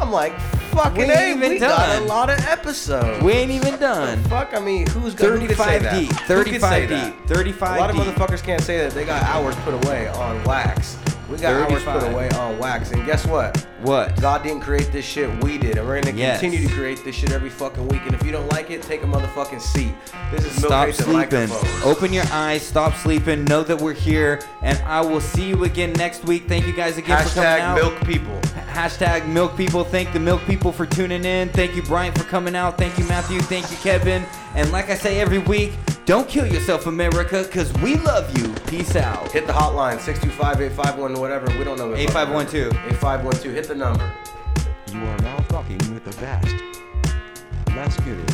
[SPEAKER 13] I'm like, "Fucking
[SPEAKER 4] We ain't
[SPEAKER 13] hey,
[SPEAKER 4] even
[SPEAKER 13] we got a
[SPEAKER 4] done.
[SPEAKER 13] lot of episodes."
[SPEAKER 4] We ain't even done.
[SPEAKER 13] Fuck, I mean, who's gonna who could say
[SPEAKER 4] 35
[SPEAKER 13] that?
[SPEAKER 4] deep.
[SPEAKER 13] Who could say
[SPEAKER 4] 35
[SPEAKER 13] that?
[SPEAKER 4] deep. 35
[SPEAKER 13] A lot of
[SPEAKER 4] deep.
[SPEAKER 13] motherfuckers can't say that. They got hours put away on wax. We got hours
[SPEAKER 4] 35.
[SPEAKER 13] put away on wax, and guess what?
[SPEAKER 4] What?
[SPEAKER 13] God didn't create this shit. We did, and we're gonna
[SPEAKER 4] Yes.
[SPEAKER 13] continue to create this shit every fucking week. And if you don't like it, take a motherfucking seat. This is Milk
[SPEAKER 4] Stop
[SPEAKER 13] Crates and
[SPEAKER 4] sleeping.
[SPEAKER 13] Microphones.
[SPEAKER 4] Open your eyes. Stop sleeping. Know that we're here, and I will see you again next week. Thank you guys again for coming
[SPEAKER 13] Hashtag
[SPEAKER 4] out.
[SPEAKER 13] milk people.
[SPEAKER 4] Hashtag milk people. Thank the milk people for tuning in. Thank you, Brian, for coming out. Thank you, Matthew. Thank you, Kevin. And like I say every week, don't kill yourself, America, because we love you. Peace out.
[SPEAKER 13] Hit the hotline 625 851 whatever. We don't know.
[SPEAKER 4] 8512.
[SPEAKER 13] 8512. Hit the number.
[SPEAKER 32] You are now talking with the vast. Masculine.